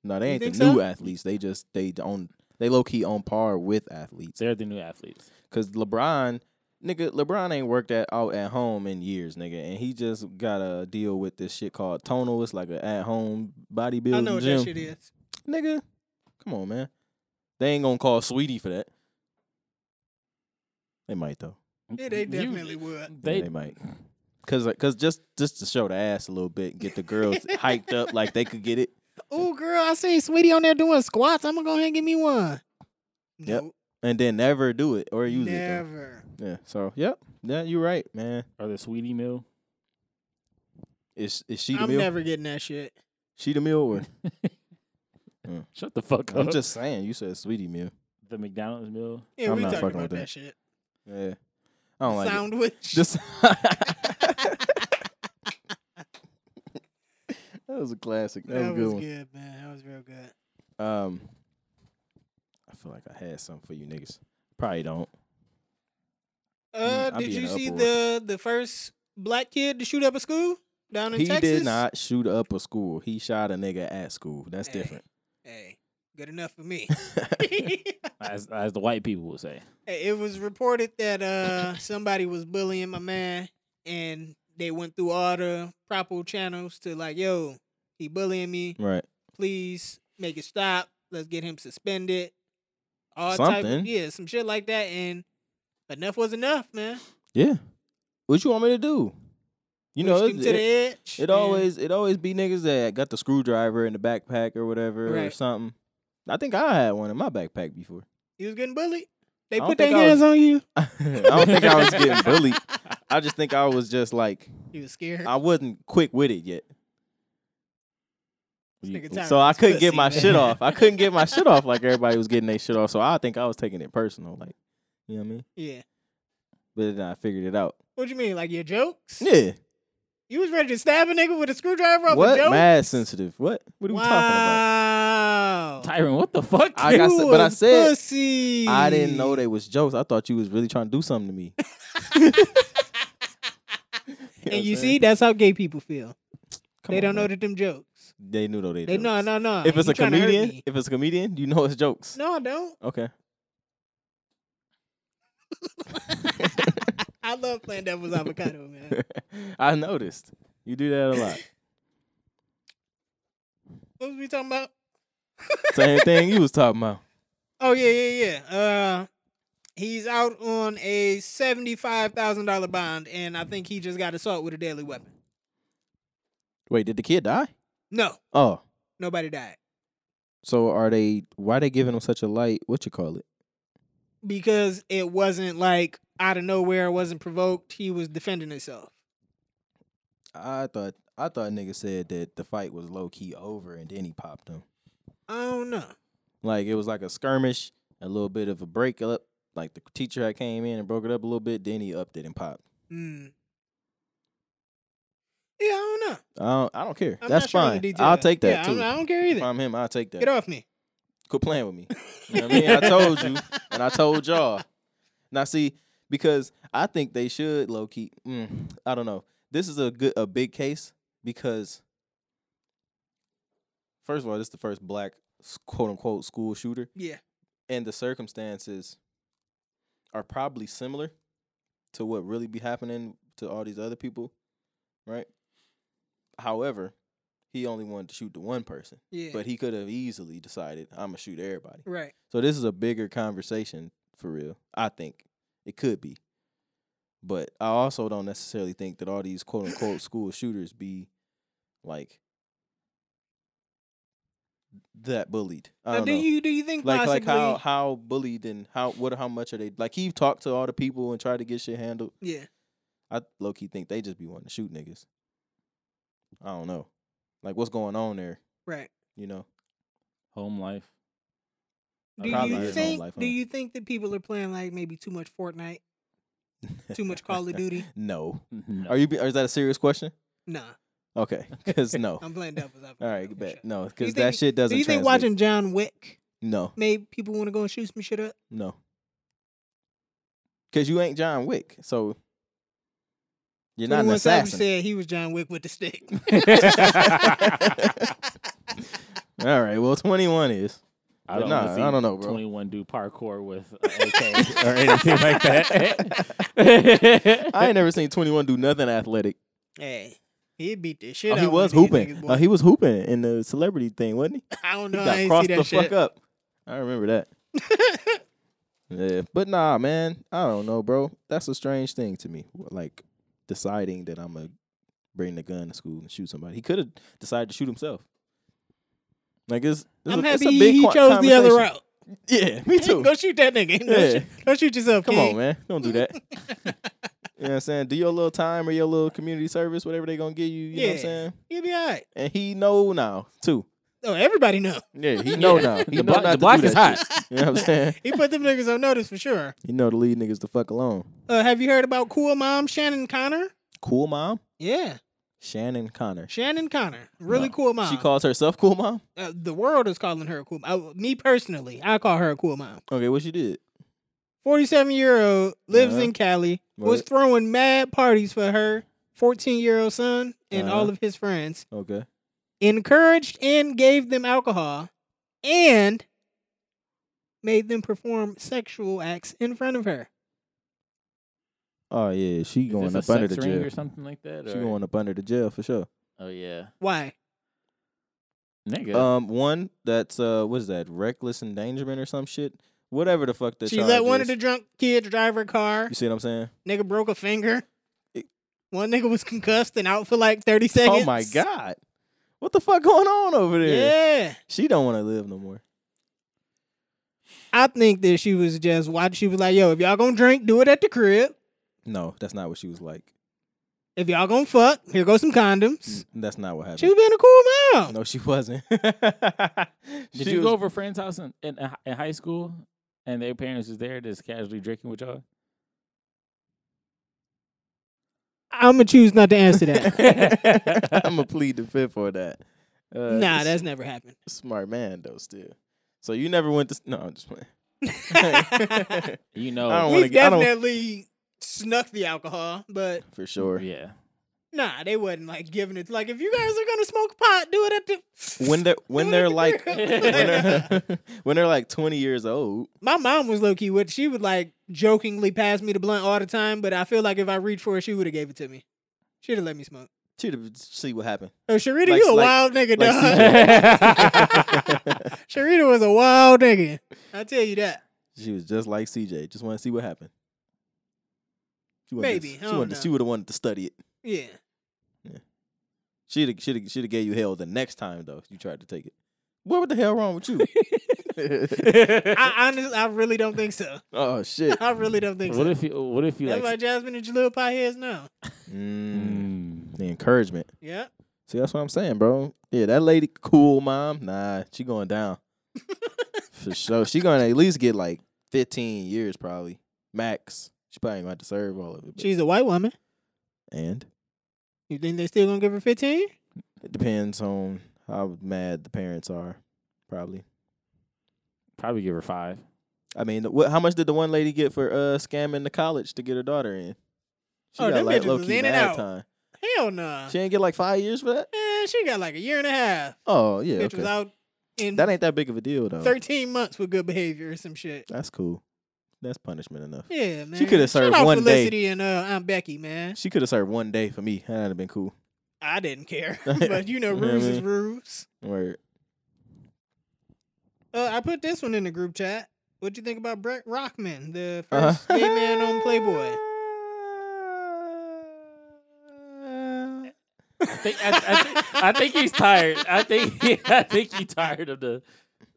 No, they
You
ain't the
think
new
so?
athletes. They just they own they low key on par with athletes.
They're the new athletes.
Cause LeBron, nigga, LeBron ain't worked at out at home in years, nigga, and he just gotta deal with this shit called tonal. It's like an at home bodybuilding
I know what
gym,
that shit is.
nigga. Come on, man. They ain't gonna call Sweetie for that. They might though.
Yeah, they
You-
definitely would.
They,
They,
yeah, they might. Cause, like- cause just just to show the ass a little bit, and get the girls hyped up like they could get it.
Oh, girl, I seen Sweetie on there doing squats. I'm gonna go ahead and give me one.
Yep.
Nope,
and then never do it or use it.
never.
Though. Yeah. So yep. Yeah, you're right, man.
are the sweetie meal.
Is is she the
I'm
meal?
never getting that shit.
she the meal or
Shut the fuck up.
I'm just saying. You said sweetie meal.
the McDonald's meal.
Yeah,
I'm
we
not
talking
fucking with
about that.
that.
shit.
Yeah. I don't like it.
Sound witch.
Just that was a classic. That, was a good, one.
good, man. That was real good.
Um, I feel like I had something for you niggas. Probably don't.
Uh,
I
did
Mm, be in
you
an
see
uproar.
the the first black kid to shoot up a school down in
He
Texas?
did not shoot up a school. He shot a nigga at school. That's
Hey.
different.
Hey, good enough for me.
As, as the white people would say.
Hey, it was reported that uh somebody was bullying my man and they went through all the proper channels to like, yo, he bullying me.
Right.
Please make it stop. Let's get him suspended. All type
Something.
of, yeah, some shit like that. And enough was enough, man.
Yeah. What you want me to do? You know,
Pushed him
it-
to the
it-
edge.
It
and-
always it always be niggas that got the screwdriver in the backpack or whatever or
Right.
something. I think I had one in my backpack before.
he was getting bullied. They
I don't
put their
think I was-
hands on you.
I don't think I was getting bullied. I just think I was just like
He was scared.
I wasn't quick with it yet.
This nigga tired
So
of
I
his
couldn't get
pussy,
my
man.
shit off. I couldn't get my shit off like everybody was getting their shit off. So I think I was taking it personal, like you know what I mean?
Yeah.
But then I figured it out.
What you mean? Like your jokes?
Yeah.
You was ready to stab a nigga with a screwdriver off a
What?
joke?
Mad sensitive. What? What are we talking about?
wow.
Tyron, what the fuck?
I got
You
s- but I
was
said
pussy.
I didn't know they was jokes. I thought you was really trying to do something to me. know
and
what
you
I'm
see,
saying?
that's how gay people feel.
Come
they
on,
don't know
man.
that them jokes.
They knew though they.
They no,
jokes.
no, no.
If it's
You
a
trying to hurt
comedian,
me.
if it's a comedian, you know it's jokes.
no, I don't.
Okay.
I love playing devil's avocado, man.
I noticed you do that a lot.
What was we talking about?
Same thing you was talking about.
Oh yeah, yeah, yeah. Uh, he's out on a seventy-five thousand dollar bond, and I think he just got assault with a deadly weapon.
Wait, did the kid die?
No,
Oh,
nobody died
so are they? Why they giving him such a light? What you call it?
because it wasn't like out of nowhere. It wasn't provoked. He was defending himself.
I thought I thought nigga said that the fight was low key over and then he popped him.
I don't know.
Like it was like a skirmish, a little bit of a break up. Like the teacher had came in and broke it up a little bit. Then he upped it and popped.
Hmm. Yeah, I don't know.
I don't, I don't care.
I'm
That's
not sure on the
fine.
detail.
I'll take
Yeah,
that
I'm-
too.
I don't care
If
either.
I'm him, I'll take that.
Get off me.
quit playing with me. You know what I mean? I told you, and I told y'all. Now see, because I think they should low key. Mm, I don't know. This is a good, a big case because first of all, this is the first black s- quote unquote school shooter,
Yeah.
and the circumstances are probably similar to what really be happening to all these other people, right? However, he only wanted to shoot the one person.
Yeah.
But he could have easily decided, I'm gonna shoot everybody.
right.
So this is a bigger conversation for real. I think it could be, but I also don't necessarily think that all these quote unquote school shooters be like that bullied. I
Now,
don't
do
know.
you do you think
like
possibly?
like how how bullied and how what how much are they like he talked to all the people and tried to get shit handled.
yeah.
I low key think they just be wanting to shoot niggas. I don't know, like what's going on there,
Right.
you know.
Home life.
Do
Probably
you
is home
think?
life,
do
huh?
you think that people are playing like maybe too much Fortnite? Too much Call of Duty.
No.
No.
Are you? be- Or is that a serious question?
Nah,
Okay, because no.
I'm playing devil's advocate.
All right,
Okay,
bet
sure.
no,
Do you
because that
think-
shit doesn't.
Do you think
translate.
watching John Wick
No,
made people want to go and shoot some shit up?
no. Because you ain't John Wick, so you're not an
21 Savage
assassin.
said he was John Wick with the stick.
All right, well, 21 is.
I don't,
Nah,
wanna see
I don't know, bro.
21 do parkour with uh, a AK or anything like that.
I ain't never seen 21 do nothing athletic.
hey, he beat the shit
Oh,
out.
he
of
was
these
hooping.
niggas, boy.
Oh, he was hooping in the celebrity thing, wasn't he?
I don't
He
know. I
got
ain't see
crossed
that
the
shit.
fuck up. I remember that. yeah, but nah, man, I don't know, bro. That's a strange thing to me. Like deciding that I'm gonna bring the gun to school and shoot somebody. He could have decided to shoot himself. Like it's, it's
I'm
a, it's
happy
a big
he, he
co-
chose the other
conversation.
route.
Yeah, me too.
go shoot that nigga. Don't,
Yeah.
shoot, don't shoot yourself.
Come
kid.
on, man, don't do that. you know what I'm saying? Do your little time or your little community service, whatever they gonna give you. You know what
Yeah.
I'm saying?
You'll be all right.
And he know now too.
Oh, everybody know.
Yeah, he know now. He
the
know
block,
not
the
to
block
do
is
that
hot.
shit. You know what I'm saying?
He put them niggas on notice for sure.
You know to leave niggas the fuck alone.
Uh, have you heard about cool mom Shannon Connor?
Cool mom,
Yeah,
Shannon Connor.
Shannon Connor, really
No.
cool mom.
She calls herself cool mom.
uh, the world is calling her a cool. I, me personally, I call her a cool mom.
Okay, what she did?
47 year old lives
Uh-huh.
in Cali, was
Right.
throwing mad parties for her 14 year old son and all
Uh-huh.
of his friends,
Okay,
encouraged and gave them alcohol, and made them perform sexual acts in front of her.
oh yeah, she
Is
going up
this a
under the
sex ring
jail.
or something like that?
She
or-
going up under the jail for sure.
Oh yeah,
Why?
nigga.
Um, one that's uh, what is that? Reckless endangerment or some shit? Whatever the fuck that.
she let
is.
one of the drunk kids drive her car.
You see what I'm saying?
Nigga broke a finger.
It-
One nigga was concussed and out for like 30 seconds.
Oh my god, what the fuck going on over there?
Yeah.
She don't want to live no more.
I think that she was just watching. She was like, yo, if y'all gonna drink, do it at the crib.
No, that's not what she was like.
If y'all gonna fuck, here go some condoms.
That's not what happened.
She was being a cool mom.
Mm, no, she wasn't.
Did
She
you
was-
go over a friend's house in, in, hi- in high school and their parents was there just casually drinking with y'all?
I'm gonna choose not to answer that.
I'm gonna plead the fifth for that. Uh,
nah,
s-
that's never happened.
smart man though. Still, so you never went to s- no. I'm just playing.
You know,
I don't
We
wanna get- I don't-
definitely snuck the alcohol, but
for sure.
yeah.
nah, they wasn't like giving it. Like if you guys are gonna smoke pot, do it at the.
When they're when they're like when they're,
Like-
when they're like 20 years old.
My mom was low key with. She would like jokingly pass me the blunt all the time, but I feel like if I reached for it, she would have gave it to me. She'd have let me smoke.
She'd have- see what happened.
Oh, Sharita,
Like-
you a
like-
wild nigga,
like
dog. Sharita was a wild nigga. I tell you that.
She was just like CJ. Just want to see what happened. She wanted to-
Maybe, I
she
don't
wanted to-
know.
she would have wanted to study it.
Yeah.
She'd have, she'd have, she'd have gave you hell the next time though. if You tried to take it. What the hell wrong with you?
I honestly, I really don't think so.
oh shit.
I really don't think
what
so.
if you? What if you
That's why
like?
Jasmine and Jaleel Pieheads now.
Mm,
Mm,
the encouragement.
Yeah.
See, that's what I'm saying, bro. Yeah, that lady cool, mom. Nah, she going down for sure. She gonna at least get like 15 years, probably max. She probably ain't gonna have to serve all of it. but-
She's a white woman.
and
You think they still gonna give her 15?
it depends on how mad the parents are, probably.
probably give her five.
I mean, what? How much did the one lady get for uh scamming the college to get her daughter in? She
Oh, them bitches was
low-key
in and
mad
out.
time.
Hell no.
She ain't get like five years for that.
Eh, she got like a year and a half.
Oh yeah,
Bitch was
okay.
out in
That ain't that big of a deal though.
13 months with good behavior or some shit.
That's cool. That's punishment enough.
Yeah, man.
coulda
Shout
served
out
one day.
Felicity and uh, Aunt Becky, man.
She could have served one day for me. That'd have been cool.
I didn't care, but you know,
You know what I
rules is
mean?
rules.
Word.
Uh, I put this one in the group chat. What'd you think about Brett Rockman, the
Uh-huh.
first gay man on Playboy?
I think I, I, think, I think he's tired. I think I think he's tired of the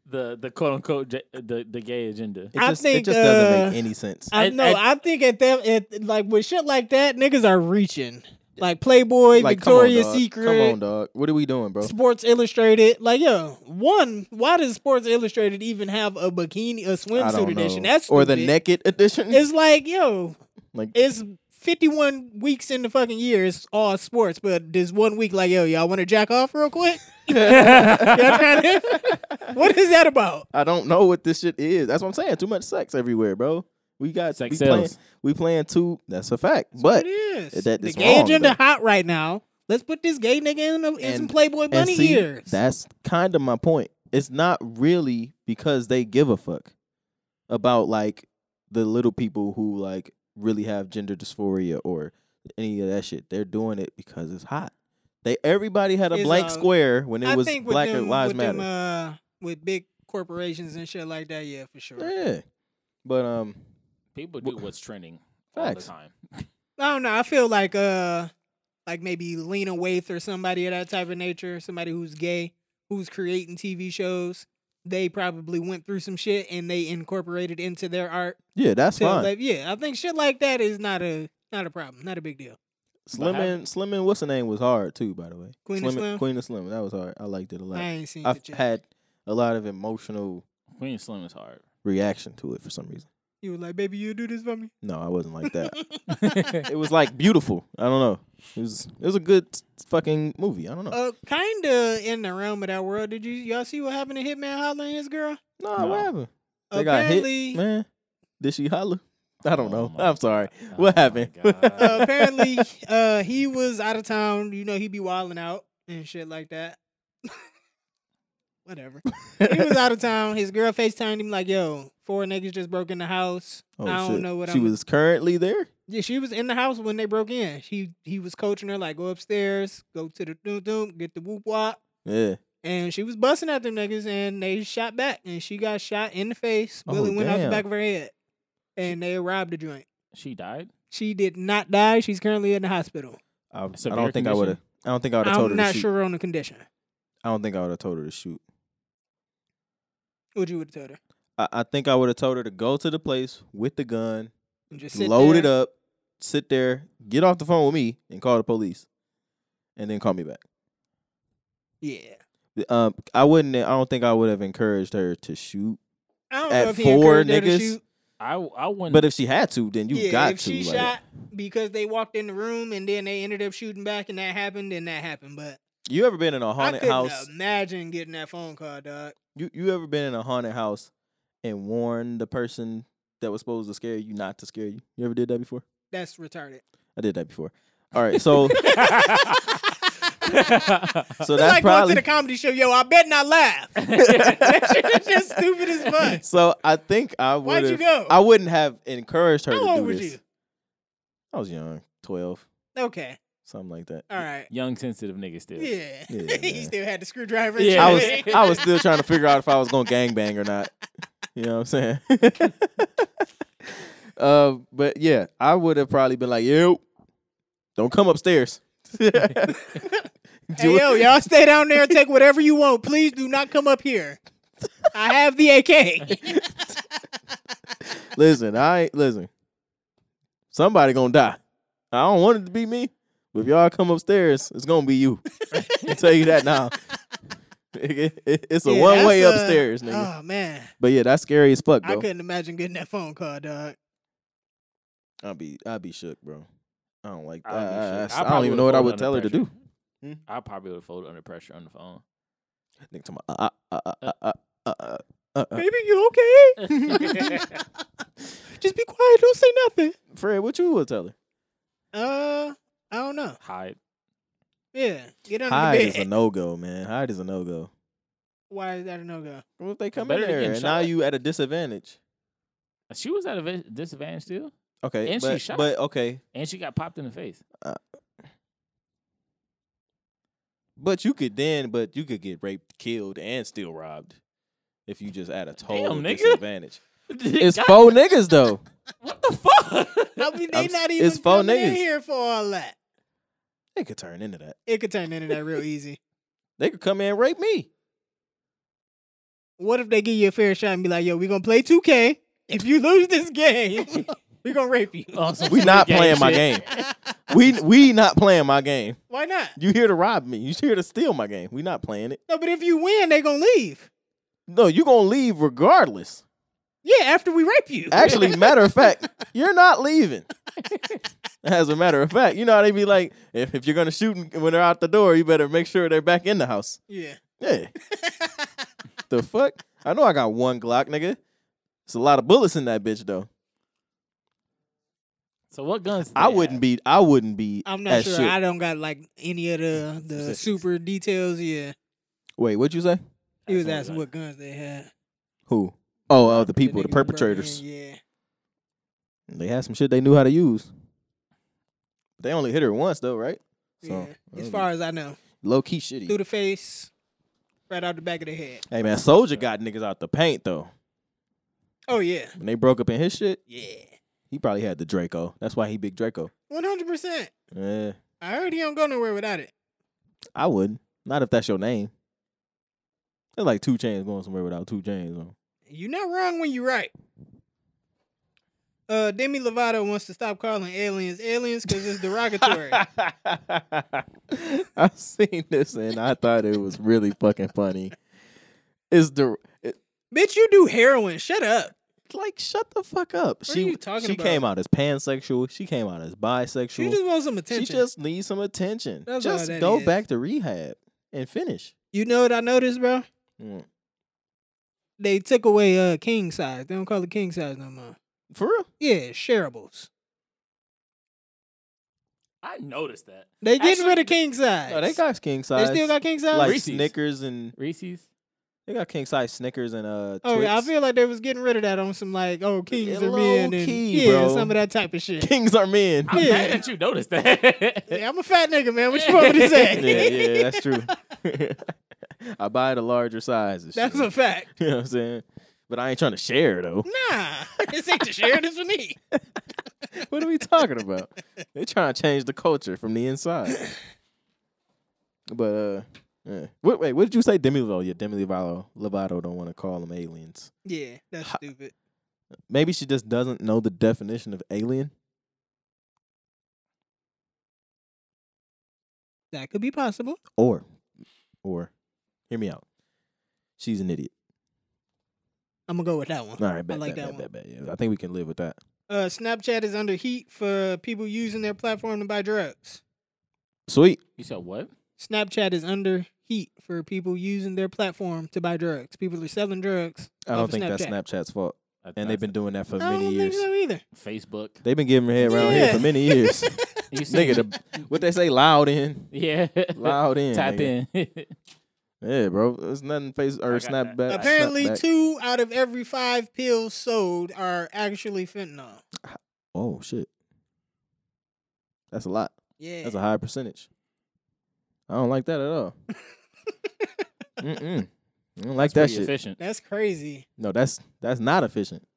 the the quote unquote j- the the gay agenda.
It
I
just,
think,
it just doesn't
uh,
make any sense.
I
And-
know.
and-
I think at that, at like with shit like that, niggas are reaching. Like Playboy,
like, come on,
Victoria's
dog. Come on,
Secret,
dog. What are we doing, bro?
Sports Illustrated. Like, yo, one, why does Sports Illustrated even have a bikini, a
I don't
swimsuit edition?
know.
That's
or the
stupid.
naked edition.
It's like, yo,
Like
it's 51 weeks in the fucking year. It's all sports, but this one week, like, yo, y'all want to jack off real quick? Y'all trying to- what is that about?
I don't know what this shit is. That's what I'm saying. Too much sex everywhere, bro. We got
Sex
we playing,
sells.
we playing two. That's a fact. But
it is.
that
the
is
gay
wrong,
agenda
though.
hot right now. Let's put this gay nigga in, a, in some
And-
Playboy
and
Bunny
see,
years.
That's kind of my point. It's not really because they give a fuck about like the little people who like really have gender dysphoria or any of that shit. They're doing it because it's hot. They everybody had a
It's,
blank
uh,
square when it
I
was
think with
Black
them,
Lives
with
Matter.
Them, uh, with big corporations and shit like that, yeah, for sure.
yeah, but um,
People do what's trending
Facts.
all the time.
I don't know. I feel like uh like maybe Lena Waithe or somebody of that type of nature, somebody who's gay, who's creating TV shows. They probably went through some shit and they incorporated into their art.
yeah, that's
to
fine.
let- yeah, I think shit like that is not a not a problem, not a big deal.
Slim
But how-
and Slim and what's her name was hard too, by the way.
Queen of Slim?
Queen of Slim, that was hard. I liked it a
I
lot.
ain't seen
I've
the had,
had a lot of emotional
Queen Slim is hard.
reaction to it for some reason.
You were like, baby, you do this for me.
No, I wasn't like that. it was like beautiful. I don't know. It was it was a good fucking movie. I don't know.
Uh, kinda in the realm of that world. Did you y'all see what happened to Hitman Holler and his girl?
no,
no.
what happened? They got
Apparently,
hit, man. Did she holler? I don't
Oh
know.
my
I'm sorry.
God.
What
Oh my
happened?
God.
uh, apparently, uh, he was out of town. You know, he be wilding out and shit like that. Whatever. He was out of town. His girl FaceTimed him like, "Yo, four niggas just broke in the house.
Oh,
I don't
shit.
know what
she
I'm."
was currently there.
yeah, she was in the house when they broke in. She he was coaching her like, "Go upstairs, go to the doom doom, get the whoop wop."
Yeah.
And she was busting at them niggas, and they shot back, and she got shot in the face.
Oh,
Bullet went out the
damn.
back of her head, and they robbed the joint.
she died.
She did not die. She's currently in the hospital.
I, I don't
Severe
think I
condition?
would have. I don't think I would have told
I'm
her
not
to shoot.
sure on the condition.
I don't think I would have told her to shoot.
What you would have told her?
I, I think I would have told her to go to the place with the gun,
And just sit
load
there.
it up, sit there, get off the phone with me, and call the police, and then call me back.
Yeah.
The- Um, I wouldn't. I don't think I would have encouraged her to shoot.
I don't
At
know if he
four
encouraged her to
niggas?
shoot.
I I wouldn't.
But if she had to, then you
yeah,
got
if
to.
she
like-
shot because they walked in the room and then they ended up shooting back and that happened, then that happened. But
you ever been in a
I
haunted
couldn't
house?
imagine getting that phone call, dog.
You you ever been in a haunted house and warned the person that was supposed to scare you not to scare you? You ever did that before?
That's retarded.
I did that before. All right, so so
It's
that's
like going
probably
to the comedy show, yo, I bet not laugh. that shit is just stupid as fuck.
So I think I
Why'd
would.
you go?
I wouldn't have encouraged her
How
to do
old was
this.
you?
I was young, twelve,
Okay.
something like that.
All right.
Young sensitive niggas still.
Yeah.
Yeah,
he
man.
still had the screwdriver. and
Yeah.
I was
shit.
I was still trying to figure out if I was gonna gangbang or not. You know what I'm saying? uh, but yeah, I would have probably been like, "Yo, don't come upstairs." Do it-
Hey, yo, y'all stay down there and take whatever you want. Please do not come up here. I have the AK.
Listen, I ain't- listen. Somebody gonna die. I don't want it to be me, but if y'all come upstairs, it's gonna be you. I tell you that now. It- it- it's a
Yeah,
one way
that's a-
upstairs, nigga.
Oh man,
but yeah, that's scary as fuck,
I
bro.
couldn't imagine getting that phone call, dog.
I'll be I'll be shook, bro. I don't like.
I
I,
would be
I- I-
shook.
I
I
don't
probably
even know what I
would've
would tell
folded
her to
under
do.
I probably would have folded under pressure on the phone.
Nigga, to my, uh, uh, uh, uh, uh, uh, uh, uh, uh.
Baby, you okay? Just be quiet. Don't say nothing.
Fred, what you would tell her?
Uh, I don't know.
Hide.
Yeah, get under
Hide
the
is a
bed.
no go, man. Hide is a no go.
Why is that a no go?
What if they come
Better
in
than
there
getting
and now
shot.
you at a disadvantage?
She was at a vi- disadvantage too,
Okay,
And she
but,
shot.
but okay,
and she got popped in the face.
But you could then, but you could get raped, killed, and still robbed if you just at a total
Damn, nigga.
disadvantage. It's
God,
four niggas though.
what the fuck?
I mean, they
I'm s-
not
it's
even
four
coming in
niggas.
here for all that.
They could turn into that.
It could turn into that real easy.
They could come in and rape me.
What if they give you a fair shot and be like, "Yo, we gonna play 2K. If you lose this game, we gonna rape you."
On some
We
free
not playing my
shit.
game. We we not playing my game.
Why not?
You here to rob me. You here to steal my game. We not playing it.
No, but if you win, they gonna leave.
No, you gonna leave regardless.
Yeah, after we rape you.
Actually, matter of fact, you're not leaving. As a matter of fact, you know how they be like, if, if you're gonna shoot 'em when they're out the door, you better make sure they're back in the house.
Yeah.
Yeah. the fuck? I know I got one Glock, nigga. It's a lot of bullets in that bitch though.
So what guns? do
I
they
wouldn't
have?
be. I wouldn't be.
I'm not
at
sure.
shit.
I don't got like any of the the
Specifics.
super details. Yeah.
Wait, what'd you say?
He was
That's
asking what guns they had.
Who? Oh, oh, the people, the,
niggas that broke in,
perpetrators.
Yeah.
They had some shit they knew how to use. They only hit her once though, right?
Yeah.
So,
As far as I know,
low key shitty.
through the face, right out the back of the head.
Hey man, Soldier got niggas out the paint though.
Oh yeah.
When they broke up in his shit,
Yeah.
he probably had the Draco. That's why he big Draco.
One hundred percent.
Yeah,
I heard he don't go nowhere without it.
I wouldn't. Not if that's your name. It's like two chains going somewhere without two chains on.
You're not wrong when you're right. Uh, Demi Lovato wants to stop calling aliens aliens because it's derogatory.
I seen this and I thought it was really fucking funny. It's the it,
Bitch, you do heroin. Shut up.
like shut the fuck up.
are
she
you talking
she
about?
came out as pansexual. She came out as bisexual.
She just wants some attention.
She just needs some attention.
That's all
just
that
go
is.
back to rehab and finish.
you know what I noticed, bro?
Mm.
They took away uh king size. They don't call it king size no more.
For real.
Yeah, shareables.
I noticed that
They getting rid
Actually,
of king size.
No, they got king
They
size.
still got king size.
like
Reese's.
Snickers and
Reese's.
they got king size Snickers and uh.
oh, yeah, I
Twix.
feel like they was getting rid of that on some like oh kings
Yeah,
are men and
low-key,
yeah
bro.
some of that type of shit.
kings are men.
I'm
Yeah.
glad that you noticed that.
yeah, I'm a fat nigga, man. What you want me to say?
yeah, yeah, that's true. I buy the larger sizes.
That's a fact.
you know what I'm saying. But I ain't trying to share though.
Nah, this ain't to share. This for me.
what are we talking about? They're trying to change the culture from the inside. But uh, yeah. wait, wait, what did you say, Demi Lovato? Yeah, Demi Lovato. Lovato don't want to call them aliens.
Yeah, that's
Ha-
stupid.
Maybe she just doesn't know the definition of alien.
That could be possible.
Or, or, hear me out. She's an idiot.
I'm gonna go with that one.
All right, bet,
like
bet,
that
bet, bet, bet, yeah. I think we can live with that.
Uh, Snapchat is under heat for people using their platform to buy drugs.
Sweet.
You said what?
Snapchat is under heat for people using their platform to buy drugs. People are selling drugs.
I don't
off of
think that's
Snapchat.
Snapchat's fault,
I-
and
I
they've been
said
doing that for
I don't
many
think
years.
so either.
Facebook.
They've been giving her head around here
Yeah.
for many years.
You
nigga, the, what they say, loud in,
yeah.
loud in,
Tap
nigga.
in.
Yeah, bro. There's nothing face or
I got
Uh, snap
that.
back.
Apparently,
snap back.
two out of every five pills sold are actually fentanyl.
Oh shit. That's a lot.
Yeah,
That's a high percentage. I don't like that at all. Mm-mm. I don't like that
That's
shit.
efficient.
that's crazy.
No, that's that's not efficient,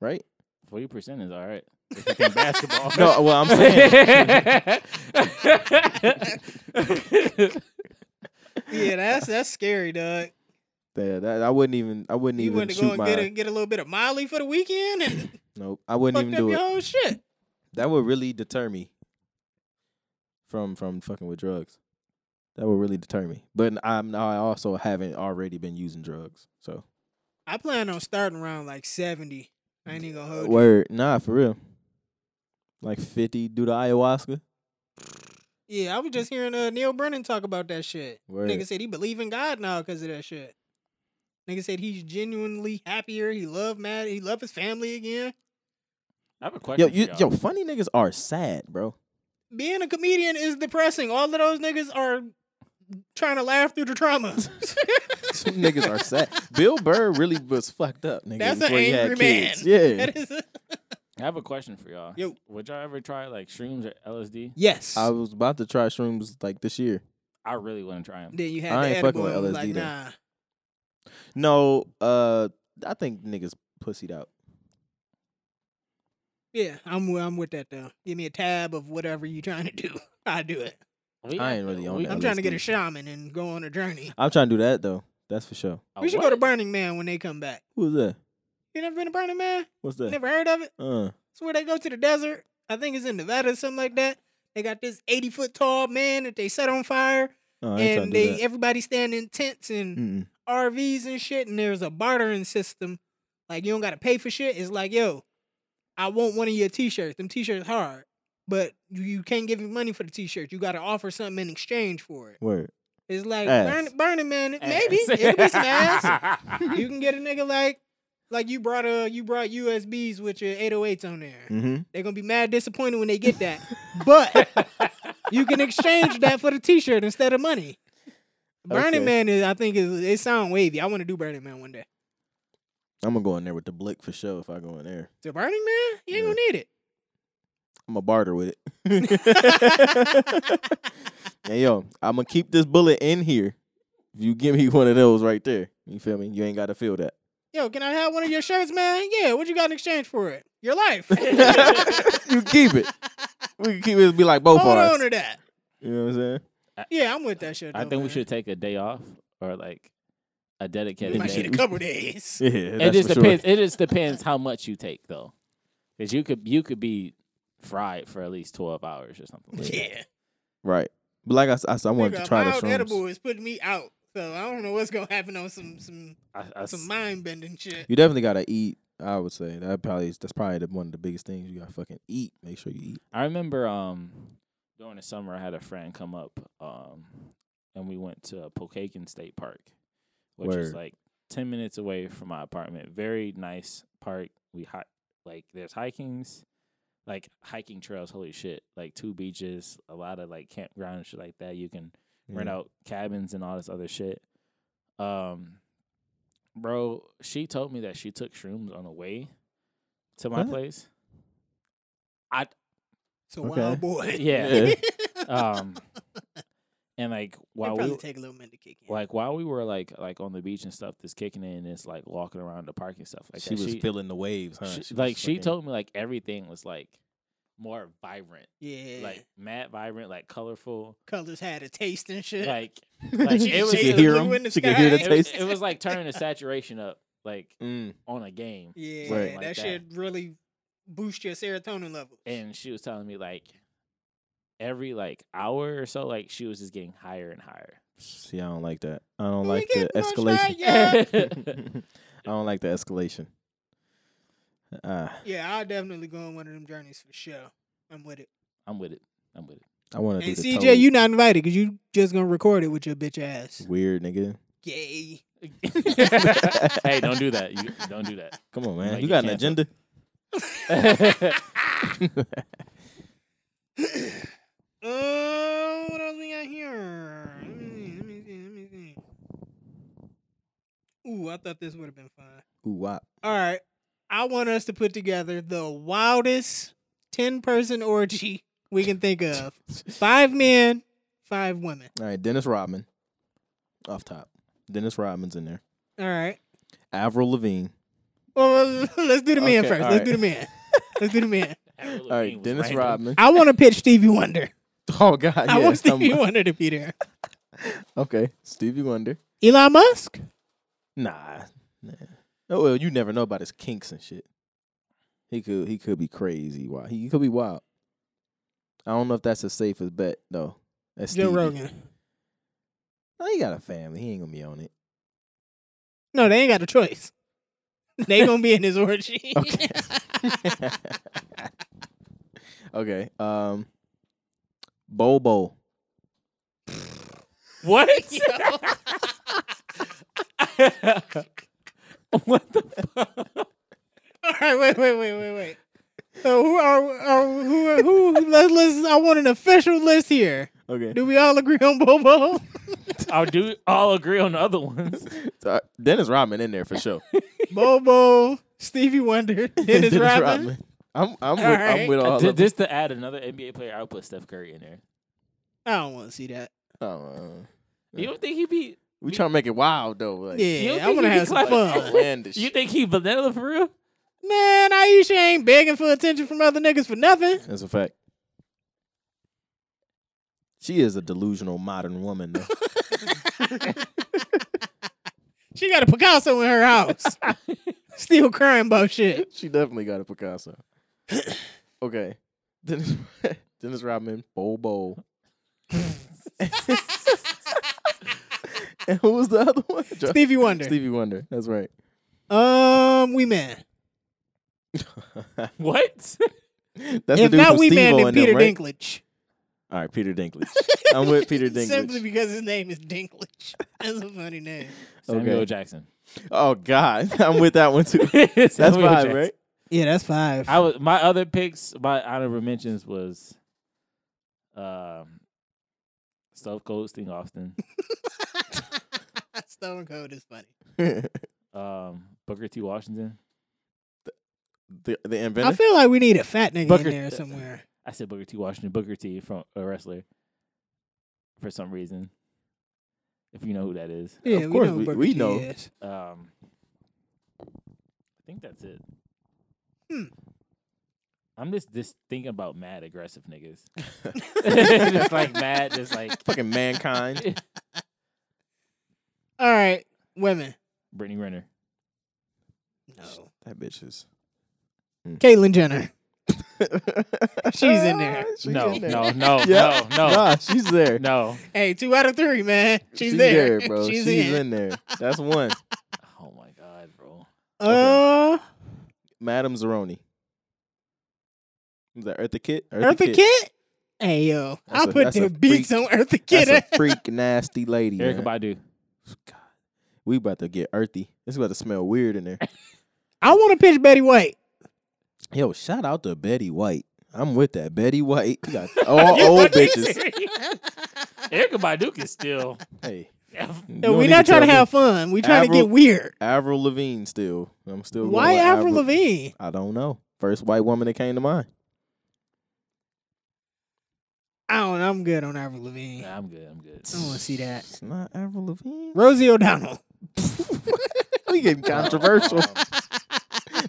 right?
Forty percent is all right. If you think basketball.
No, well I'm saying
Yeah, that's that's scary, dog.
that, that- I wouldn't even I wouldn't
You
even
want to go
shoot
and
my
get a, get a little bit of Molly for the weekend and
nope. I wouldn't
fucked
even
up
do it.
your whole shit.
That would really deter me from from fucking with drugs. That would really deter me. But I'm I also haven't already been using drugs. So
I plan on starting around like seventy. I ain't even gonna hold you.
Word, nah, for real. Like fifty, do the ayahuasca.
Yeah, I was just hearing uh, Neil Brennan talk about that shit.
Word.
Nigga said he believe in God now because of that shit. Nigga said he's genuinely happier. He love mad. He love his family again.
I have a question.
Yo,
for
you,
y'all.
yo, funny niggas are sad, bro.
Being a comedian is depressing. All of those niggas are trying to laugh through the trauma.
Some niggas are sad. Bill Burr really was fucked up, nigga.
That's an
before he
angry
had
man.
kids. Yeah,
That is
I have a question for y'all.
Yo.
Would y'all ever try like shrooms or LSD?
yes.
I was about to try shrooms like this year.
I really want to try them.
then you had
I
the
ain't fucking
edible.
with
and was
LSD
like,
though.
nah.
No, uh, I think niggas pussied out.
Yeah, I'm wi- I'm with that though. Give me a tab of whatever you trying to do. I do it.
I ain't really on that.
I'm
At
trying to
least
get a
me.
shaman and go on a journey.
I'm trying to do that though. That's for sure.
we should go to Burning Man when they come back.
Who was that?
You never been to Burning Man?
What's that?
Never heard of it?
Uh,
It's where they go to the desert. I think it's in Nevada or something like that. They got this 80 foot tall man that they set on fire,
no, oh, I ain't trying
and
to do Mm.
they everybody stand in tents and
that. Mm-mm.
RVs and shit, and there's a bartering system. Like you don't gotta pay for shit. It's like, yo, I want one of your t-shirts. Them t-shirts hard. but you- you can't give me money for the T-shirt. You got to offer something in exchange for it.
Word.
It's like
Ass.
Burn, Burning Man. Maybe it'll be some ass. you can get a nigga like like you brought a you brought USBs with your 808s on there.
Mm-hmm.
They're gonna be mad disappointed when they get that. but you can exchange that for the T-shirt instead of money. Burning
Okay.
Man is I think is it sound wavy. I want to do Burning Man one day.
I'm gonna go in there with the blick for sure. If I go in there,
So Burning Man, you ain't
Yeah.
gonna need it.
I'm gonna barter with it. hey yo, I'm gonna keep this bullet in here. If you give me one of those right there, you feel me? You ain't gotta feel that.
Yo, can I have one of your shirts, man? Yeah, what you got in exchange for it? Your life.
you keep it. We can keep it. Be like both of
Hold
us.
on to that.
You know what I'm saying?
Yeah, I'm with that shit.
I
though,
think we
man.
should take a day off or like a
We
dedicated
might
day.
need a couple days.
Yeah,
It
that's
just
for sure.
depends. It just depends how much you take though, because you could you could be fried for at least twelve hours or something. Like that.
Yeah.
Right. But like I, s- I s- I wanted
Nigga,
to try the
mild
shrooms.
edible is putting me out. So I don't know what's gonna happen on some some
I, I,
some mind bending shit.
You definitely gotta eat. I would say that probably is, that's probably the, one of the biggest things you gotta fucking eat. Make sure you eat.
I remember um during the summer I had a friend come up um and we went to Pokagon State Park, which is
Word.
like ten minutes away from my apartment. Very nice park. We hot like there's hikings, like hiking trails. Holy shit! Like two beaches, a lot of like campground and shit like that. You can rent
Yeah.
out cabins and all this other shit. Um, bro, she told me that she took shrooms on the way to my
What?
place. I
So
Okay.
wild boy.
yeah.
Yeah.
um, and like
It'd
while
probably
we
take a little minute to kick in.
like while we were like like on the beach and stuff, this kicking in, this like walking around the park and stuff like
she
that.
was feeling the waves, huh?
she-
was
like she
fucking-
told me like everything was like more vibrant,
yeah.
like mad vibrant, like colorful,
colors had a taste and shit.
like like
She
it was
could
it
hear
was-
'em. blue in the
She could hear the
sky.
it was,
taste.
it was like turning the saturation up like
Mm.
on a game
yeah,
Right.
that,
like that.
shit really boost your serotonin levels.
and she was telling me like every like hour or so like she was just getting higher and higher
See, I don't like that. I don't
We
like the
get much
escalation.
higher.
I don't like the escalation. Ah,
yeah, I'll definitely go on one of them journeys for sure. I'm with it.
i'm with it i'm with it
I want to do
And
the
CJ,
toad.
you not invited because you just gonna record it with your bitch ass.
weird nigga.
Yay.
hey don't do that you don't do that
Come on,
might
man. You got
get
an
canceled.
agenda?
Uh, what else we got here? Let me, let me see. Let me see. Ooh, I thought this would have been fun.
Ooh, wop.
All right, I want us to put together the wildest ten-person orgy we can think of. five men, five women.
All right, Dennis Rodman. Off top. Dennis Rodman's in there.
All right.
Avril Lavigne.
Well, let's do the man
Okay,
first.
all
Let's
right.
do the man. Let's do the man.
Avril
All
Lavigne
right,
was
Dennis
random.
Rodman.
I want to pitch Stevie Wonder.
Oh God, yeah.
I want Stevie
um,
Wonder to be there.
okay, Stevie Wonder.
Elon Musk.
Nah, nah. Oh well, you never know about his kinks and shit. He could he could be crazy. Wild. He could be wild. I don't know if that's the safest bet though. That's
Joe
Stevie.
Rogan.
Oh, he got a family. He ain't gonna be on it.
No, they ain't got a choice. They gonna be in his orgy.
Okay. okay. Um. Bobo.
what what the fuck
All right, wait, wait, wait, wait, wait. So who are, are who are, who? Let's, let's. I want an official list here.
Okay.
Do we all agree on Bobo?
i'll do i'll agree on the other ones
Uh, Dennis Rodman in there for sure.
Bobo, Stevie Wonder, Dennis, Rodman.
I'm I'm with,
All
I'm
right.
with all
Ju-
of them.
just to add another nba player i'll put steph curry in there
I don't want to see that.
Oh, uh,
you don't think he'd be
we trying to make it wild though. Like,
You
Yeah, I
think
want to
you
have
can
some
clap-
fun.
outlandish.
you think he vanilla for real
Man, Aisha ain't begging for attention from other niggas for nothing.
That's a fact. She is a delusional modern woman. Though.
She got a Picasso in her house. Still crying about shit.
she definitely got a Picasso. okay, Dennis, Dennis Rodman, Bobo, and who was the other one? Jo-
Stevie Wonder.
Stevie Wonder. That's right.
Um, we man.
What?
That's
if
the dude
not,
from
we
Steve-O
man,
in
then Peter
them, right?
Dinklage.
All right, Peter Dinklage. I'm with Peter
Simply
Dinklage.
because his name is Dinklage. That's a funny name.
Samuel
Okay.
Jackson.
Oh God, I'm with that one too.
That's
That's five, right?
Yeah, that's five.
I was my other picks, my honorable mentions was um Stove Cold Sting Austin,
Stone Cold is funny.
um Booker T. Washington.
the the
I
inventor.
feel like we need a fat nigga
Booker-
in there somewhere.
I said Booker T. Washington, Booker T from a wrestler for some reason. If you know who that is.
Yeah,
course
we know.
we-
who Booker
we
T
know.
is.
Um I think that's it.
Hmm.
I'm just just thinking about mad aggressive niggas. just like mad, just like
Fucking mankind.
All right, women.
Brittany Renner.
No,
That bitch is.
Caitlyn Jenner. She's in there.
She's
no,
in there.
no, no,
Yeah.
no, no,
Nah, she's there.
no.
Hey, two out of three, man. She's,
she's
there.
bro.
She's,
She's,
in.
in. there. That's one.
Oh my god, bro.
Uh,
Madame Zeroni. Is that Eartha Kitt?
Eartha Kitt. Hey yo,
That's
I
a-
put
that's a
the beats on
freak.
Eartha Kitt.
That's a freak nasty lady.
Erica
man. Oh,
Badu.
God. We about to get earthy. It's about to smell weird in there.
I want to pitch Betty White.
Yo, shout out to Betty White. I'm with that. Betty White. You got all old bitches.
Erica Badu can still.
Hey. you
No,
don't
we're
need
not trying to
tell me.
have fun. We're trying to
Avril-
get weird.
Avril Lavigne still. I'm still going
Why
with
Avril Lavigne?
I don't know. First white woman that came to mind.
I don't. I'm good on Avril Lavigne.
Nah, I'm good. I'm good.
I want to see that.
It's not Avril Lavigne.
Rosie O'Donnell.
we getting controversial.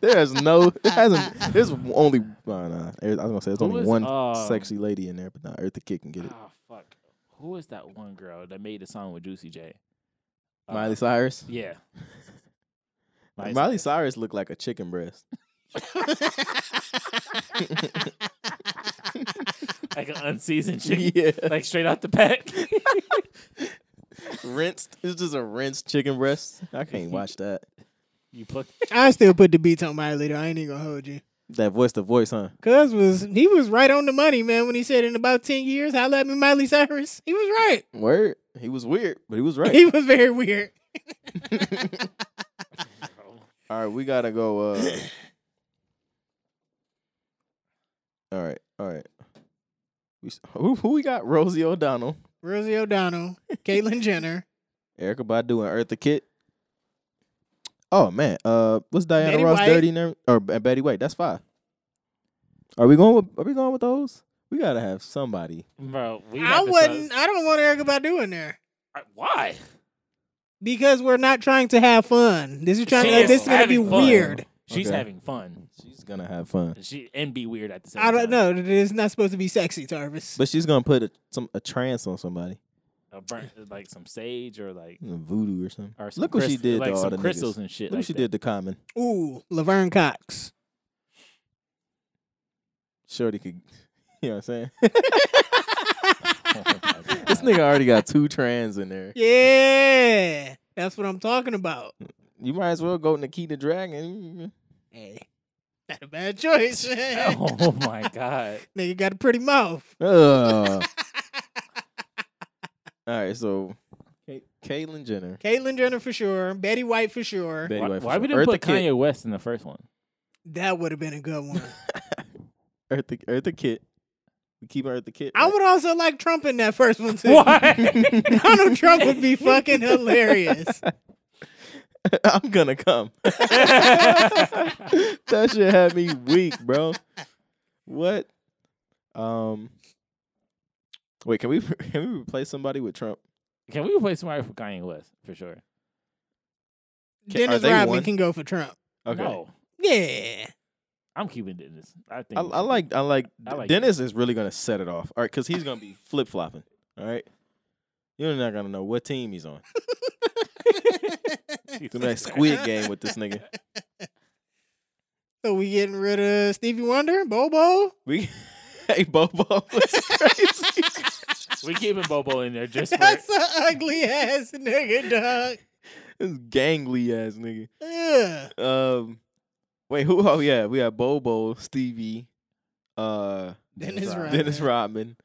there is no. There hasn't. There's only. Nah, nah. There's- I was gonna say there's
Who
only
is,
one
um,
sexy lady in there, but not nah, Eartha Kitt can get it.
Ah, fuck. Who is that one girl that made the song with Juicy J? Uh,
Miley Cyrus.
Yeah.
Miley, Cyrus. looked like a chicken breast.
Like an unseasoned chicken.
Yeah.
Like straight out the pack.
rinsed. It's just a rinsed chicken breast. I can't watch that.
you pluck.
I still put the beats on Miley though. I ain't even gonna hold you.
That voice to voice, huh?
Cuz was he was right on the money, man, when he said in about ten years, holla at me Miley Cyrus. He was right.
Word. He was weird, but he was
He
right.
was very weird.
All right, we gotta go. Uh... all right, all right. We, s- who, who we got? Rosie O'Donnell,
Rosie O'Donnell, Caitlyn Jenner,
Erica Badu, and Eartha Kitt. Oh man, uh, what's Diana
Betty
Ross
White.
dirty name or B- Betty White? That's five. Are we going? With, are we going with those? We gotta have somebody.
Bro, we
I
have to
wouldn't.
stop-
I don't want Erica Badu in there
I- Why?
because we're not trying to have fun. This is trying.
She
to,
is
this is gonna be
having fun.
weird.
She's
Okay.
having fun.
She's gonna have fun,
She and be weird at the same
I
time.
don't know. It's not supposed to be sexy, Tarvis.
but she's gonna put a, some a trance on somebody,
A burnt, like some sage or like
voodoo or something.
or some
Look what she
crystal-
did
like
to all
some
the
crystals
niggas.
and shit.
Look
like
what she
that.
did to Common.
Ooh, Laverne Cox.
Shorty could, you know what I'm saying? this nigga already got two trans in there.
Yeah, that's what I'm talking about.
You might as well go Nikita Dragon.
Hey, not a bad choice.
Oh my god!
Nigga got a pretty mouth.
Ugh. All right, so Caitlyn Jenner.
Caitlyn Jenner for sure. Betty White for sure.
Betty
why
White for
why
sure.
we didn't
Eartha
put
Kitt.
Kanye West in the first one?
that would have been a good one.
Eartha, Eartha Kitt. We keep Eartha Kitt.
I would also like Trump in that first one too.
Why?
Donald Trump would be fucking hilarious.
I'm gonna come. that shit had me weak, bro. What? Um. Wait, can we can we replace somebody with Trump?
Can we replace somebody for Kanye West for sure?
are
Dennis
they
Rodman
one?
can go for Trump.
Okay.
No,
Yeah.
I'm keeping Dennis. I think
I,
we
I
should
like I like,
I like
Dennis is really gonna set it off. All right, because he's gonna be flip flopping. All right, you're not gonna know what team he's on.
keep-
Do that Squid Game with this nigga.
So we getting rid of Stevie Wonder, Bobo.
We hey Bobo, it's crazy.
we keeping Bobo in there just for
That's an ugly ass nigga, dog.
this gangly ass nigga.
Ugh.
Um, wait, who? Oh yeah, we have Bobo, Stevie, uh
Dennis Rodman.
Dennis Rodman,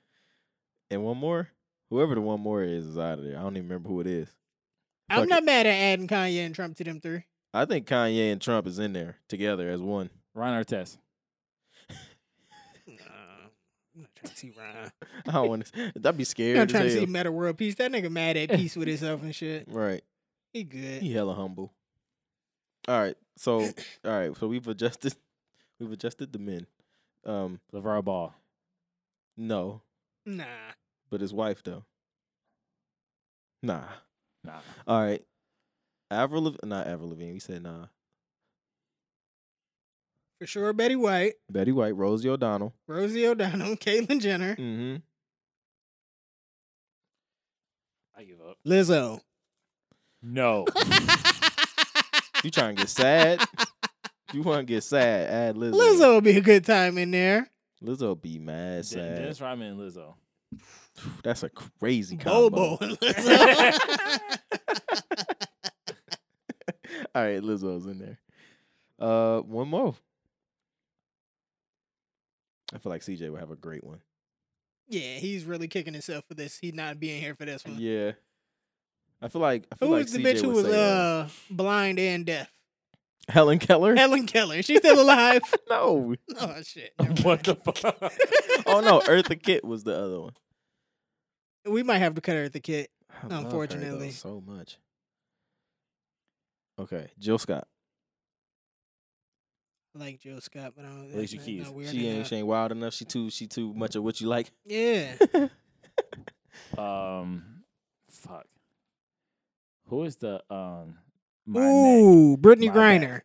and one more. Whoever the one more is is out of there. I don't even remember who it is. Fuck
I'm
it.
not mad at adding Kanye and Trump to them three.
I think Kanye and Trump is in there together as one.
Ron Artest.
No, I'm not trying to see Ryan.
I don't want to. That'd be
I'm not
scared.
trying to
as
see
hell.
Meta World Peace. That nigga mad at peace with himself and shit.
Right.
He good.
He hella humble. All right. So all right. So we've adjusted. We've adjusted the men. Um.
LeVar Ball.
No,
Nah.
but his wife though. Nah.
Nah.
All right. Avril, Lav- not Avril Lavigne. We said nah.
For sure, Betty White,
Betty White, Rosie O'Donnell.
Rosie O'Donnell, Caitlyn Jenner,
Mm-hmm.
I give up.
Lizzo.
No.
You trying to get sad? you want to get sad? Add Lizzo.
Lizzo would be a good time in there.
Lizzo be mad
Den-
sad.
Dennis Rodman and Lizzo.
That's a crazy combo.
Bobo and Oh, Lizzo.
All right, Lizzo's in there. Uh, one more. I feel like CJ would have a great one.
yeah, he's really kicking himself for this. He not being here for this one.
Yeah, I feel like I feel
Who
like
was the
CJ
bitch who
would
was
say, uh,
uh blind and deaf?
Helen Keller.
Helen Keller. She's still alive.
no,
oh shit.
what the fuck?
oh no, Eartha Kitt was the other one.
We might have to cut her at the kit.
I love her, though,
Unfortunately.
so much. Okay, Jill Scott,
I like Jill Scott, but I don't.
Alicia
that's not
Keys.
weird
she ain't
enough.
she ain't wild enough. She too she too much of what you like.
Yeah,
Um, fuck. Who is the um? My neck?
Ooh, Brittany
My
Griner.
neck.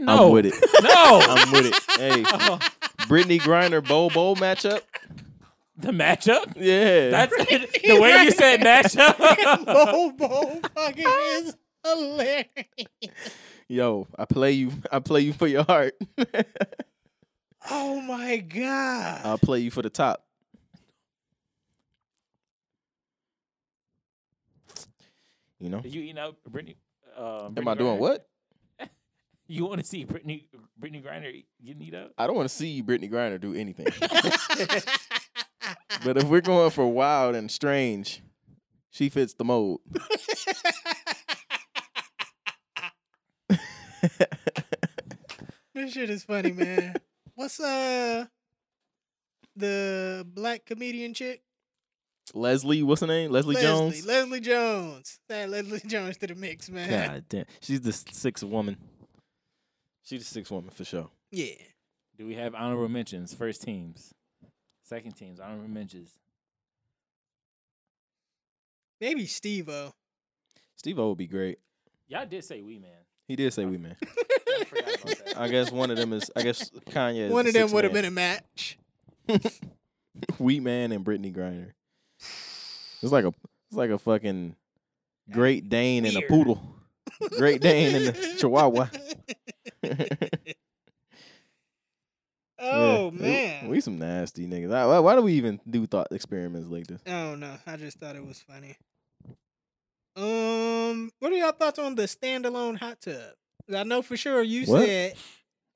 Nigga,
I'm with it.
No,
I'm with it. Hey,
Oh.
Brittany Griner, Bo Bo matchup.
the matchup.
Yeah,
That's the way you said matchup.
Bobo fucking is hilarious.
Yo, I play you. I play you for your heart.
Oh my god.
I'll play you for the top. You know?
you you know Brittany. Um,
Am I doing what?
You want to see Brittany Brittany Griner getting eat up?
I don't want to see Brittany Griner do anything. Oh. but if we're going for wild and strange, she fits the mold.
this shit is funny, man. What's uh the black comedian chick?
Leslie, what's her name? Leslie, Jones.
Leslie Jones. Add Leslie Jones to the mix, man.
God damn, she's the s- sixth woman. She's the sixth woman for sure.
Yeah.
Do we have honorable mentions? First teams, second teams, honorable mentions.
Maybe Steve O.
Steve O would be great.
Y'all did say we man.
He did say we man.
I forgot about that.
I guess one of them is. I guess Kanye. Is
One
the
of them
sixth
would have
man.
been a match.
Wheat Man and Brittany Griner. It's like a it's like a fucking Great Dane and a
Weird.
poodle. Great Dane and a Chihuahua. Yeah.
oh man.
we some nasty niggas. Why- Why, why do we even do thought experiments like this?
I don't know. I just thought it was funny. Um, what are y'all thoughts on the standalone hot tub? 'Cause I know for sure you
What?
said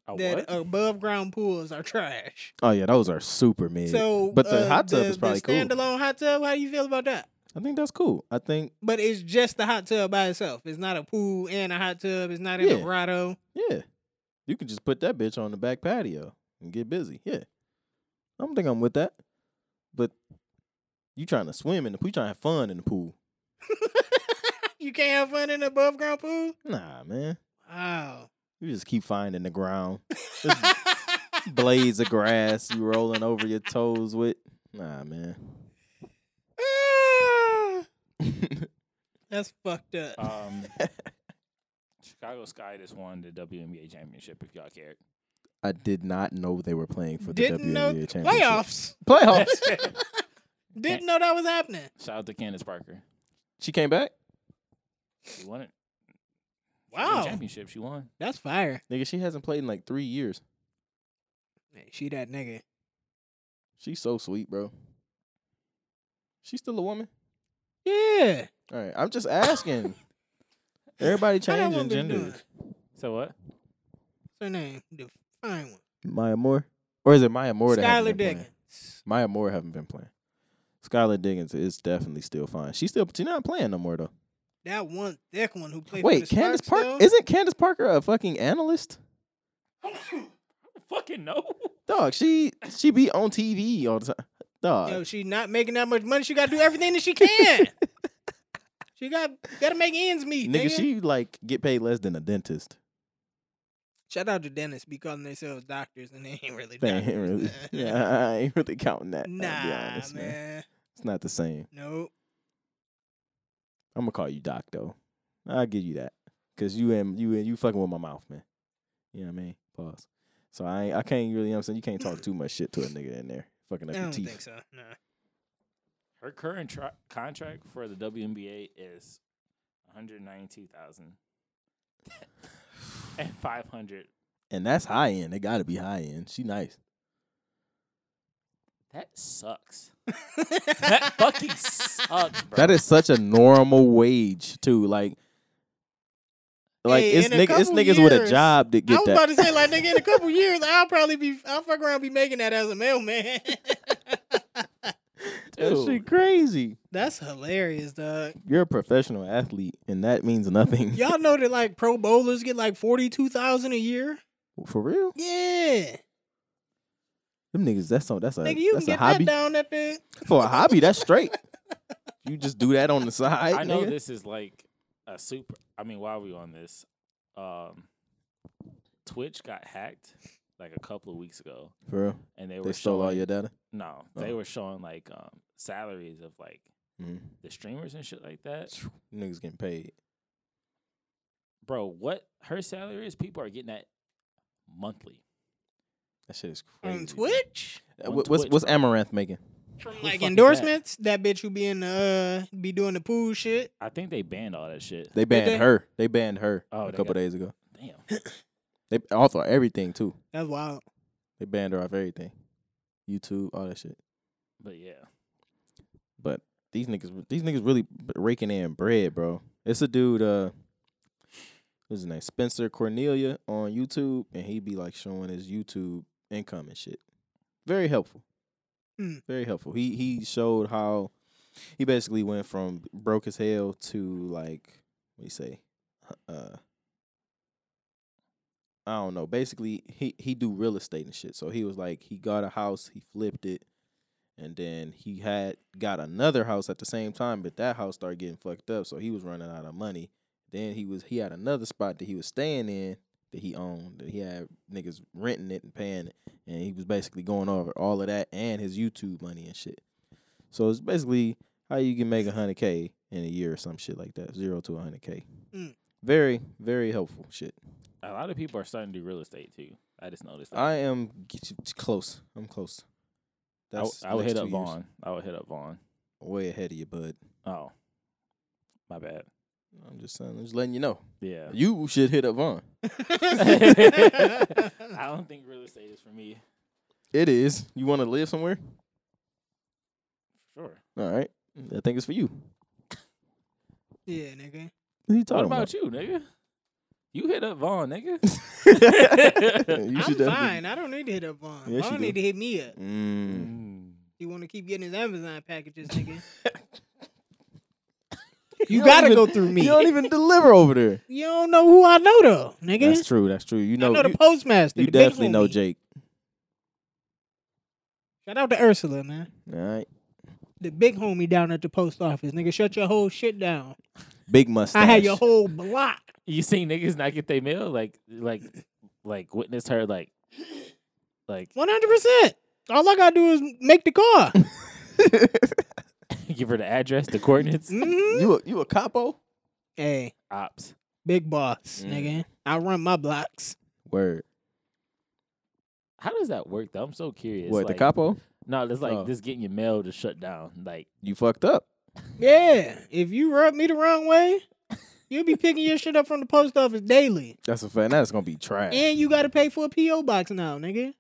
A
that
what?
above ground pools are trash.
Oh yeah, those are super mid.
So,
but the
uh,
hot tub
the-
is probably
the
cool.
standalone hot tub. How do you feel about that?
I think that's cool. I think
But it's just the hot tub by itself. It's not a pool and a hot tub. It's not in
Yeah.
a grotto.
yeah, you could just put that bitch on the back patio and get busy. Yeah, I don't think I'm with that. But you trying to swim in the pool? You trying to have fun in the pool?
You can't have fun in an above ground pool. Oh.
Nah, man.
Wow.
You just keep finding the ground. There's Mm. blades of grass you rolling over your toes with. Nah, man.
Ah, That's fucked up.
Uh,
Um, Chicago Sky just won the WNBA championship. If y'all cared,
I did not know they were playing for the
Didn't
WNBA
know
championship.
playoffs.
Playoffs.
Didn't know that was happening.
shout out to Candace Parker.
she came back.
She won it. She won the
Wow,
championship. She won.
that's fire.
Nigga, she hasn't played in like three years.
Hey, she that nigga.
She's so sweet, bro. She's still a woman.
Yeah,
All right, I'm just asking. Everybody
How that
changing
woman doing?
genders.
What's
So what?
her name? The fine one.
Maya Moore. Or is it Maya Moore? that haven't been
Skylar
playing?
Diggins.
Maya Moore haven't been playing. Skylar Diggins is definitely still fine. She's still she's not playing no more though.
That one thick one who played
Wait,
for the
Candace
Sparks
Parker
still?
isn't Candace Parker a fucking analyst?
Fucking no.
Dog, she she be on TV all the time. Dog,
Yo, she's not making that much money. She got to do everything that she can. she got got to make ends meet.
nigga, she like get paid less than a dentist.
shout out to dentists be calling themselves doctors and they ain't really
They
doctors.
ain't really,
man.
yeah, I ain't really counting that. I'll be
nah,
honest, man.
man.
it's not the same.
Nope.
I'm gonna call you doc though. I'll give you that because you and you and you fucking with my mouth, man. You know what I mean? Pause. So I ain't, I can't really. You know what I'm saying you can't talk too much shit to a nigga in there fucking
I
up your
don't
teeth.
think so. Nah.
Her current tra- contract for the WNBA is 192,000 and 500.
And that's high end. It gotta be high end. She nice.
That sucks. that fucking sucks, bro.
That is such a normal wage too. Like, like
Hey,
it's
in a
nigga, it's
couple
niggas with a
years-
job that
I
get
was
that.
about to say, like, nigga, in a couple years, I'll probably be, I'll fuck around, be making that as a mailman.
That
Dude.
shit crazy.
That's hilarious, dog.
You're a professional athlete, and that means nothing.
Y'all know that like pro bowlers get like forty two thousand a year.
For real,
Yeah,
them niggas. That's so. That's a.
nigga, you
that's
can
a
get
hobby.
that down at the
For a hobby, that's straight. You just do that on the side.
I know
nigga.
this is like a super. I mean, while we on this, um, Twitch got hacked like a couple of weeks ago,
For real,
and they were
they stole
showing,
all your data.
No, they
Oh.
were showing like um salaries of like
Mm.
the streamers and shit like that.
Niggas getting paid.
Bro, what her salary is? People are getting that monthly.
That shit is crazy.
on
dude.
Twitch
Uh,
On
wha- What's
Twitch,
what's
bro.
Amaranth making?
from
Who the fuck is
like
that?
endorsements. That? bitch who be in the uh, be doing the pool shit.
I think they banned all that shit.
They banned
they-
her. They banned her
Oh,
a
they
couple
got-
days ago.
Damn.
They off of everything too.
That's wild.
They banned her off everything, YouTube, all that shit.
But yeah,
But these niggas, these niggas really b- raking in bread, bro. It's a dude. uh What's his name? Spencer Cornelia on YouTube, and he be like showing his YouTube income and shit. Very helpful.
Mm.
Very helpful. He he showed how he basically went from broke as hell to like what do you say? Uh I don't know. Basically, he he do real estate and shit. So he was like he got a house, he flipped it, and then he had got another house at the same time, but that house started getting fucked up, so he was running out of money. Then he was he had another spot that he was staying in that he owned that he had niggas renting it and paying it, and he was basically going over all of that and his YouTube money and shit. So it's basically how you can make a hundred k in a year or some shit like that, zero to a hundred k.
Mm.
Very very helpful shit.
a lot of people are starting to do real estate too. I just noticed. That.
I am g- t- t- close. I'm close.
I, w- I
next
would hit
two
up
years.
Vaughn. I would hit up Vaughn.
Way ahead of you, bud.
Oh, my bad.
I'm just saying, I'm just letting you know.
Yeah.
You should hit up Vaughn.
I don't think real estate is for me.
It is. You want to live somewhere?
Sure.
All right. I think it's for you.
yeah, nigga.
What are you
What
talking about?
about you, nigga? You hit up Vaughn, nigga. Mm.
You
I'm
should definitely-
fine. I don't need to hit up on.
Yes,
I
you
don't
do.
need to hit me up.
Mm.
You want to keep getting his Amazon packages, nigga?
You
you
don't
gotta
even-
go through me.
You don't even deliver over there.
You don't know who I know though, nigga.
That's true. That's true. You know,
I know
you,
the postmaster.
you
the big
definitely know
homie.
Jake.
Shout out to Ursula, man.
All right.
The big homie down at the post office, nigga. Shut your whole shit down.
Big mustache.
I had your whole block.
You seen niggas not get their mail? Like, like, like witnessed her like, like
One hundred percent. All I gotta do is make the car.
give her the address, the coordinates,
Mhm.
you a, you a capo?
Hey,
ops.
big boss,
Mm.
nigga. I run my blocks.
Word.
How does that work though? I'm so curious.
what,
like,
the capo?
No, it's like
Oh.
just getting your mail to shut down. Like,
You fucked up.
Yeah. If you rub me the wrong way, you'll be picking your shit up from the post office daily,
That's a fact. That's going to be trash.
and you gotta pay for a PO box now, nigga.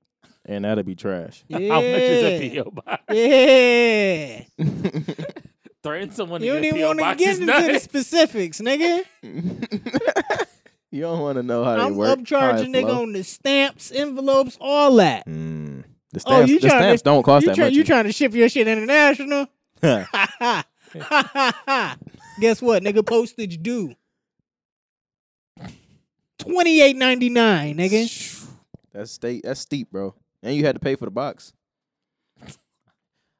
and that'll be trash.
Yeah.
how much is a PO box?
Yeah.
Threaten someone
You
to
don't
get a
even
PO
want to
box
get
is
into the
nuts.
specifics, nigga.
you don't want to know how they
I'm
work. how it
upcharging nigga
flow.
on the stamps, envelopes, all that.
Mm. The
Oh,
stamps,
you
the
tryna-
stamps don't cost
you,
that
try,
much.
you trying to ship your shit international?
Huh.
Ha ha ha ha ha. Guess what, nigga? Postage due. Twenty eight ninety nine, nigga.
That's state. That's steep, bro. And you had to pay for the box.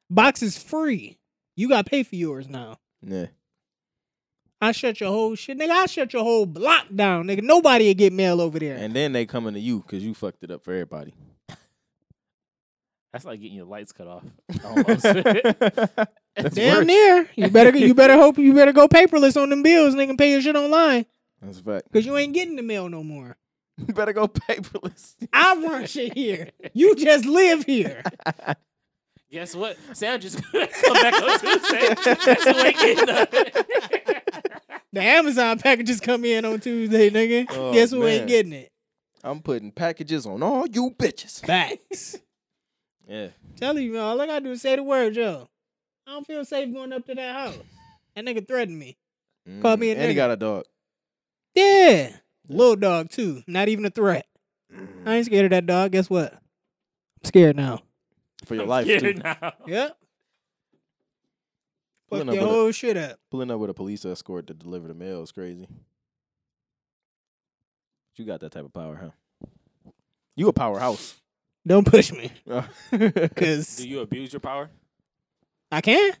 Box is free. You gotta pay for yours now.
Yeah.
I shut your whole shit, nigga. I shut your whole block down, nigga. Nobody will get mail over there.
And then they coming to you because you fucked it up for everybody.
That's like getting your lights cut off. Almost.
That's
Damn
worse.
near. You better you better hope you better go paperless on them bills, nigga. and Pay your shit online
That's a fact.
because you ain't getting the mail no more.
You better go paperless.
I run shit here. You just live here.
Guess what? Sam just gonna come back on Tuesday. That's the way it ended up.
The Amazon packages come in on Tuesday, nigga.
Oh,
Guess who ain't
man.
getting it?
I'm putting packages on all you bitches.
Facts.
Yeah.
Tell you, man, all I gotta do is say the word, yo. I don't feel safe going up to that house. That nigga threatened me. Call me a
Mm. And he
nigga.
got a dog.
Yeah. Mm. Little dog too. Not even a threat. I ain't scared of that dog. Guess what? I'm scared now.
For your life,
Here
too.
now.
Yep. Fuck
Pulling up
your
with a-
whole shit up.
Pulling up with a police escort to deliver the mail is crazy. You got that type of power, huh? You a powerhouse.
Don't push me. Cause
Do you abuse your power?
I can.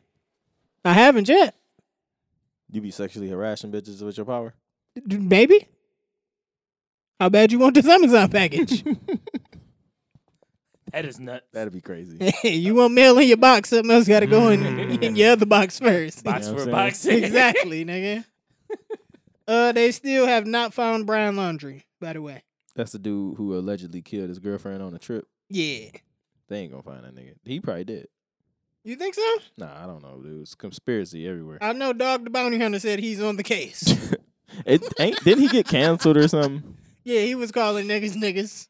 I haven't yet.
you be sexually harassing bitches with your power.
D- Maybe. How bad you want this Amazon package?
That is nuts.
That'd be crazy.
you want mail in your box, something else got to go
Mm.
in, in your other box first.
box
You know what
for
I'm saying?
boxing.
exactly, nigga. Uh, they still have not found Brian Laundry, by the way.
That's the dude who allegedly killed his girlfriend on a trip.
Yeah.
They ain't gonna find that nigga. He probably did.
You think so?
Nah, I don't know, dude. It's conspiracy everywhere.
I know Dog the Bounty Hunter said he's on the case.
it ain't didn't he get canceled or something?
yeah, he was calling niggas niggas.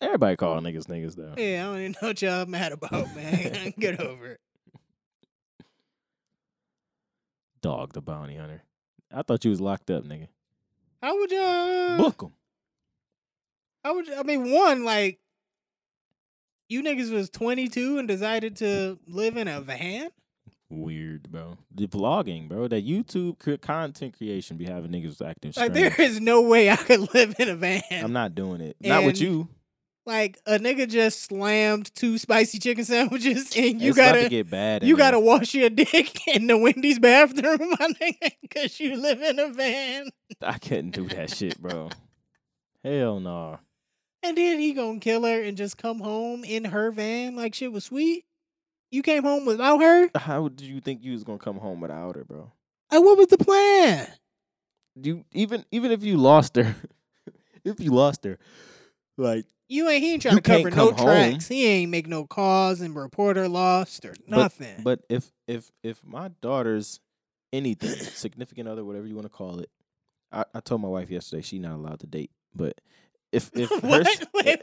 Everybody call niggas niggas though.
Yeah, I don't even know what y'all mad about, man. Get over it.
Dog the bounty hunter. I thought you was locked up, nigga.
How would y'all?
Book him.
I would. I mean, one like you niggas was 22 and decided to live in a van.
Weird, bro. The vlogging, bro. That YouTube cre- content creation be having niggas acting
Like
strange.
there is no way I could live in a van.
I'm not doing it. not
And
with you.
Like a nigga just slammed two spicy chicken sandwiches and you
it's about to
gotta
get bad. in
you
there.
gotta wash your dick in the Wendy's bathroom, my nigga, because you live in a van.
I couldn't do that shit, bro. Hell nah.
And then he gonna kill her and just come home in her van like shit was sweet. You came home without her.
How did you think you was gonna come home without her, bro?
Like, what was the plan?
you even even if you lost her, if you lost her, like
You ain't he ain't trying
You
to cover
can't
no
come home.
tracks. He ain't make no calls and report her lost or nothing.
But if if if my daughter's anything, significant other, whatever you want to call it, I, I told my wife yesterday she not allowed to date. But if if her
what?
s-
Wait.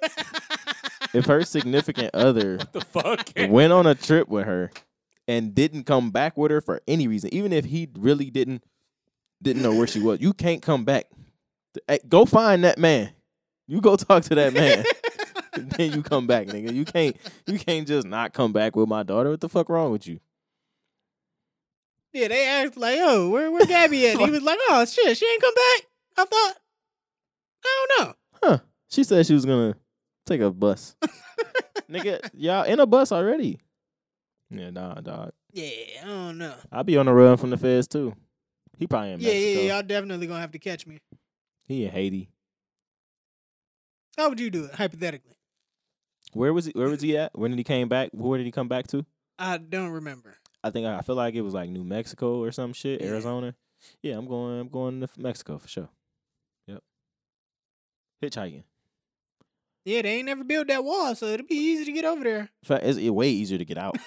if her significant other
What the fuck?
went on a trip with her and didn't come back with her for any reason, even if he really didn't didn't know where she was, you can't come back. Hey, Go find that man. You go talk to that man. then you come back, nigga. You can't you can't just not come back with my daughter. What the fuck wrong with you?
yeah, they asked like, "Oh, where where Gabby at?" he was like, "Oh shit, she ain't come back." I thought, I don't know.
Huh. She said she was gonna take a bus. nigga, y'all in a bus already. Yeah, nah, dog.
Yeah, I don't know.
I'll be on the run from the feds too. He probably in
Yeah,
Mexico.
yeah, yeah, y'all definitely gonna have to catch me.
He in Haiti.
How would you do it hypothetically?
Where was he where was he at? When did he came back? Where did he come back to?
I don't remember.
I think I feel like it was like New Mexico or some shit,
Yeah.
Arizona. Yeah, I'm going. I'm going to Mexico for sure. Yep. Hitchhiking.
Yeah, they ain't never built that wall, so it'd be easy to get over there.
In fact, it's it way easier to get out.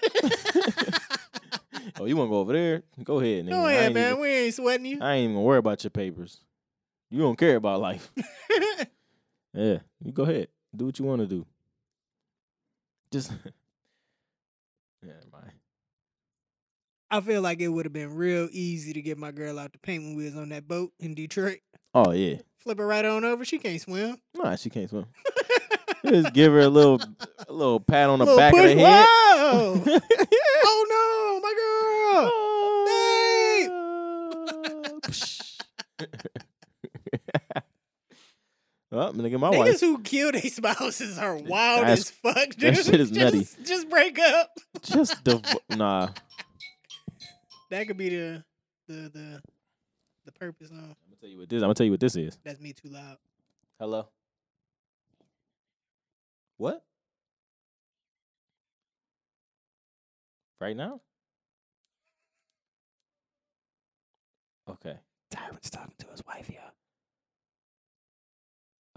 oh, you want to go over there? Go ahead, nigga.
Go
I
ahead,
ain't
man.
Even,
we ain't sweating you.
I ain't even gonna worry about your papers. You don't care about life. yeah, you go ahead. Do what you want to do. Just. yeah, bye.
I feel like it would have been real easy to get my girl out the paint when we was on that boat in Detroit.
Oh yeah.
Flip her right on over. She can't swim.
Nah, she can't swim. Just give her a little, a little pat on the
Little
back
push.
of the head.
Whoa! oh no, my girl.
Oh, nigga, my
Niggas
wife.
who kill their spouses are wild
That's-
as fuck, dude.
that shit is
just,
nutty.
Just break up.
Just div- nah.
That could be the the the the purpose. Huh?
I'm gonna tell you what this. I'm gonna tell you what this is.
That's me too loud.
Hello. What? Right now? Okay.
Tyron's talking to his wife, yeah.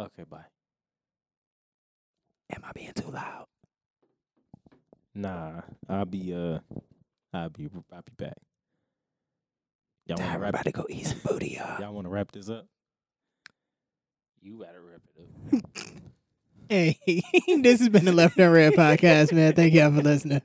Okay. Bye.
Am I being too loud?
Nah. I'll be. Uh. I'll be. I'll be back. Y'all wanna wrap?
to go eat some booty,
Y'all wanna wrap this up?
You better rip it up.
Hey, this has been the Left and Red podcast, man. Thank y'all for listening.